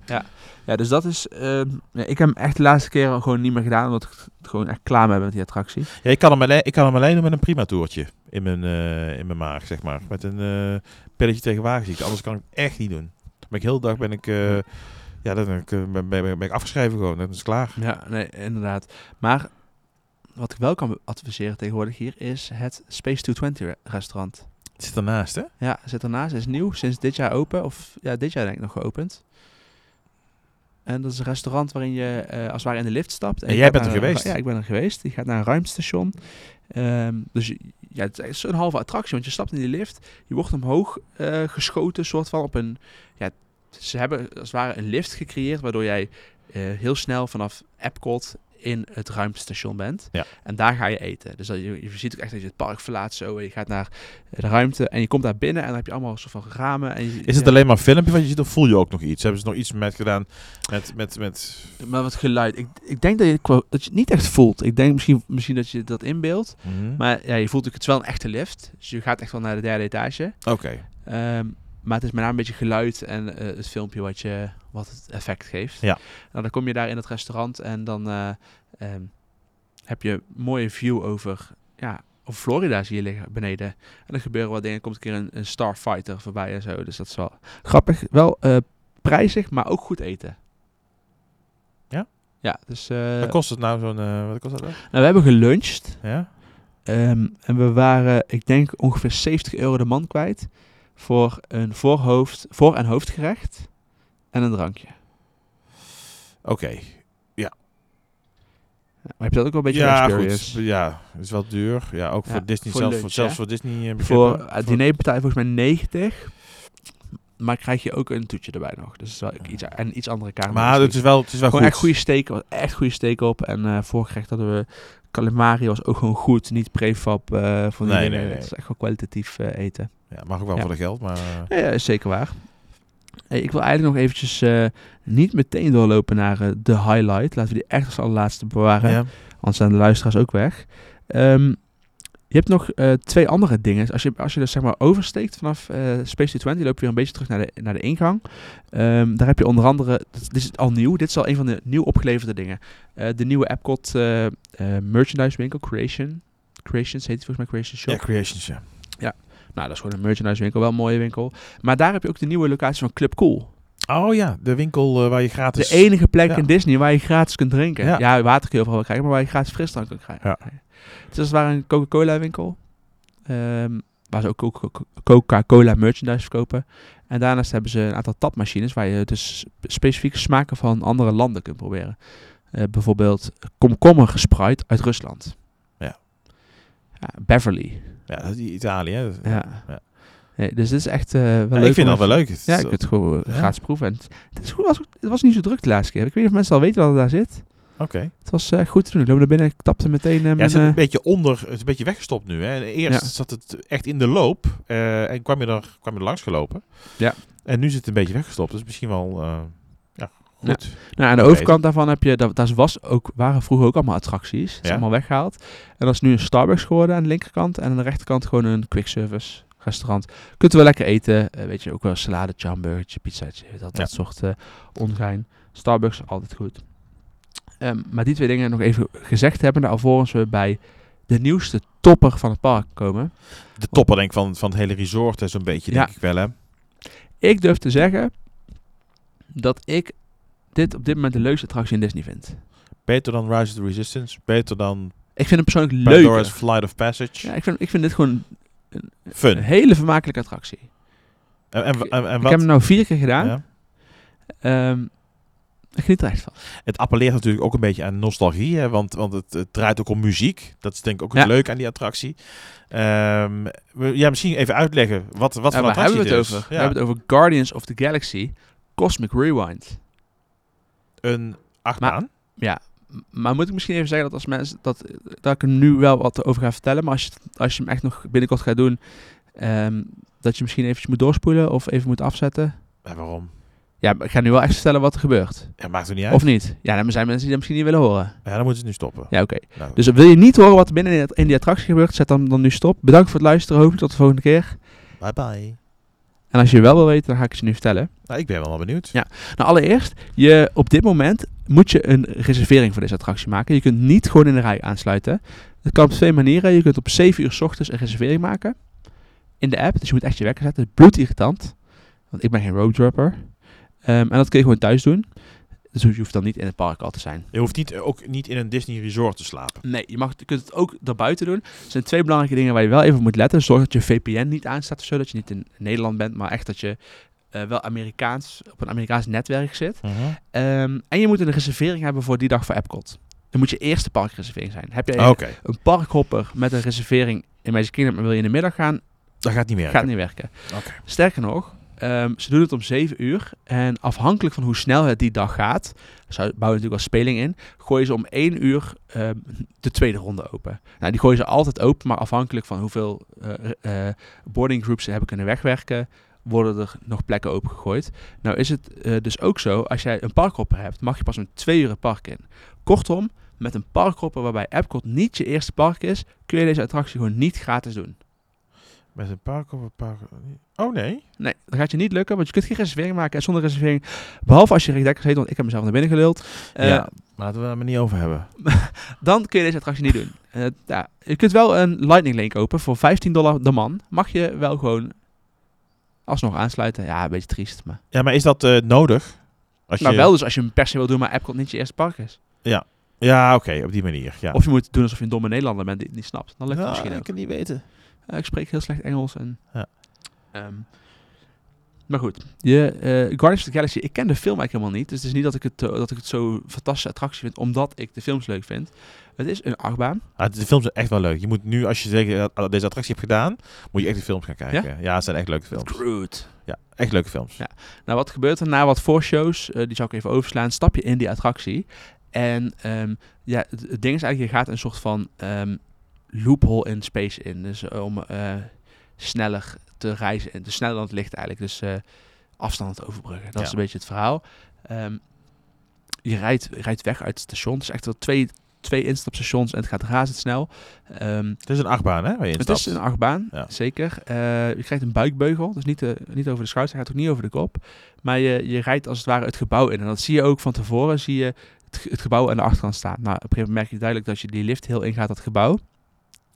Speaker 2: Ja, dus dat is. ehm, nee, ik heb hem echt de laatste keer gewoon niet meer gedaan, omdat ik het gewoon echt klaar mee ben met die attractie.
Speaker 1: Ja, ik, kan hem alleen, ik kan hem alleen doen met een prima toertje. In mijn, eh, in mijn maag, zeg maar. Met een eh, pilletje tegen wagenziekte. Anders kan ik het echt niet doen. Dan Ben ik heel de dag ben ik... eh, ja, dan ben ik, eh, ben, ben, ben ik afgeschreven gewoon. Dan is het klaar.
Speaker 2: Ja, nee, inderdaad. Maar wat ik wel kan adviseren tegenwoordig hier is het Space 220 re- restaurant.
Speaker 1: Het zit ernaast, hè?
Speaker 2: Ja, zit ernaast. Is nieuw, sinds dit jaar open. Of ja, dit jaar denk ik nog geopend. En dat is een restaurant waarin je eh, als het ware in de lift stapt.
Speaker 1: En
Speaker 2: je
Speaker 1: jij
Speaker 2: gaat
Speaker 1: bent er
Speaker 2: naar een-
Speaker 1: geweest?
Speaker 2: Ja, ik ben er geweest. Je gaat naar een ruimtestation. Ehm, dus je- ja, het is een halve attractie, want je stapt in die lift. Je wordt omhoog eh, geschoten, soort van op een... Ja, ze hebben als het ware een lift gecreëerd, waardoor jij eh, heel snel vanaf Epcot in het ruimtestation bent.
Speaker 1: Ja.
Speaker 2: En daar ga je eten. Dus dat, je, je ziet ook echt dat je het park verlaat zo. En je gaat naar de ruimte en je komt daar binnen en dan heb je allemaal soort van ramen. En je-
Speaker 1: Is het
Speaker 2: ja,
Speaker 1: alleen maar een filmpje wat je ziet? Of voel je ook nog iets? Hebben ze nog iets met gedaan? Met... met, met...
Speaker 2: Maar wat geluid. Ik, ik denk dat je, qua- dat je het niet echt voelt. Ik denk misschien, misschien dat je dat inbeeldt.
Speaker 1: Mhm.
Speaker 2: Maar ja, je voelt ook, het is wel een echte lift. Dus je gaat echt wel naar de derde etage.
Speaker 1: Oké.
Speaker 2: Ehm, Maar het is met name een beetje geluid en eh, het filmpje wat, je, wat het effect geeft.
Speaker 1: Ja.
Speaker 2: Nou, dan kom je daar in het restaurant en dan eh, ehm, heb je een mooie view over, ja, over Florida zie je liggen beneden. En er gebeuren wat dingen. Er komt een keer een, een Starfighter voorbij en zo. Dus dat is wel grappig. Wel eh, prijzig, maar ook goed eten.
Speaker 1: Ja?
Speaker 2: Ja, dus... eh,
Speaker 1: Wat kost het nou zo'n... eh, wat kost dat? dan?
Speaker 2: nou, we hebben geluncht.
Speaker 1: Ja?
Speaker 2: Ehm, en we waren, ik denk, ongeveer 70 euro de man kwijt. Voor een voorhoofd, voor- en hoofdgerecht. En een drankje.
Speaker 1: Oké.
Speaker 2: Maar heb je dat ook wel een beetje
Speaker 1: ja,
Speaker 2: experience?
Speaker 1: goed. Ja, is wel duur. Ja, ook
Speaker 2: Ja,
Speaker 1: voor Disney
Speaker 2: voor
Speaker 1: zelf.
Speaker 2: lunch,
Speaker 1: voor, zelfs
Speaker 2: hè?
Speaker 1: voor Disney. eh,
Speaker 2: Voor
Speaker 1: begrippen.
Speaker 2: het diner betaal je volgens mij 90. Maar krijg je ook een toetje erbij nog. Dus dat is wel iets, en iets andere kaart.
Speaker 1: Maar het is wel, het is wel
Speaker 2: gewoon
Speaker 1: goed.
Speaker 2: echt goede steek, was echt goede steek op. En eh voorgerecht hadden we calamari was ook gewoon goed, niet prefab eh van die
Speaker 1: Nee,
Speaker 2: dingen.
Speaker 1: nee, nee.
Speaker 2: Het is echt gewoon kwalitatief eh, eten.
Speaker 1: Ja, mag ook wel
Speaker 2: Ja.
Speaker 1: voor de geld, maar... eh,
Speaker 2: Nou Ja, ja, is zeker waar. Hey, ik wil eigenlijk nog eventjes eh, niet meteen doorlopen naar eh, de highlight. Laten we die echt als allerlaatste bewaren.
Speaker 1: ja.
Speaker 2: Anders zijn de luisteraars ook weg. Ehm, je hebt nog eh, twee andere dingen. Als je, als je dus zeg maar oversteekt vanaf eh, Space 220, loop je weer een beetje terug naar de, naar de ingang. Ehm, daar heb je onder andere, dit, dit is al nieuw, dit is al een van de nieuw opgeleverde dingen. Eh, de nieuwe Epcot eh, eh, merchandise winkel, Creation. Creations heet het volgens mij, Creation Shop.
Speaker 1: Ja, Creations, ja.
Speaker 2: Nou, dat is gewoon een merchandise winkel, wel een mooie winkel. Maar daar heb je ook de nieuwe locatie van Club Cool.
Speaker 1: Oh ja, de winkel eh, waar je gratis...
Speaker 2: de enige plek
Speaker 1: ja.
Speaker 2: in Disney waar je gratis kunt drinken. Ja,
Speaker 1: Ja.
Speaker 2: water kun je overal wel krijgen, maar waar je gratis frisdrank kunt krijgen.
Speaker 1: Ja.
Speaker 2: Het is als het ware een Coca-Cola winkel. ehm, waar ze ook Coca- Coca- Coca-Cola merchandise verkopen. En daarnaast hebben ze een aantal tapmachines waar je dus sp- specifieke smaken van andere landen kunt proberen. Eh, bijvoorbeeld komkommer gespreid uit Rusland.
Speaker 1: Ja.
Speaker 2: Ja, Beverly.
Speaker 1: Ja, dat is die Italië. hè. Dat-
Speaker 2: Ja.
Speaker 1: Ja.
Speaker 2: Nee, dus dit is echt eh, wel
Speaker 1: Ja,
Speaker 2: leuk.
Speaker 1: ik vind
Speaker 2: om
Speaker 1: dat wel
Speaker 2: even-
Speaker 1: leuk. Het
Speaker 2: ja,
Speaker 1: is-
Speaker 2: ik kunt het gewoon eh,
Speaker 1: Ja.
Speaker 2: gratis proeven. En het, het is goed, was, het was niet zo druk de laatste keer. Ik weet niet of mensen al weten wat er daar zit.
Speaker 1: Oké.
Speaker 2: Het was eh, goed te doen. Ik loop naar binnen, ik tapte meteen.
Speaker 1: Ja,
Speaker 2: eh mijn,
Speaker 1: het is een
Speaker 2: eh,
Speaker 1: beetje onder, het is een beetje weggestopt nu. Hè. En Eerst
Speaker 2: Ja.
Speaker 1: zat het echt in de loop eh, en kwam je, er, kwam je er langs gelopen.
Speaker 2: Ja.
Speaker 1: En nu zit het een beetje weggestopt, dus misschien wel eh, ja, goed.
Speaker 2: nou, aan de
Speaker 1: beter.
Speaker 2: overkant daarvan heb je, daar, daar was ook, waren vroeger ook allemaal attracties. Het is
Speaker 1: Ja.
Speaker 2: allemaal weggehaald. En dat is nu een Starbucks geworden aan de linkerkant. En aan de rechterkant gewoon een quick service restaurant. Kunt u wel lekker eten. eh, weet je, ook wel saladetje, hamburgertje, pizzaatje. Dat, dat soort eh, ongein. Starbucks, altijd goed. Ehm, maar die twee dingen nog even gezegd hebben. Alvorens we bij de nieuwste topper van het park komen.
Speaker 1: De topper denk ik van, van het hele resort is een beetje, denk
Speaker 2: Ja.
Speaker 1: ik wel. Hè.
Speaker 2: Ik durf te zeggen dat ik dit op dit moment de leukste attractie in Disney vind.
Speaker 1: Beter dan Rise of the Resistance, beter dan
Speaker 2: Ik vind hem persoonlijk leuk.
Speaker 1: Pandora's Flight of Passage.
Speaker 2: Ja, ik, vind, ik vind dit gewoon
Speaker 1: Fun.
Speaker 2: een hele vermakelijke attractie.
Speaker 1: En, en, en- en
Speaker 2: ik
Speaker 1: wat?
Speaker 2: heb hem nou vier keer gedaan.
Speaker 1: Ja.
Speaker 2: Ehm, ik geniet er echt van.
Speaker 1: Het appelleert natuurlijk ook een beetje aan nostalgie, hè, want, want het, het draait ook om muziek. Dat is denk ik ook
Speaker 2: Ja.
Speaker 1: het leuke aan die attractie. Ehm, we- ja, misschien even uitleggen wat, wat
Speaker 2: Ja,
Speaker 1: voor
Speaker 2: waar
Speaker 1: attractie
Speaker 2: hebben we het
Speaker 1: dit is.
Speaker 2: over? We
Speaker 1: Ja.
Speaker 2: hebben het over Guardians of the Galaxy Cosmic Rewind.
Speaker 1: een
Speaker 2: Maar-
Speaker 1: achtbaan.
Speaker 2: Ja, m- maar moet ik misschien even zeggen dat als mensen dat, dat ik hem nu wel wat over ga vertellen, maar als je, als je hem echt nog binnenkort gaat doen, ehm, dat je misschien eventjes moet doorspoelen of even moet afzetten.
Speaker 1: Ja, waarom?
Speaker 2: Ja, maar ik ga nu wel echt vertellen wat er gebeurt.
Speaker 1: Ja, maakt het niet uit.
Speaker 2: Of niet? Ja, dan zijn mensen die dat misschien niet willen horen.
Speaker 1: Ja, dan moeten ze het nu stoppen.
Speaker 2: Ja, oké.
Speaker 1: Nou,
Speaker 2: Dus wil je niet horen wat er binnen in, het- in die attractie gebeurt, zet dan, dan nu stop. Bedankt voor het luisteren, hopelijk tot de volgende keer.
Speaker 1: bye bye.
Speaker 2: En als je wel wil weten, dan ga ik het je nu vertellen.
Speaker 1: Nou, ik ben wel benieuwd.
Speaker 2: Nou, allereerst, je, op dit moment moet je een reservering voor deze attractie maken. Je kunt niet gewoon in de rij aansluiten. Dat kan op twee manieren. Je kunt op 7 uur 's ochtends een reservering maken in de app. Dus je moet echt je wekker zetten. Dat is bloedirritant. Want ik ben geen roadrupper. Ehm, en dat kun je gewoon thuis doen. Dus je hoeft dan niet in het park al te zijn.
Speaker 1: Je hoeft niet, ook niet in een Disney resort te slapen.
Speaker 2: Nee, je, mag, je kunt het ook daarbuiten doen. Er zijn twee belangrijke dingen waar je wel even op moet letten. Zorg dat je VPN niet aanstaat of zo. Dat je niet in Nederland bent, maar echt dat je eh, wel Amerikaans, op een Amerikaans netwerk zit. Ehm, en je moet een reservering hebben voor die dag voor Epcot. Dan moet je eerste parkreservering zijn. Heb je
Speaker 1: Oké,
Speaker 2: een parkhopper met een reservering in Magic Kingdom en wil je in de middag gaan,
Speaker 1: dat gaat niet meer.
Speaker 2: gaat niet werken.
Speaker 1: Oké.
Speaker 2: Sterker nog, ehm, ze doen het om 7 uur. En afhankelijk van hoe snel het die dag gaat, zou, bouwen natuurlijk wel speling in, gooien ze om 1 uur ehm, de tweede ronde open. Nou, die gooien ze altijd open, maar afhankelijk van hoeveel eh, eh, boarding groups ze hebben kunnen wegwerken, worden er nog plekken opengegooid. Nou is het eh, dus ook zo, als jij een parkhopper hebt, mag je pas om 2 uur het park in. Kortom, met een parkhopper waarbij Epcot niet je eerste park is, kun je deze attractie gewoon niet gratis doen.
Speaker 1: Met een park op een park. Oh nee.
Speaker 2: Nee, dat gaat je niet lukken, want je kunt geen reservering maken. En zonder reservering, behalve als je Rick Dekkers heet, want ik heb mezelf naar binnen geluld. eh,
Speaker 1: ja, laten we het maar niet over hebben.
Speaker 2: Dan kun je deze attractie niet doen. Eh, ja, je kunt wel een Lightning Lane kopen voor 15 dollar de man. Mag je wel gewoon alsnog aansluiten. Ja, een beetje triest, maar...
Speaker 1: Ja, maar is dat eh, nodig? Als
Speaker 2: Nou,
Speaker 1: je...
Speaker 2: wel dus als je hem per se wil doen, maar Epcot niet je eerste park is.
Speaker 1: Ja, oké, op die manier. Ja.
Speaker 2: Of je moet doen alsof je een domme Nederlander bent die het niet snapt. Dan lukt het
Speaker 1: Nou,
Speaker 2: misschien ook.
Speaker 1: ik kan niet weten.
Speaker 2: Eh, ik spreek heel slecht Engels. En,
Speaker 1: Ja.
Speaker 2: Ehm, maar goed, je, eh, Guardians of the Galaxy, ik ken de film eigenlijk helemaal niet. Dus het is niet dat ik het, eh, dat ik het zo'n fantastische attractie vind, omdat ik de films leuk vind. Het is een achtbaan.
Speaker 1: Ah, de films zijn echt wel leuk. Je moet nu, als je zeker dat- deze attractie hebt gedaan, moet je echt de films gaan kijken. Ja, het zijn echt leuke films.
Speaker 2: Groot.
Speaker 1: Ja, echt leuke films.
Speaker 2: Ja. Nou, wat gebeurt er na wat voorshows? eh die zal ik even overslaan. Stap je in die attractie. En ehm, ja, het, het ding is eigenlijk, je gaat een soort van ehm, loophole in space in. Dus om eh, sneller te reizen. en Dus sneller dan het licht eigenlijk. Dus eh, afstand overbruggen. Dat
Speaker 1: Ja.
Speaker 2: is een beetje het verhaal. Ehm, je rijdt, je rijdt weg uit het station. Het is echt wel twee, twee instapstations en het gaat razendsnel. Ehm
Speaker 1: Het is een achtbaan, hè? Waar je in
Speaker 2: het
Speaker 1: stapt.
Speaker 2: is een achtbaan,
Speaker 1: Ja.
Speaker 2: zeker. Eh, je krijgt een buikbeugel, dus niet, eh, niet over de schouders, hij gaat ook niet over de kop. Maar je, je rijdt als het ware het gebouw in. En dat zie je ook van tevoren, zie je het, ge- het gebouw aan de achterkant staan. Nou, op een gegeven moment merk je duidelijk dat je die lift heel ingaat, dat gebouw.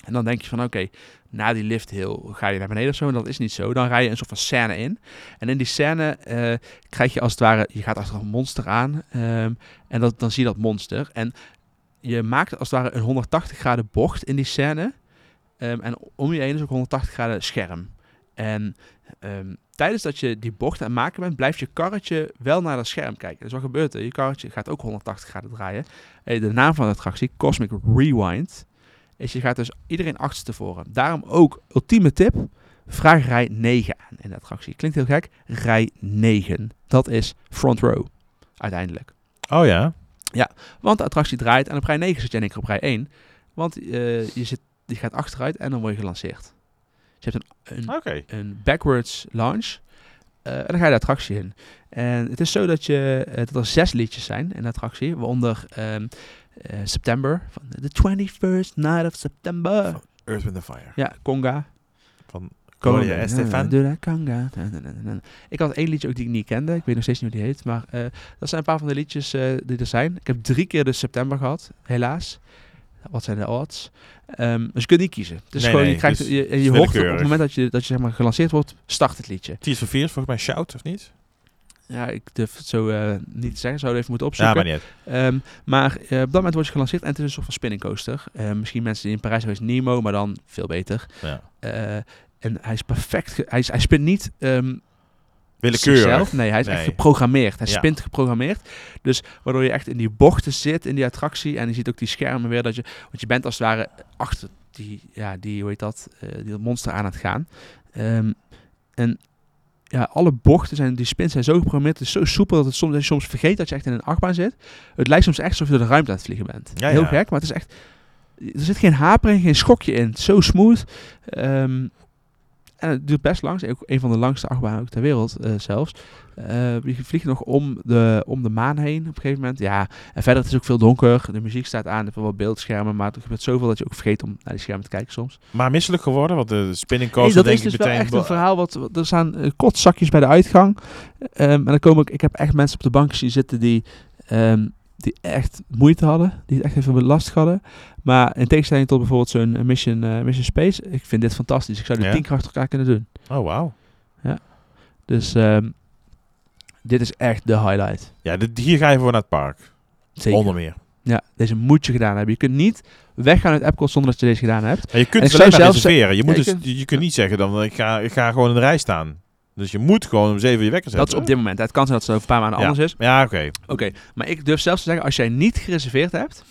Speaker 2: En dan denk je van, oké, na die lift heel ga je naar beneden of zo. En dat is niet zo. Dan rij je een soort van scène in. En in die scène eh, krijg je als het ware, je gaat achter een monster aan. ehm, en dat, dan zie je dat monster. En je maakt als het ware een 180 graden bocht in die scène. Ehm, en om je heen is ook 180 graden scherm. En ehm, tijdens dat je die bocht aan het maken bent, blijft je karretje wel naar dat scherm kijken. Dus wat gebeurt er? Je karretje gaat ook 180 graden draaien. Eh, de naam van de attractie, Cosmic Rewind, is je gaat dus iedereen achterstevoren. Daarom ook ultieme tip, vraag rij 9 aan in de attractie. Klinkt heel gek, rij 9. Dat is front row, uiteindelijk.
Speaker 1: Oh ja.
Speaker 2: Mm. Want de attractie draait en op rij 9 zit jij in één keer op rij 1. Want eh, je, zit, je gaat achteruit en dan word je gelanceerd. Dus je hebt een, een,
Speaker 1: Oké.
Speaker 2: een backwards launch. eh, en dan ga je de attractie in. En het is zo dat, je, eh, dat er zes liedjes zijn in de attractie. Waaronder ehm, eh, September. Van The 21st Night of September.
Speaker 1: Earth, Wind and Fire.
Speaker 2: Ja, Conga.
Speaker 1: Van
Speaker 2: Conga.
Speaker 1: Gloria Estefan.
Speaker 2: Doe dat, Conga. Ik had één liedje ook die ik niet kende. Ik weet nog steeds niet hoe die heet. Maar eh, dat zijn een paar van de liedjes eh, die er zijn. Ik heb drie keer de september gehad, helaas. Wat zijn de odds? Ehm, dus je kunt niet kiezen. Dus
Speaker 1: Nee,
Speaker 2: gewoon,
Speaker 1: nee,
Speaker 2: je krijgt
Speaker 1: dus
Speaker 2: je, en
Speaker 1: het is
Speaker 2: je hoort op
Speaker 1: willekeurig.
Speaker 2: het moment dat je, dat je zeg maar, gelanceerd wordt, start het liedje.
Speaker 1: Tears for Fears, volgens mij Shout, of niet?
Speaker 2: Ja, ik durf het zo eh, niet te zeggen. Zouden we even moeten opzoeken.
Speaker 1: Ja, maar niet uit.
Speaker 2: Ehm, maar eh, op dat moment wordt je gelanceerd en het is een soort van spinning coaster. Eh, misschien mensen die in Parijs hebben geweest, Nemo, maar dan veel beter.
Speaker 1: Ja.
Speaker 2: Eh, en hij is perfect. ge- Hij, is- hij spint niet ehm,
Speaker 1: Willekeurig.
Speaker 2: zichzelf. Nee, hij is echt
Speaker 1: Nee.
Speaker 2: geprogrammeerd. Hij
Speaker 1: Ja.
Speaker 2: spint geprogrammeerd. Dus waardoor je echt in die bochten zit, in die attractie. En je ziet ook die schermen weer. Dat je, want je bent als het ware achter die, ja, die hoe heet dat, eh, die monster aan het gaan. Ehm, en ja, alle bochten zijn, die spins zijn zo geprogrammeerd. Het is zo soepel dat, het soms, dat je soms vergeet dat je echt in een achtbaan zit. Het lijkt soms echt alsof je door de ruimte aan het vliegen bent.
Speaker 1: Ja,
Speaker 2: Heel
Speaker 1: ja.
Speaker 2: gek, maar het is echt... Er zit geen hapering, geen schokje in. Het is Zo smooth. Ehm, en het duurt best lang. Het is Ook een van de langste achtbanen ook ter wereld eh, zelfs. Eh, je vliegt nog om de, om de maan heen op een gegeven moment. Ja, en verder het is ook veel donker. De muziek staat aan. Er zijn wel beeldschermen. Maar er gebeurt zoveel dat je ook vergeet om naar die schermen te kijken soms.
Speaker 1: Maar misselijk geworden, want de spinning
Speaker 2: Nee,
Speaker 1: coaster
Speaker 2: dat is
Speaker 1: denk
Speaker 2: dus
Speaker 1: ik
Speaker 2: wel
Speaker 1: meteen...
Speaker 2: echt een
Speaker 1: bo-
Speaker 2: verhaal. Wat, wat- er staan eh, kotzakjes bij de uitgang. Ehm, en dan komen ook, ik heb echt mensen op de bank zien zitten die, ehm, die echt moeite hadden. Die het echt even lastig hadden. Maar in tegenstelling tot bijvoorbeeld zo'n eh, Mission, eh, Mission Space. Ik vind dit fantastisch. Ik zou dit
Speaker 1: Ja.
Speaker 2: tien keer achter elkaar kunnen doen.
Speaker 1: Oh, wauw.
Speaker 2: Dus ehm, dit is echt de highlight.
Speaker 1: Ja, dit, hier ga je voor naar het park.
Speaker 2: Zeker.
Speaker 1: Onder meer.
Speaker 2: Ja, deze moet je gedaan hebben. Je kunt niet weggaan uit Epcot zonder dat je deze gedaan hebt.
Speaker 1: Ja, je
Speaker 2: En ik
Speaker 1: kunt het
Speaker 2: zou
Speaker 1: alleen maar
Speaker 2: zelfs-
Speaker 1: reserveren. Je, moet
Speaker 2: Ja,
Speaker 1: dus,
Speaker 2: je
Speaker 1: je,
Speaker 2: kunt-
Speaker 1: je kunt niet zeggen dan, eh, ik ga, ik ga gewoon in de rij staan. Dus je moet gewoon om zeven uur je wekker
Speaker 2: Dat
Speaker 1: zetten.
Speaker 2: is op dit moment. Het kan zijn dat het over een paar maanden
Speaker 1: Ja.
Speaker 2: anders is.
Speaker 1: Ja, oké.
Speaker 2: Oké, maar ik durf zelfs te zeggen, als jij niet gereserveerd hebt,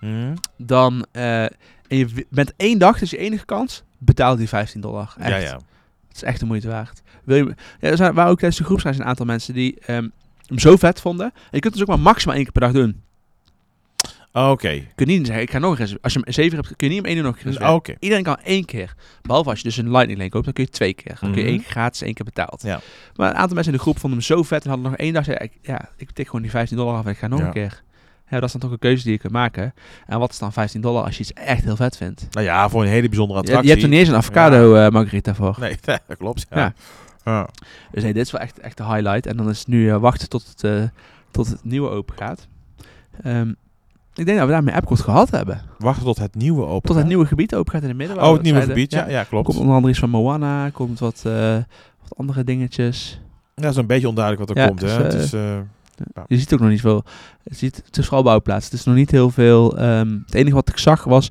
Speaker 2: Hmm,
Speaker 1: Hm.
Speaker 2: dan... eh, en je w- bent één dag, dus je enige kans, betaal die 15 dollar. Echt.
Speaker 1: Ja, ja.
Speaker 2: Het is echt de moeite waard. Wil je, ja, er zijn, waar ook tijdens de groep zijn, zijn een aantal mensen die ehm, hem zo vet vonden. En je kunt het dus ook maar maximaal één keer per dag doen.
Speaker 1: Ah, Oké.
Speaker 2: Je kunt niet zeggen, ik ga nog een reserve- Als je hem zeven hebt, kun je niet hem één nog
Speaker 1: Dus-
Speaker 2: reserveren.
Speaker 1: Oké.
Speaker 2: Oh, Iedereen kan één keer. Behalve als je dus een Lightning Lane koopt, dan kun je twee keer. Dan kun je
Speaker 1: Mhm.
Speaker 2: één keer gratis, één keer betaald.
Speaker 1: Ja.
Speaker 2: Maar een aantal mensen in de groep vonden hem zo vet en hadden nog één dag. Zei, ik, ja, ik tik gewoon die 15 dollar af en ik ga nog
Speaker 1: Ja.
Speaker 2: een keer. Ja, dat is dan toch een keuze die je kunt maken. En wat is dan 15 dollar als je iets echt heel vet vindt?
Speaker 1: Nou ja, voor een hele bijzondere
Speaker 2: Je,
Speaker 1: attractie.
Speaker 2: je hebt er niet eens een avocado eh margarita voor.
Speaker 1: Nee, dat klopt. Ja.
Speaker 2: Ja.
Speaker 1: Ja.
Speaker 2: Dus nee, dit is wel echt, echt de highlight. En dan is het nu eh, wachten tot het, eh, tot het nieuwe open gaat. Ehm, ik denk dat we daarmee Epcot gehad hebben.
Speaker 1: Wachten tot het nieuwe open.
Speaker 2: Tot het
Speaker 1: gaat.
Speaker 2: nieuwe gebied open gaat in het midden. waar
Speaker 1: Oh,
Speaker 2: we
Speaker 1: het nieuwe
Speaker 2: zeiden.
Speaker 1: gebied, ja, ja klopt.
Speaker 2: Komt onder andere iets van Moana, komt wat, eh, wat andere dingetjes.
Speaker 1: Ja, dat is een beetje onduidelijk wat er
Speaker 2: Ja,
Speaker 1: komt.
Speaker 2: dus,
Speaker 1: hè. Het
Speaker 2: eh,
Speaker 1: is, eh,
Speaker 2: Je ziet ook nog niet veel. Je ziet, het is vooral bouwplaats. Het is nog niet heel veel. ehm, het enige wat ik zag was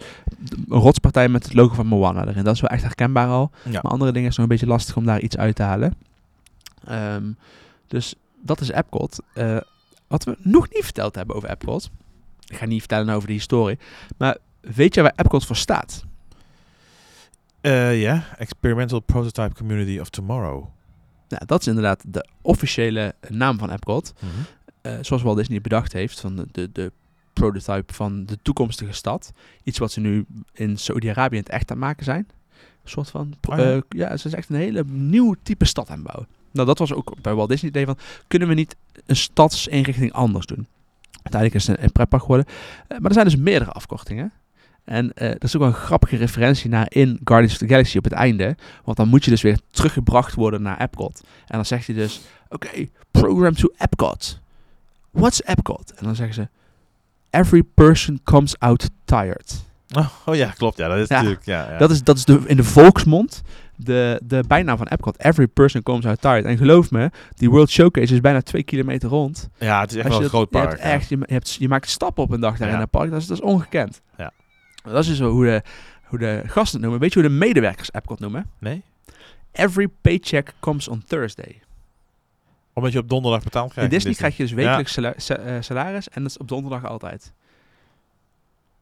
Speaker 2: een rotspartij met het logo van Moana erin. Dat is wel echt herkenbaar al.
Speaker 1: ja.
Speaker 2: Maar andere dingen is nog een beetje lastig om daar iets uit te halen. Ehm, dus dat is Epcot. Eh, wat we nog niet verteld hebben over Epcot. Ik ga niet vertellen over de historie. Maar weet je waar Epcot voor staat?
Speaker 1: Eh, ja, Experimental Prototype Community of Tomorrow.
Speaker 2: Nou, dat is inderdaad de officiële naam van Epcot. eh, zoals Walt Disney bedacht heeft, van de, de, de prototype van de toekomstige stad. Iets wat ze nu in Saudi-Arabië in het echt aan het maken zijn. Een soort van, pro-
Speaker 1: Oh ja.
Speaker 2: eh, ja, ze is echt een hele nieuw type stad aan het bouwen. Nou, dat was ook bij Walt Disney het idee van, kunnen we niet een stadsinrichting anders doen? Uiteindelijk is het een, een pretpark geworden. Eh, maar er zijn dus meerdere afkortingen. En eh er is ook wel een grappige referentie naar in Guardians of the Galaxy op het einde. Want dan moet je dus weer teruggebracht worden naar Epcot. En dan zegt hij dus, oké, program to Epcot. What's Epcot? En dan zeggen ze: Every person comes out tired.
Speaker 1: Oh, oh ja, klopt. Ja, dat is
Speaker 2: Ja,
Speaker 1: natuurlijk... Ja, ja.
Speaker 2: Dat is, dat is de, in de volksmond de, de bijnaam van Epcot. Every person comes out tired. En geloof me, die World Showcase is bijna twee kilometer rond.
Speaker 1: ja, het is echt
Speaker 2: Als
Speaker 1: wel een
Speaker 2: je dat-
Speaker 1: groot park.
Speaker 2: Je, hebt
Speaker 1: ja.
Speaker 2: echt, je, ma- je, hebt, je maakt stappen op een dag daar
Speaker 1: Ja.
Speaker 2: in dat park. Dat is, dat is ongekend.
Speaker 1: Ja.
Speaker 2: Dat is dus zo hoe de, hoe de gasten het noemen. Weet je hoe de medewerkers Epcot noemen?
Speaker 1: Nee?
Speaker 2: Every paycheck comes on Thursday.
Speaker 1: Omdat je op donderdag betaald
Speaker 2: In
Speaker 1: krijgt.
Speaker 2: Disney krijg je dus wekelijks sala- sa- eh, salaris. En dat is op donderdag altijd.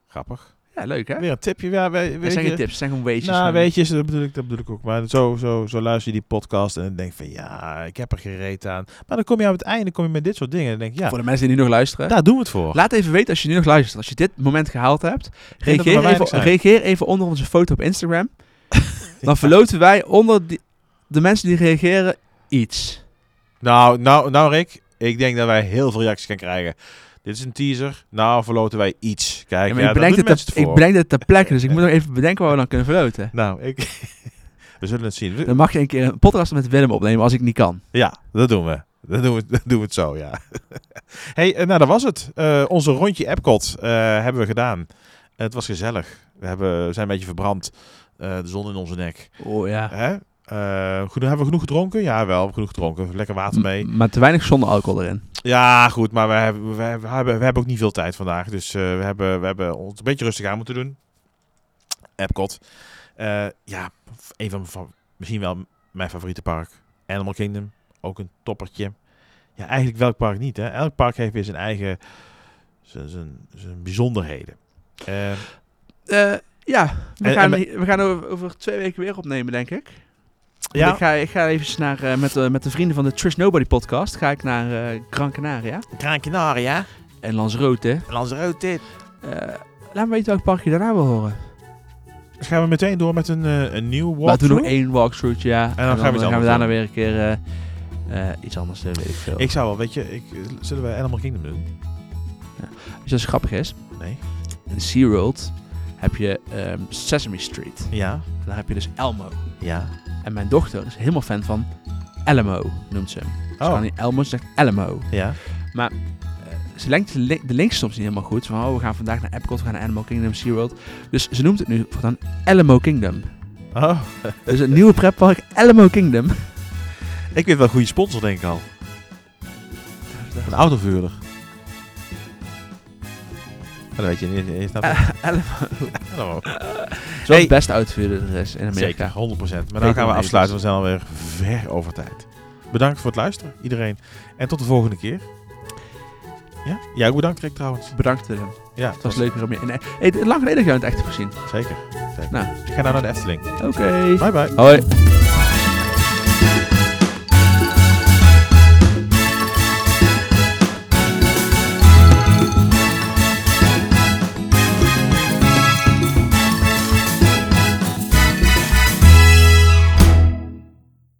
Speaker 1: Grappig.
Speaker 2: Ja, leuk hè?
Speaker 1: Weer een tipje. Ja, we- weet
Speaker 2: Dat zijn
Speaker 1: je-
Speaker 2: geen tips, dat zijn gewoon weetjes.
Speaker 1: Nou,
Speaker 2: van-
Speaker 1: weet je, dat bedoel, ik, dat bedoel ik ook. Maar zo, zo, zo luister je die podcast en dan denk je van ja, ik heb er gereed aan. Maar dan kom je aan het einde kom je met dit soort dingen. En dan denk je, ja,
Speaker 2: Voor de mensen die nu nog luisteren.
Speaker 1: daar doen we het voor.
Speaker 2: Laat even weten als je nu nog luistert. Als je dit moment gehaald hebt.
Speaker 1: denk dat we
Speaker 2: Reageer
Speaker 1: weinig
Speaker 2: even,
Speaker 1: zijn.
Speaker 2: reageer even onder onze foto op Instagram. Dan verloten wij onder die- de mensen die reageren iets.
Speaker 1: Nou, nou, nou Rick, ik denk dat wij heel veel reacties gaan krijgen. Dit is een teaser. Nou verloten wij iets. Kijk,
Speaker 2: Ja,
Speaker 1: ja,
Speaker 2: maar ik,
Speaker 1: daar
Speaker 2: bedenk
Speaker 1: doen
Speaker 2: dit
Speaker 1: mensen
Speaker 2: ter,
Speaker 1: het
Speaker 2: ik
Speaker 1: voor.
Speaker 2: bedenk dit ter plekke. Dus ik moet nog even bedenken waar we dan kunnen verloten.
Speaker 1: Nou, ik... we zullen het zien. We-
Speaker 2: Dan mag je een keer een podcast met Willem opnemen als ik niet kan.
Speaker 1: Ja, dat doen we. Dat doen we, dat doen we het zo, ja. hey, eh, nou, dat was het. Eh, onze rondje Epcot eh, hebben we gedaan. het was gezellig. We hebben, we zijn een beetje verbrand. Eh, de zon in onze nek.
Speaker 2: Oh ja.
Speaker 1: Hè? Eh, goed, hebben we genoeg gedronken? Ja, wel. we hebben Genoeg gedronken. Lekker water mee.
Speaker 2: M- maar te weinig zonder alcohol erin.
Speaker 1: Ja, goed. Maar we hebben, we hebben, we hebben, we hebben ook niet veel tijd vandaag. Dus eh, we, hebben, we hebben ons een beetje rustig aan moeten doen. Epcot. Eh, ja, een van mijn, fa- misschien wel mijn favoriete park. Animal Kingdom. Ook een toppertje. Ja, eigenlijk welk park niet, hè? Elk park heeft weer zijn eigen... zijn, zijn, zijn bijzonderheden. Eh,
Speaker 2: Eh, ja, we
Speaker 1: En-
Speaker 2: gaan,
Speaker 1: en
Speaker 2: we gaan over, over twee weken weer opnemen, denk ik.
Speaker 1: ja,
Speaker 2: Ik, ga, ik ga even naar, eh, met, eh, met de vrienden van de Trish Nobody podcast. Ga ik naar eh Gran Canaria
Speaker 1: Gran Canaria.
Speaker 2: en Lanzarote.
Speaker 1: Lanzarote.
Speaker 2: Eh, laat me weten welk park je daarna wil horen.
Speaker 1: Dus gaan we meteen door met een, eh, een nieuw
Speaker 2: Laten we doen
Speaker 1: walkthrough?
Speaker 2: nog één walkthrough, ja. En
Speaker 1: dan gaan we iets anders
Speaker 2: daarna
Speaker 1: doen.
Speaker 2: weer een keer eh, eh, iets anders doen, weet ik veel.
Speaker 1: Ik zou wel, weet je... Ik, zullen we Animal Kingdom doen?
Speaker 2: Dus als het grappig is,
Speaker 1: Nee.
Speaker 2: in SeaWorld heb je ehm, Sesame Street.
Speaker 1: Ja.
Speaker 2: En daar heb je dus Elmo.
Speaker 1: Ja.
Speaker 2: En mijn dochter is helemaal fan van Elmo, noemt ze hem.
Speaker 1: Oh.
Speaker 2: Ze kan niet Elmo, ze zegt Elmo.
Speaker 1: Ja.
Speaker 2: Ze lengt de, li- de link soms niet helemaal goed. Van, oh, we gaan vandaag naar Epcot, we gaan naar Animal Kingdom, SeaWorld. Dus ze noemt het nu dan Elmo Kingdom.
Speaker 1: Oh,
Speaker 2: Dus het nieuwe pretpark Elmo Kingdom.
Speaker 1: ik weet wel een goede sponsor, denk ik al. Een autovuurder. Dat weet je niet. Je snapt het.
Speaker 2: Elmo.
Speaker 1: Hallo.
Speaker 2: Zo'n
Speaker 1: Eh. Hey.
Speaker 2: het beste uitvoerder er is in Amerika.
Speaker 1: Zeker, 100%. Maar
Speaker 2: Weet
Speaker 1: dan gaan we
Speaker 2: wel
Speaker 1: afsluiten. We zijn alweer ver over tijd. Bedankt voor het luisteren, iedereen. En tot de volgende keer. Ja? Jij ook bedankt, Rick, trouwens.
Speaker 2: Bedankt Willem.
Speaker 1: Ja,
Speaker 2: Het was leuk weer om je... Nee, hey, lang geleden dat ik jou in het echt heb gezien.
Speaker 1: Zeker. zeker.
Speaker 2: Nou.
Speaker 1: Ik ga nou naar de Efteling.
Speaker 2: Oké.
Speaker 1: Bye bye.
Speaker 2: Hoi.